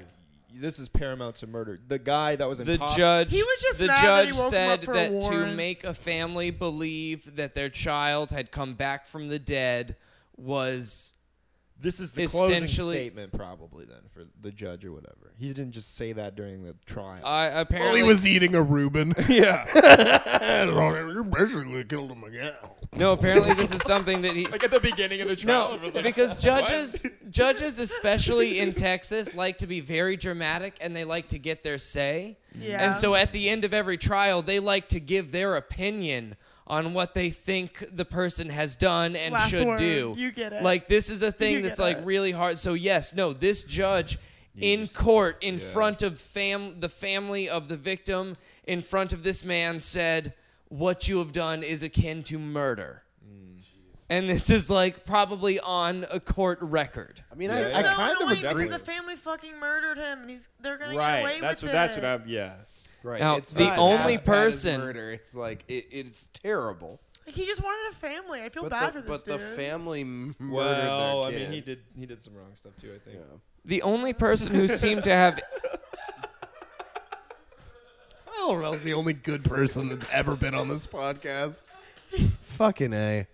Speaker 6: "This is paramount to murder." The guy that was in
Speaker 3: The
Speaker 6: pos-
Speaker 3: judge,
Speaker 7: He was just
Speaker 3: the
Speaker 7: mad that
Speaker 3: judge
Speaker 7: he woke him
Speaker 3: said
Speaker 7: up for a
Speaker 3: that to
Speaker 7: warrant.
Speaker 3: make a family believe that their child had come back from the dead was
Speaker 6: This is the closing
Speaker 3: essentially-
Speaker 6: statement, probably then for the judge or whatever. He didn't just say that during the trial.
Speaker 3: uh,
Speaker 10: Well,
Speaker 3: apparently
Speaker 10: he was eating a Reuben.
Speaker 6: yeah.
Speaker 10: you basically killed him again.
Speaker 3: no. Apparently, this is something that he
Speaker 6: like at the beginning of the trial,
Speaker 3: no
Speaker 6: it was like,
Speaker 3: because judges judges especially in Texas like to be very dramatic and they like to get their say.
Speaker 7: Yeah.
Speaker 3: And so at the end of every trial, they like to give their opinion on what they think the person has done and
Speaker 7: Last
Speaker 3: should
Speaker 7: word.
Speaker 3: do.
Speaker 7: You get it.
Speaker 3: Like this is a thing
Speaker 7: You
Speaker 3: that's
Speaker 7: get
Speaker 3: like
Speaker 7: it.
Speaker 3: really hard. So yes, no, this judge in court in front of fam the family of the victim in front of this man said what you have done is akin to murder. And this is like probably on a court record.
Speaker 10: I mean,
Speaker 7: It's
Speaker 10: I, I
Speaker 7: so
Speaker 10: kind of
Speaker 7: annoying
Speaker 10: agree.
Speaker 7: because a family fucking murdered him, and he's they're gonna get away
Speaker 6: right. That's
Speaker 7: with
Speaker 6: what.
Speaker 7: it.
Speaker 6: That's what I'm. Yeah.
Speaker 5: Right.
Speaker 3: Now,
Speaker 5: it's
Speaker 3: the
Speaker 5: not
Speaker 3: only
Speaker 5: as bad as
Speaker 3: person-
Speaker 5: murder. It's like it, it's terrible.
Speaker 7: Like he just wanted a family. I feel
Speaker 5: But,
Speaker 7: bad
Speaker 5: the,
Speaker 7: for this
Speaker 5: but
Speaker 7: dude.
Speaker 5: the family m- murdered
Speaker 6: Well, I
Speaker 5: their kid.
Speaker 6: mean, he did he did some wrong stuff too. I think.
Speaker 3: The only person who seemed to have
Speaker 5: Well, Orwell's the only good person that's ever been on this podcast. Fucking a.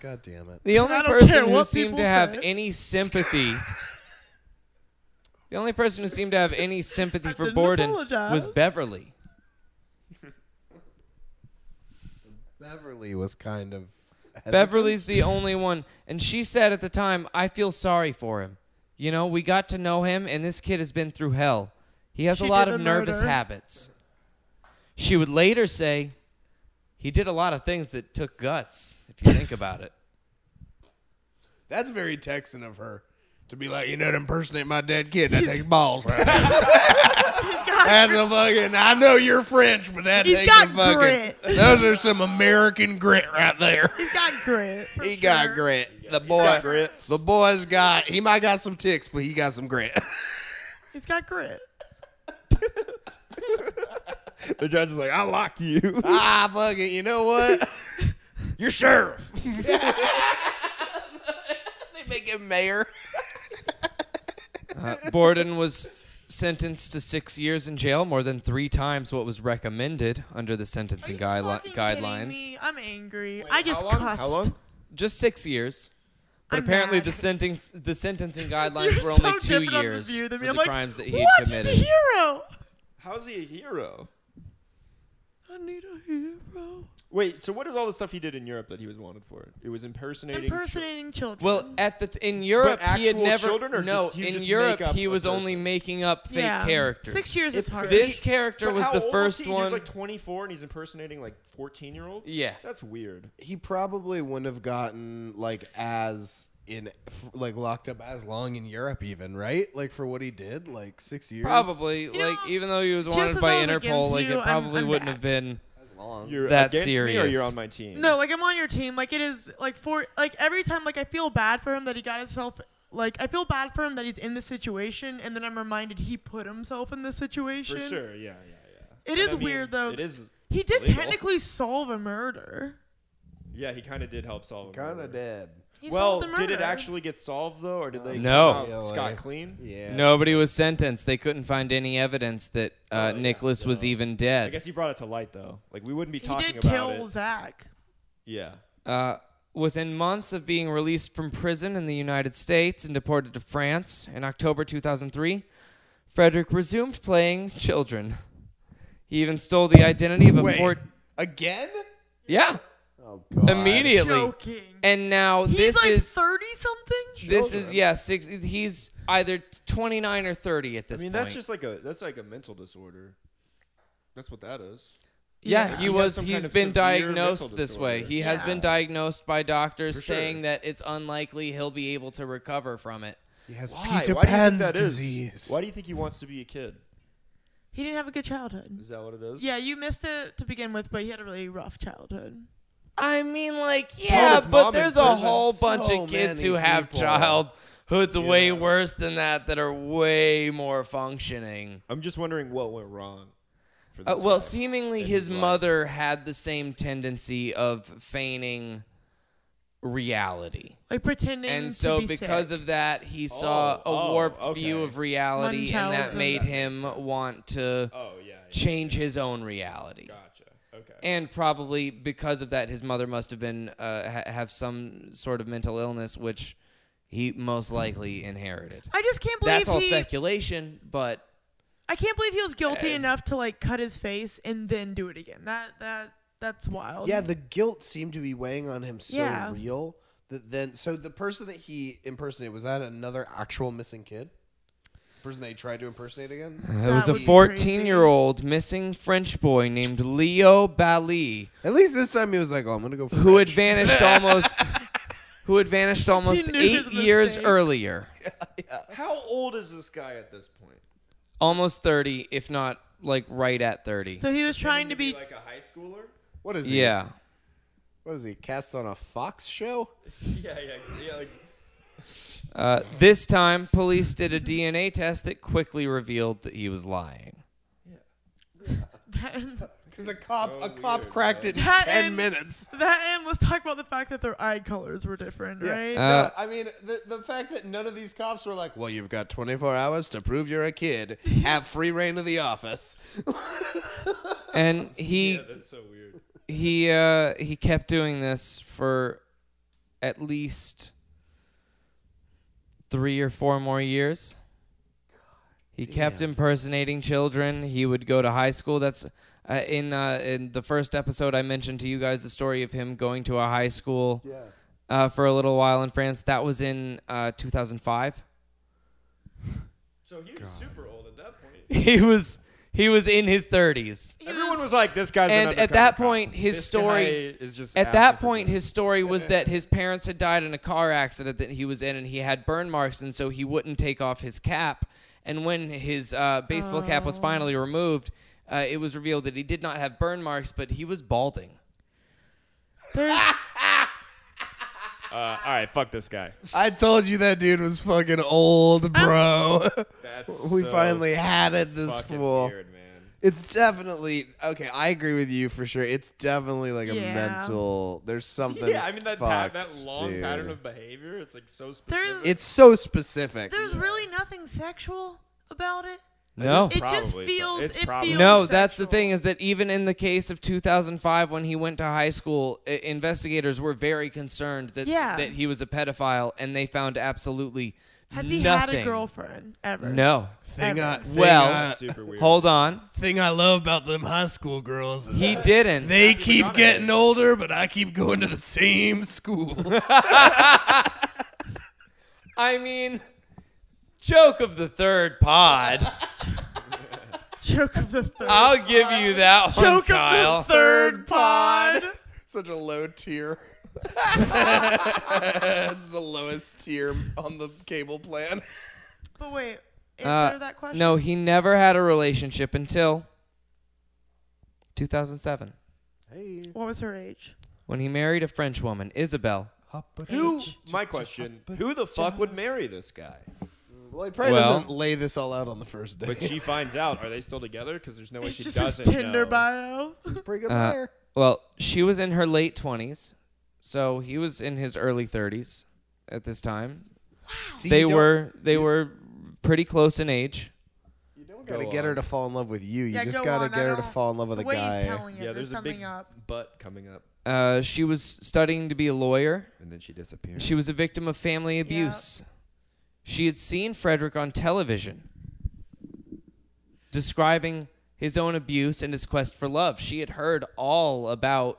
Speaker 5: God damn it.
Speaker 3: the only
Speaker 7: don't care
Speaker 3: person who
Speaker 7: what
Speaker 3: seemed to
Speaker 7: people
Speaker 3: have
Speaker 7: say.
Speaker 3: any sympathy. the only person who seemed to have any sympathy
Speaker 7: I
Speaker 3: for
Speaker 7: didn't
Speaker 3: Borden was
Speaker 7: apologize.
Speaker 3: Beverly.
Speaker 5: Beverly was kind of. hesitant.
Speaker 3: Beverly's the only one, and she said at the time, "I feel sorry for him. You know, we got to know him, and this kid has been through hell. He has a
Speaker 7: She
Speaker 3: lot
Speaker 7: did
Speaker 3: of
Speaker 7: the
Speaker 3: nervous
Speaker 7: murder.
Speaker 3: habits." She would later say, "He did a lot of things that took guts. If you think about it."
Speaker 5: That's very Texan of her. To be like, you know, to impersonate my dead kid, that takes balls right there.
Speaker 7: He's got,
Speaker 5: That's a fucking. I know you're French, but that
Speaker 7: He's
Speaker 5: takes
Speaker 7: got
Speaker 5: a fucking.
Speaker 7: grit.
Speaker 5: Those are some American grit right there.
Speaker 7: he's got grit. for
Speaker 5: He got
Speaker 7: sure.
Speaker 5: grit. The boy,
Speaker 6: Grits.
Speaker 5: the boy's got. He might got some ticks, but he got some grit.
Speaker 7: He's got grit.
Speaker 12: The judge is like, I lock you.
Speaker 5: ah, fucking. You know what?
Speaker 12: You're sheriff.
Speaker 5: they make him mayor.
Speaker 3: Uh, Borden was sentenced to six years in jail, more than three times what was recommended under the
Speaker 7: Are
Speaker 3: sentencing
Speaker 7: you
Speaker 3: guidelines.
Speaker 7: fucking kidding
Speaker 3: guidelines.
Speaker 7: me? I'm angry. I just
Speaker 6: how long?
Speaker 7: cussed.
Speaker 6: How long?
Speaker 3: Just six years. But
Speaker 7: I'm
Speaker 3: apparently,
Speaker 7: mad.
Speaker 3: the sentence the sentencing guidelines
Speaker 7: You're
Speaker 3: were
Speaker 7: so
Speaker 3: only two
Speaker 7: different on this
Speaker 3: years
Speaker 7: view
Speaker 3: for
Speaker 7: than me.
Speaker 3: the
Speaker 7: I'm like,
Speaker 3: crimes that he
Speaker 7: what?
Speaker 3: had committed.
Speaker 7: He's a hero.
Speaker 6: How's he a hero?
Speaker 7: I need a hero.
Speaker 6: Wait. So what is all the stuff he did in Europe that he was wanted for? It was impersonating. chil-
Speaker 7: Impersonating children.
Speaker 3: Well, at the t- in Europe he had
Speaker 6: actual
Speaker 3: never
Speaker 6: children or
Speaker 3: no
Speaker 6: just- you
Speaker 3: in
Speaker 6: just
Speaker 3: Europe
Speaker 6: make up
Speaker 3: he
Speaker 6: a
Speaker 3: was only
Speaker 6: person?
Speaker 3: making up fake
Speaker 7: yeah.
Speaker 3: characters.
Speaker 7: Six years is hard.
Speaker 3: This character
Speaker 6: But
Speaker 3: was
Speaker 6: how
Speaker 3: the
Speaker 6: old
Speaker 3: first
Speaker 6: he? He
Speaker 3: one.
Speaker 6: was like 24 and he's impersonating like 14 year olds.
Speaker 3: Yeah.
Speaker 6: That's weird.
Speaker 5: He probably wouldn't have gotten like as in f- like locked up as long in Europe, even right? Like for what he did, like six years.
Speaker 3: Probably like
Speaker 7: know,
Speaker 3: even though he was
Speaker 7: just
Speaker 3: wanted
Speaker 7: as
Speaker 3: by
Speaker 7: I was
Speaker 3: Interpol,
Speaker 7: against
Speaker 3: like
Speaker 7: you,
Speaker 3: it
Speaker 7: I'm-
Speaker 3: probably
Speaker 7: I'm
Speaker 3: wouldn't
Speaker 7: back.
Speaker 3: have been.
Speaker 5: as long.
Speaker 6: You're
Speaker 3: That
Speaker 6: against me or
Speaker 3: serious.
Speaker 6: you're on my team.
Speaker 7: No, like I'm on your team. Like it is like for like every time like I feel bad for him that he got himself like I feel bad for him that he's in this situation and then I'm reminded he put himself in this situation.
Speaker 6: For sure. Yeah. Yeah. Yeah.
Speaker 7: It
Speaker 6: And
Speaker 7: is
Speaker 6: I mean,
Speaker 7: weird though.
Speaker 6: It is.
Speaker 7: He did
Speaker 6: illegal.
Speaker 7: technically solve a murder.
Speaker 6: Yeah. He kind of did help solve. a
Speaker 5: Kind
Speaker 6: murder.
Speaker 5: of dead.
Speaker 7: He
Speaker 6: Well,
Speaker 7: solved a murder.
Speaker 6: did it actually get solved though, or did they
Speaker 3: No.
Speaker 6: come out
Speaker 5: Really?
Speaker 6: scot clean?
Speaker 5: Yeah.
Speaker 3: Nobody was sentenced. They couldn't find any evidence that uh, Nicholas was even
Speaker 6: Oh, I
Speaker 3: dead.
Speaker 6: guess he brought it to light though. Like we wouldn't be
Speaker 7: He
Speaker 6: talking
Speaker 7: did
Speaker 6: about
Speaker 7: kill
Speaker 6: it.
Speaker 7: Zach.
Speaker 6: Yeah.
Speaker 3: Uh, within months of being released from prison in the United States and deported to France in October 2003, Frederick resumed playing children. He even stole the identity of a
Speaker 5: Wait.
Speaker 3: fort.
Speaker 5: Again?
Speaker 3: Yeah,
Speaker 5: Oh god.
Speaker 3: immediately.
Speaker 7: Joking.
Speaker 3: And now
Speaker 7: He's
Speaker 3: this
Speaker 7: like
Speaker 3: is
Speaker 7: thirty something.
Speaker 3: this is yeah six. He's either 29 or 30 at this
Speaker 6: I mean,
Speaker 3: point.
Speaker 6: that's just like a that's like a mental disorder. That's what that is.
Speaker 3: yeah, he
Speaker 6: has
Speaker 3: was.
Speaker 6: some
Speaker 3: He's
Speaker 6: kind of
Speaker 3: been
Speaker 6: severe mental
Speaker 3: diagnosed this way.
Speaker 6: disorder.
Speaker 3: He has been diagnosed by doctors
Speaker 6: For sure.
Speaker 3: saying that it's unlikely he'll be able to recover from it.
Speaker 5: He has
Speaker 6: Why?
Speaker 5: Peter
Speaker 6: Why do you think
Speaker 5: Pan's
Speaker 6: that is?
Speaker 5: disease.
Speaker 6: Why do you think he wants to be a kid?
Speaker 7: He didn't have a good childhood.
Speaker 6: Is that what it is?
Speaker 7: Yeah, you missed it to begin with, but he had a really rough childhood.
Speaker 3: I mean, like, yeah,
Speaker 6: his
Speaker 3: but
Speaker 6: mom in
Speaker 3: there's a
Speaker 6: prison.
Speaker 3: whole
Speaker 5: So
Speaker 3: bunch of kids
Speaker 5: many
Speaker 3: who have
Speaker 5: people.
Speaker 3: childhoods way
Speaker 5: Yeah.
Speaker 3: worse than that that are way more functioning.
Speaker 6: I'm just wondering what went wrong. For
Speaker 3: Uh,
Speaker 6: this
Speaker 3: well,
Speaker 6: guy.
Speaker 3: seemingly
Speaker 6: in
Speaker 3: his,
Speaker 6: his life.
Speaker 3: mother had the same tendency of feigning reality.
Speaker 7: Like pretending.
Speaker 3: And so,
Speaker 7: to be
Speaker 3: because
Speaker 7: sick.
Speaker 3: of that, he saw
Speaker 6: Oh,
Speaker 3: a
Speaker 6: oh,
Speaker 3: warped view
Speaker 6: okay.
Speaker 3: of reality, and that
Speaker 7: Munchausen.
Speaker 3: made
Speaker 7: That
Speaker 3: him want to
Speaker 6: Oh yeah. yeah.
Speaker 3: change his own reality.
Speaker 6: Gotcha. Okay.
Speaker 3: and probably because of that, his mother must have been uh, ha- have some sort of mental illness, which he most likely inherited.
Speaker 7: I just can't believe
Speaker 3: That's all Eh.
Speaker 7: he,
Speaker 3: speculation, but
Speaker 7: I can't believe he was guilty enough to like cut his face and then do it again. That that that's wild.
Speaker 5: Yeah, the guilt seemed to be weighing on him so
Speaker 7: Yeah.
Speaker 5: real that then so the person that he impersonated was that another actual missing kid? Person they tried to impersonate again?
Speaker 3: it was a
Speaker 7: would be
Speaker 3: 14
Speaker 7: 14
Speaker 3: year
Speaker 7: year
Speaker 3: old missing French boy named Leo Bali
Speaker 5: At least this time he was like, "Oh, I'm gonna go." French.
Speaker 3: who had vanished almost who had vanished almost
Speaker 7: He knew his
Speaker 3: eight years
Speaker 7: mistakes.
Speaker 3: earlier,
Speaker 6: How old is this guy at this point?
Speaker 3: almost 30, if not like right at 30.
Speaker 7: so he was trying to be.
Speaker 6: like a high schooler.
Speaker 5: What is he?
Speaker 3: yeah.
Speaker 5: What is he cast on a Fox show?
Speaker 6: Yeah, yeah, yeah. Like,
Speaker 3: Uh, this time, police did a DNA test that quickly revealed that he was lying.
Speaker 7: That,
Speaker 5: Because a cop,
Speaker 6: so
Speaker 5: a cop
Speaker 6: weird,
Speaker 5: cracked it in
Speaker 7: That
Speaker 5: ten
Speaker 7: and-
Speaker 5: minutes.
Speaker 7: that and let's talk about the fact that their eye colors were different, right?
Speaker 3: Uh,
Speaker 5: No, I mean, the, the fact that none of these cops were like, well, you've got 24 hours to prove you're a kid. Have free reign of the office.
Speaker 3: and he
Speaker 6: That's so weird.
Speaker 3: he uh he kept doing this for at least three or four more years. He kept impersonating children. He would go to high school. That's uh, in uh, in the first episode I mentioned to you guys the story of him going to a high school uh, for a little while in France. That was in uh, 2005.
Speaker 6: So he was super old at that point.
Speaker 3: He was he was in his 30s.
Speaker 13: Everyone was like, "This guy's."
Speaker 3: And
Speaker 13: an
Speaker 3: at that
Speaker 13: undercover cop.
Speaker 3: point, his
Speaker 6: This
Speaker 3: story
Speaker 6: guy is just
Speaker 3: at that
Speaker 6: asking for
Speaker 3: point
Speaker 6: good.
Speaker 3: his story was that his parents had died in a car accident that he was in, and he had burn marks, and so he wouldn't take off his cap. And when his uh, baseball cap was finally removed, uh, it was revealed that he did not have burn marks, but he was balding.
Speaker 7: There's
Speaker 13: Uh, all right, fuck this guy.
Speaker 5: I told you that dude was fucking old,
Speaker 7: Ah.
Speaker 5: bro.
Speaker 6: That's
Speaker 5: we
Speaker 6: so
Speaker 5: finally had it this
Speaker 6: fucking
Speaker 5: fool.
Speaker 6: Weird, man.
Speaker 5: It's definitely okay. I agree with you for sure. It's definitely like a
Speaker 7: Yeah.
Speaker 5: mental. There's something.
Speaker 6: yeah, I mean that pa-
Speaker 5: fucked,
Speaker 6: that long
Speaker 5: dude.
Speaker 6: pattern of behavior. It's like so
Speaker 7: There's-
Speaker 6: specific.
Speaker 5: It's so specific.
Speaker 7: there's really nothing sexual about it.
Speaker 3: No.
Speaker 7: It just
Speaker 6: Probably so-
Speaker 7: feels
Speaker 6: it's
Speaker 7: it
Speaker 6: probably-
Speaker 7: feels
Speaker 3: No, that's the
Speaker 7: sexual.
Speaker 3: thing is that even in the case of 2005, when he went to high school, i- investigators were very concerned that
Speaker 7: Yeah.
Speaker 3: that he was a pedophile, and they found absolutely
Speaker 7: Has he
Speaker 3: nothing.
Speaker 7: had a girlfriend ever?
Speaker 3: No.
Speaker 5: Thing I,
Speaker 7: Ever.
Speaker 5: thing
Speaker 3: Well-
Speaker 5: I,
Speaker 6: super weird.
Speaker 3: Hold on.
Speaker 5: thing I love about them high school girls. Is
Speaker 3: He didn't.
Speaker 5: they keep getting older, but I keep going to the same school.
Speaker 3: I mean, joke of the third pod.
Speaker 7: Joke of the third.
Speaker 3: I'll give you that one,
Speaker 7: Joke
Speaker 3: Oh, Kyle.
Speaker 7: of the third pod.
Speaker 5: Such a low tier. That's the lowest tier on the cable plan.
Speaker 7: But wait, answer
Speaker 3: Uh,
Speaker 7: that question.
Speaker 3: No, he never had a relationship until 2007
Speaker 7: What was her age?
Speaker 3: when he married a French woman, Isabel.
Speaker 6: Who? My question: Who the fuck would marry this guy?
Speaker 5: Well, he probably
Speaker 3: Well-
Speaker 5: doesn't lay this all out on the first day.
Speaker 6: But she finds out. Are they still together? Because there's no way
Speaker 7: It's
Speaker 6: she
Speaker 7: just his
Speaker 6: doesn't.
Speaker 7: Tinder
Speaker 6: know.
Speaker 7: bio.
Speaker 5: pretty good
Speaker 3: Uh,
Speaker 5: liar.
Speaker 3: Well, she was in her late 20s, so he was in his early 30s at this time.
Speaker 5: See,
Speaker 3: they
Speaker 5: you don't-
Speaker 3: were they were pretty close in age.
Speaker 5: You don't gotta
Speaker 6: Go
Speaker 5: get her
Speaker 6: on.
Speaker 5: to fall in love with you. You
Speaker 7: Yeah,
Speaker 5: just
Speaker 7: go
Speaker 5: gotta
Speaker 7: on, I
Speaker 5: get her to
Speaker 7: don't-
Speaker 5: fall in love with
Speaker 7: the
Speaker 5: a
Speaker 7: way he's
Speaker 5: guy.
Speaker 7: telling it,
Speaker 6: Yeah,
Speaker 7: there's,
Speaker 6: there's a
Speaker 7: something
Speaker 6: big
Speaker 7: up.
Speaker 6: butt coming up,
Speaker 3: Uh, she was studying to be a lawyer.
Speaker 6: and then she disappears.
Speaker 3: She was a victim of family abuse. She had seen Frederick on television describing his own abuse and his quest for love. She had heard all about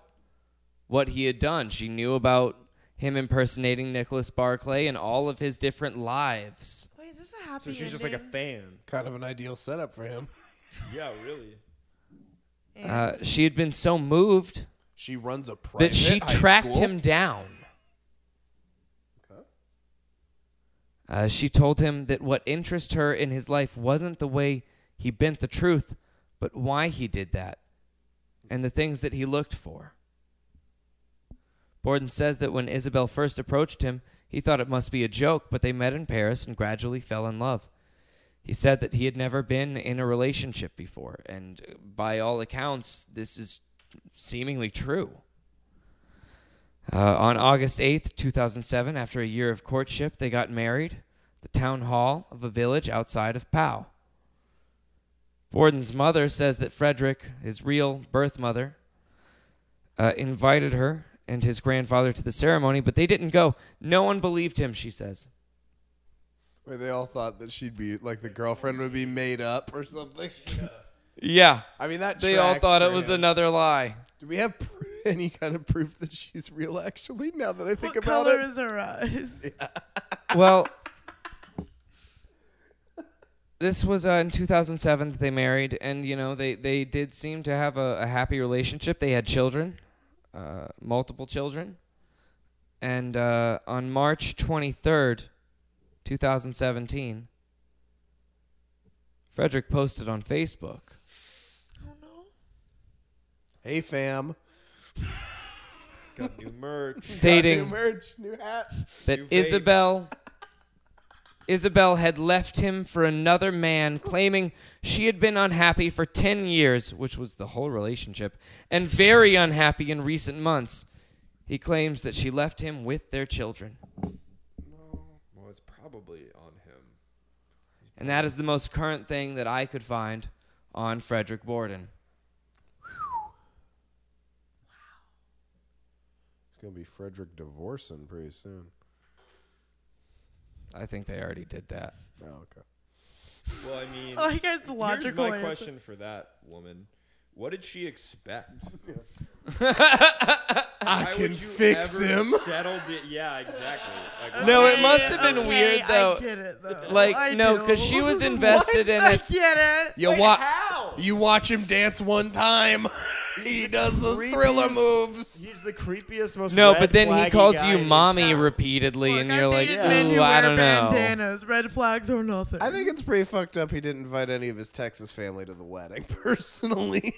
Speaker 3: what he had done. She knew about him impersonating Nicholas Barclay and all of his different lives.
Speaker 7: Wait, is this a happy
Speaker 6: so she's just like a fan.
Speaker 5: Kind of an ideal setup for him.
Speaker 6: Yeah, really.
Speaker 3: Uh, she had been so moved
Speaker 5: She runs a private
Speaker 3: that she
Speaker 5: high
Speaker 3: tracked
Speaker 5: school.
Speaker 3: him down. Uh, she told him that what interested her in his life wasn't the way he bent the truth, but why he did that and the things that he looked for. Borden says that when Isabel first approached him, he thought it must be a joke, but they met in Paris and gradually fell in love. He said that he had never been in a relationship before, and uh, by all accounts, this is seemingly true. Uh, on August 8th, 2007, after a year of courtship, they got married at the town hall of a village outside of Pau. Borden's mother says that Frederick, his real birth mother, uh, invited her and his grandfather to the ceremony, but they didn't go. No one believed him, she says.
Speaker 5: Where they all thought that she'd be like the girlfriend would be made up or something.
Speaker 3: Yeah,
Speaker 5: I mean that.
Speaker 3: they all
Speaker 5: tracks
Speaker 3: thought
Speaker 5: for
Speaker 3: it was
Speaker 5: him.
Speaker 3: another lie.
Speaker 5: Do we have pr- any kind of proof that she's real? Actually, now that I think
Speaker 7: What
Speaker 5: about
Speaker 7: color
Speaker 5: it,
Speaker 7: is her eyes?
Speaker 3: Well, this was uh, in 2007 that they married, and you know they they did seem to have a, a happy relationship. They had children, uh, multiple children, and uh, on March 23rd, 2017, Frederick posted on Facebook.
Speaker 7: Oh no.
Speaker 5: hey fam,
Speaker 6: Got new merch.
Speaker 5: Got new
Speaker 3: Stating
Speaker 5: merch, new hats.
Speaker 3: that
Speaker 6: New vapes.
Speaker 3: Isabel Isabel had left him for another man, claiming she had been unhappy for 10 years, which was the whole relationship, and very unhappy in recent months. He claims that she left him with their children.
Speaker 6: Well, it's probably on him.
Speaker 3: And that is the most current thing that I could find on Frederick Borden.
Speaker 5: It's gonna be Frederick divorcing pretty soon.
Speaker 3: I think they already did that.
Speaker 5: Oh, okay.
Speaker 6: Well, I mean,
Speaker 7: I like how it's
Speaker 6: here's
Speaker 7: the
Speaker 6: my
Speaker 7: logical answer.
Speaker 6: question for that woman. What did she expect? I
Speaker 5: can fix him.
Speaker 6: Settled it? Yeah, exactly. Like,
Speaker 3: No,
Speaker 6: why-
Speaker 3: it must have been
Speaker 7: okay,
Speaker 3: weird, though.
Speaker 7: I get it, though.
Speaker 3: Like,
Speaker 7: I
Speaker 3: no,
Speaker 7: do.
Speaker 3: 'cause she was invested in
Speaker 7: I
Speaker 3: it.
Speaker 7: get it.
Speaker 5: You watch. You watch him dance one time. he does those thriller
Speaker 6: creepiest-
Speaker 5: moves.
Speaker 6: He's the creepiest, most
Speaker 3: No,
Speaker 6: red
Speaker 3: but then he
Speaker 6: flaggy
Speaker 3: calls
Speaker 6: guy
Speaker 3: you
Speaker 6: in
Speaker 3: mommy
Speaker 6: town.
Speaker 3: repeatedly,
Speaker 7: Look,
Speaker 3: and
Speaker 7: I
Speaker 3: you're like,
Speaker 7: dated men
Speaker 3: ooh,
Speaker 7: who
Speaker 3: I
Speaker 7: wear
Speaker 3: don't know.
Speaker 7: Bandanas, red flags or nothing.
Speaker 5: I think it's pretty fucked up. He didn't invite any of his Texas family to the wedding. Personally,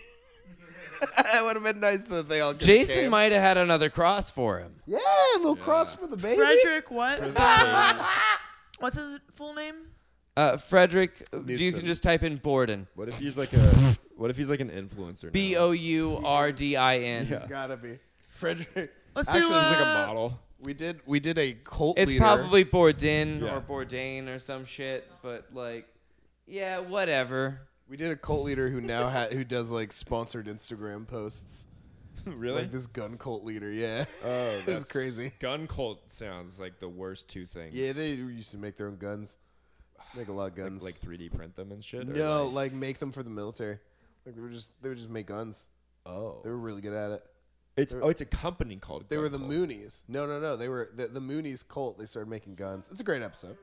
Speaker 5: it would have been nice that they all. could've
Speaker 3: Jason
Speaker 5: came.
Speaker 3: might have had another cross for him.
Speaker 5: Yeah, a little cross for the baby.
Speaker 7: Frederick, what? What's his full name?
Speaker 3: Uh, Frederick, you
Speaker 5: Newsom.
Speaker 3: can just type in Borden.
Speaker 6: What if he's like a? What if he's like an influencer? now?
Speaker 3: B O U R D I N.
Speaker 5: It's gotta be Frederick.
Speaker 7: Let's
Speaker 5: Actually,
Speaker 7: do.
Speaker 5: it was
Speaker 6: He's like a
Speaker 7: uh,
Speaker 6: model.
Speaker 5: We did we did a cult
Speaker 3: It's
Speaker 5: leader.
Speaker 3: probably Borden
Speaker 6: Yeah.
Speaker 3: or Bourdain or some shit, but like, yeah, whatever.
Speaker 5: we did a cult leader who now ha- who does like sponsored Instagram posts.
Speaker 6: really?
Speaker 5: Like this gun cult leader, yeah.
Speaker 6: oh,
Speaker 5: This is crazy.
Speaker 6: Gun cult sounds like the worst two things.
Speaker 5: Yeah, they used to make their own guns. Make a lot of guns.
Speaker 6: like 3D print them and shit. or
Speaker 5: no,
Speaker 6: like-
Speaker 5: like make them for the military. Like they were just they would just make guns. They
Speaker 6: oh,
Speaker 5: were really good at it.
Speaker 6: it's oh, it's a company called.
Speaker 5: They
Speaker 6: gun
Speaker 5: were the
Speaker 6: cult.
Speaker 5: Moonies. No, no, no. They were the, the Moonies cult. They started making guns. It's a great episode.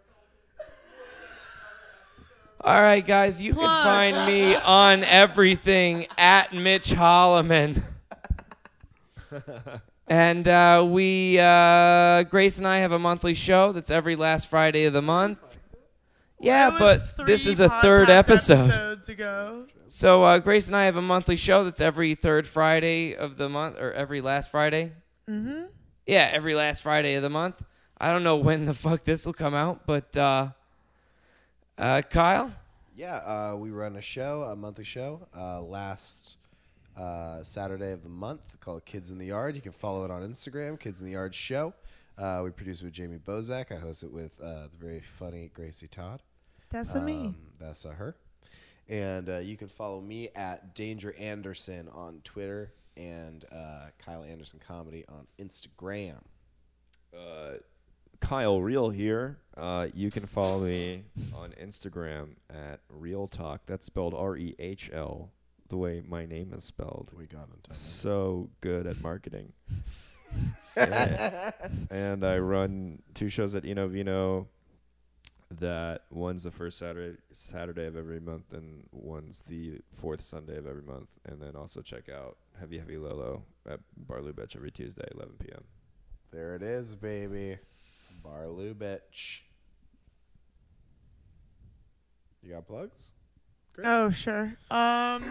Speaker 3: All right, guys, you can
Speaker 7: Plug.
Speaker 3: find me on everything at Mitch Holloman. And uh, we, uh, Grace and I have a monthly show that's every last Friday of the month. Yeah,
Speaker 7: it was
Speaker 3: but this
Speaker 7: three
Speaker 3: is a third
Speaker 7: podcast
Speaker 3: episode.
Speaker 7: Episodes ago.
Speaker 3: So uh, Grace and I have a monthly show that's every third Friday of the month, or every last Friday. Mm-hmm. Yeah, every last Friday of the month. I don't know when the fuck this will come out, but uh, uh, Kyle,
Speaker 5: Yeah, uh, we run a show, a monthly show, uh, last uh, Saturday of the month called Kids in the Yard. You can follow it on Instagram, Kids in the Yard Show. Uh, we produce it with Jamie Bozak. I host it with uh, the very funny Gracie Todd.
Speaker 7: That's
Speaker 5: Um, that's uh, her. And uh, you can follow me at Danger Anderson on Twitter and uh, Kyle Anderson Comedy on Instagram.
Speaker 6: uh, Kyle Real here. Uh, you can follow me on Instagram at Real Talk. That's spelled R E H L, the way my name is spelled.
Speaker 5: We got into
Speaker 6: So good at marketing. Yeah. and I run two shows at Eno Vino. That one's the first Saturday Saturday of every month, and one's the fourth Sunday of every month. And then also check out Heavy Heavy Lolo at Bar Lubitsch every Tuesday, 11 p.m.
Speaker 5: There it is, baby. Bar Lubitsch. You got plugs?
Speaker 7: Oh, sure. Um,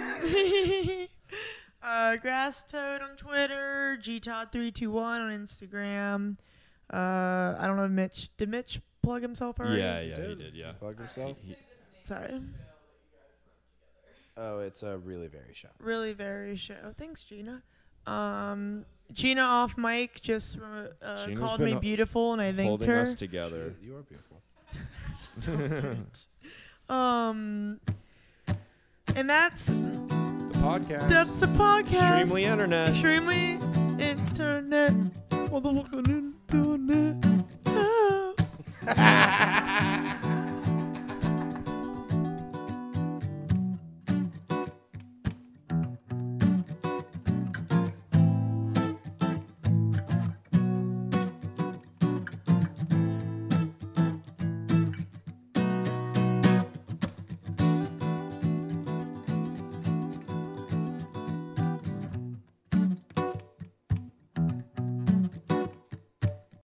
Speaker 7: uh, Grass Toad on Twitter, GTod321 on Instagram. Uh, I don't know if Mitch. Did Mitch plug himself already?
Speaker 6: yeah, he did, yeah.
Speaker 5: Plugged himself?
Speaker 7: Sorry.
Speaker 5: Oh, it's a really very show.
Speaker 7: Really very show. Thanks, Gina. Um, Gina off mic just uh, uh,
Speaker 6: Gina's
Speaker 7: called
Speaker 6: been
Speaker 7: me
Speaker 6: h-
Speaker 7: beautiful, and I thanked
Speaker 6: holding
Speaker 7: her.
Speaker 6: us together.
Speaker 5: You are beautiful.
Speaker 7: um, and that's
Speaker 6: The podcast.
Speaker 7: that's the podcast.
Speaker 6: Extremely internet.
Speaker 7: Extremely internet. Motherfucking internet. Ah.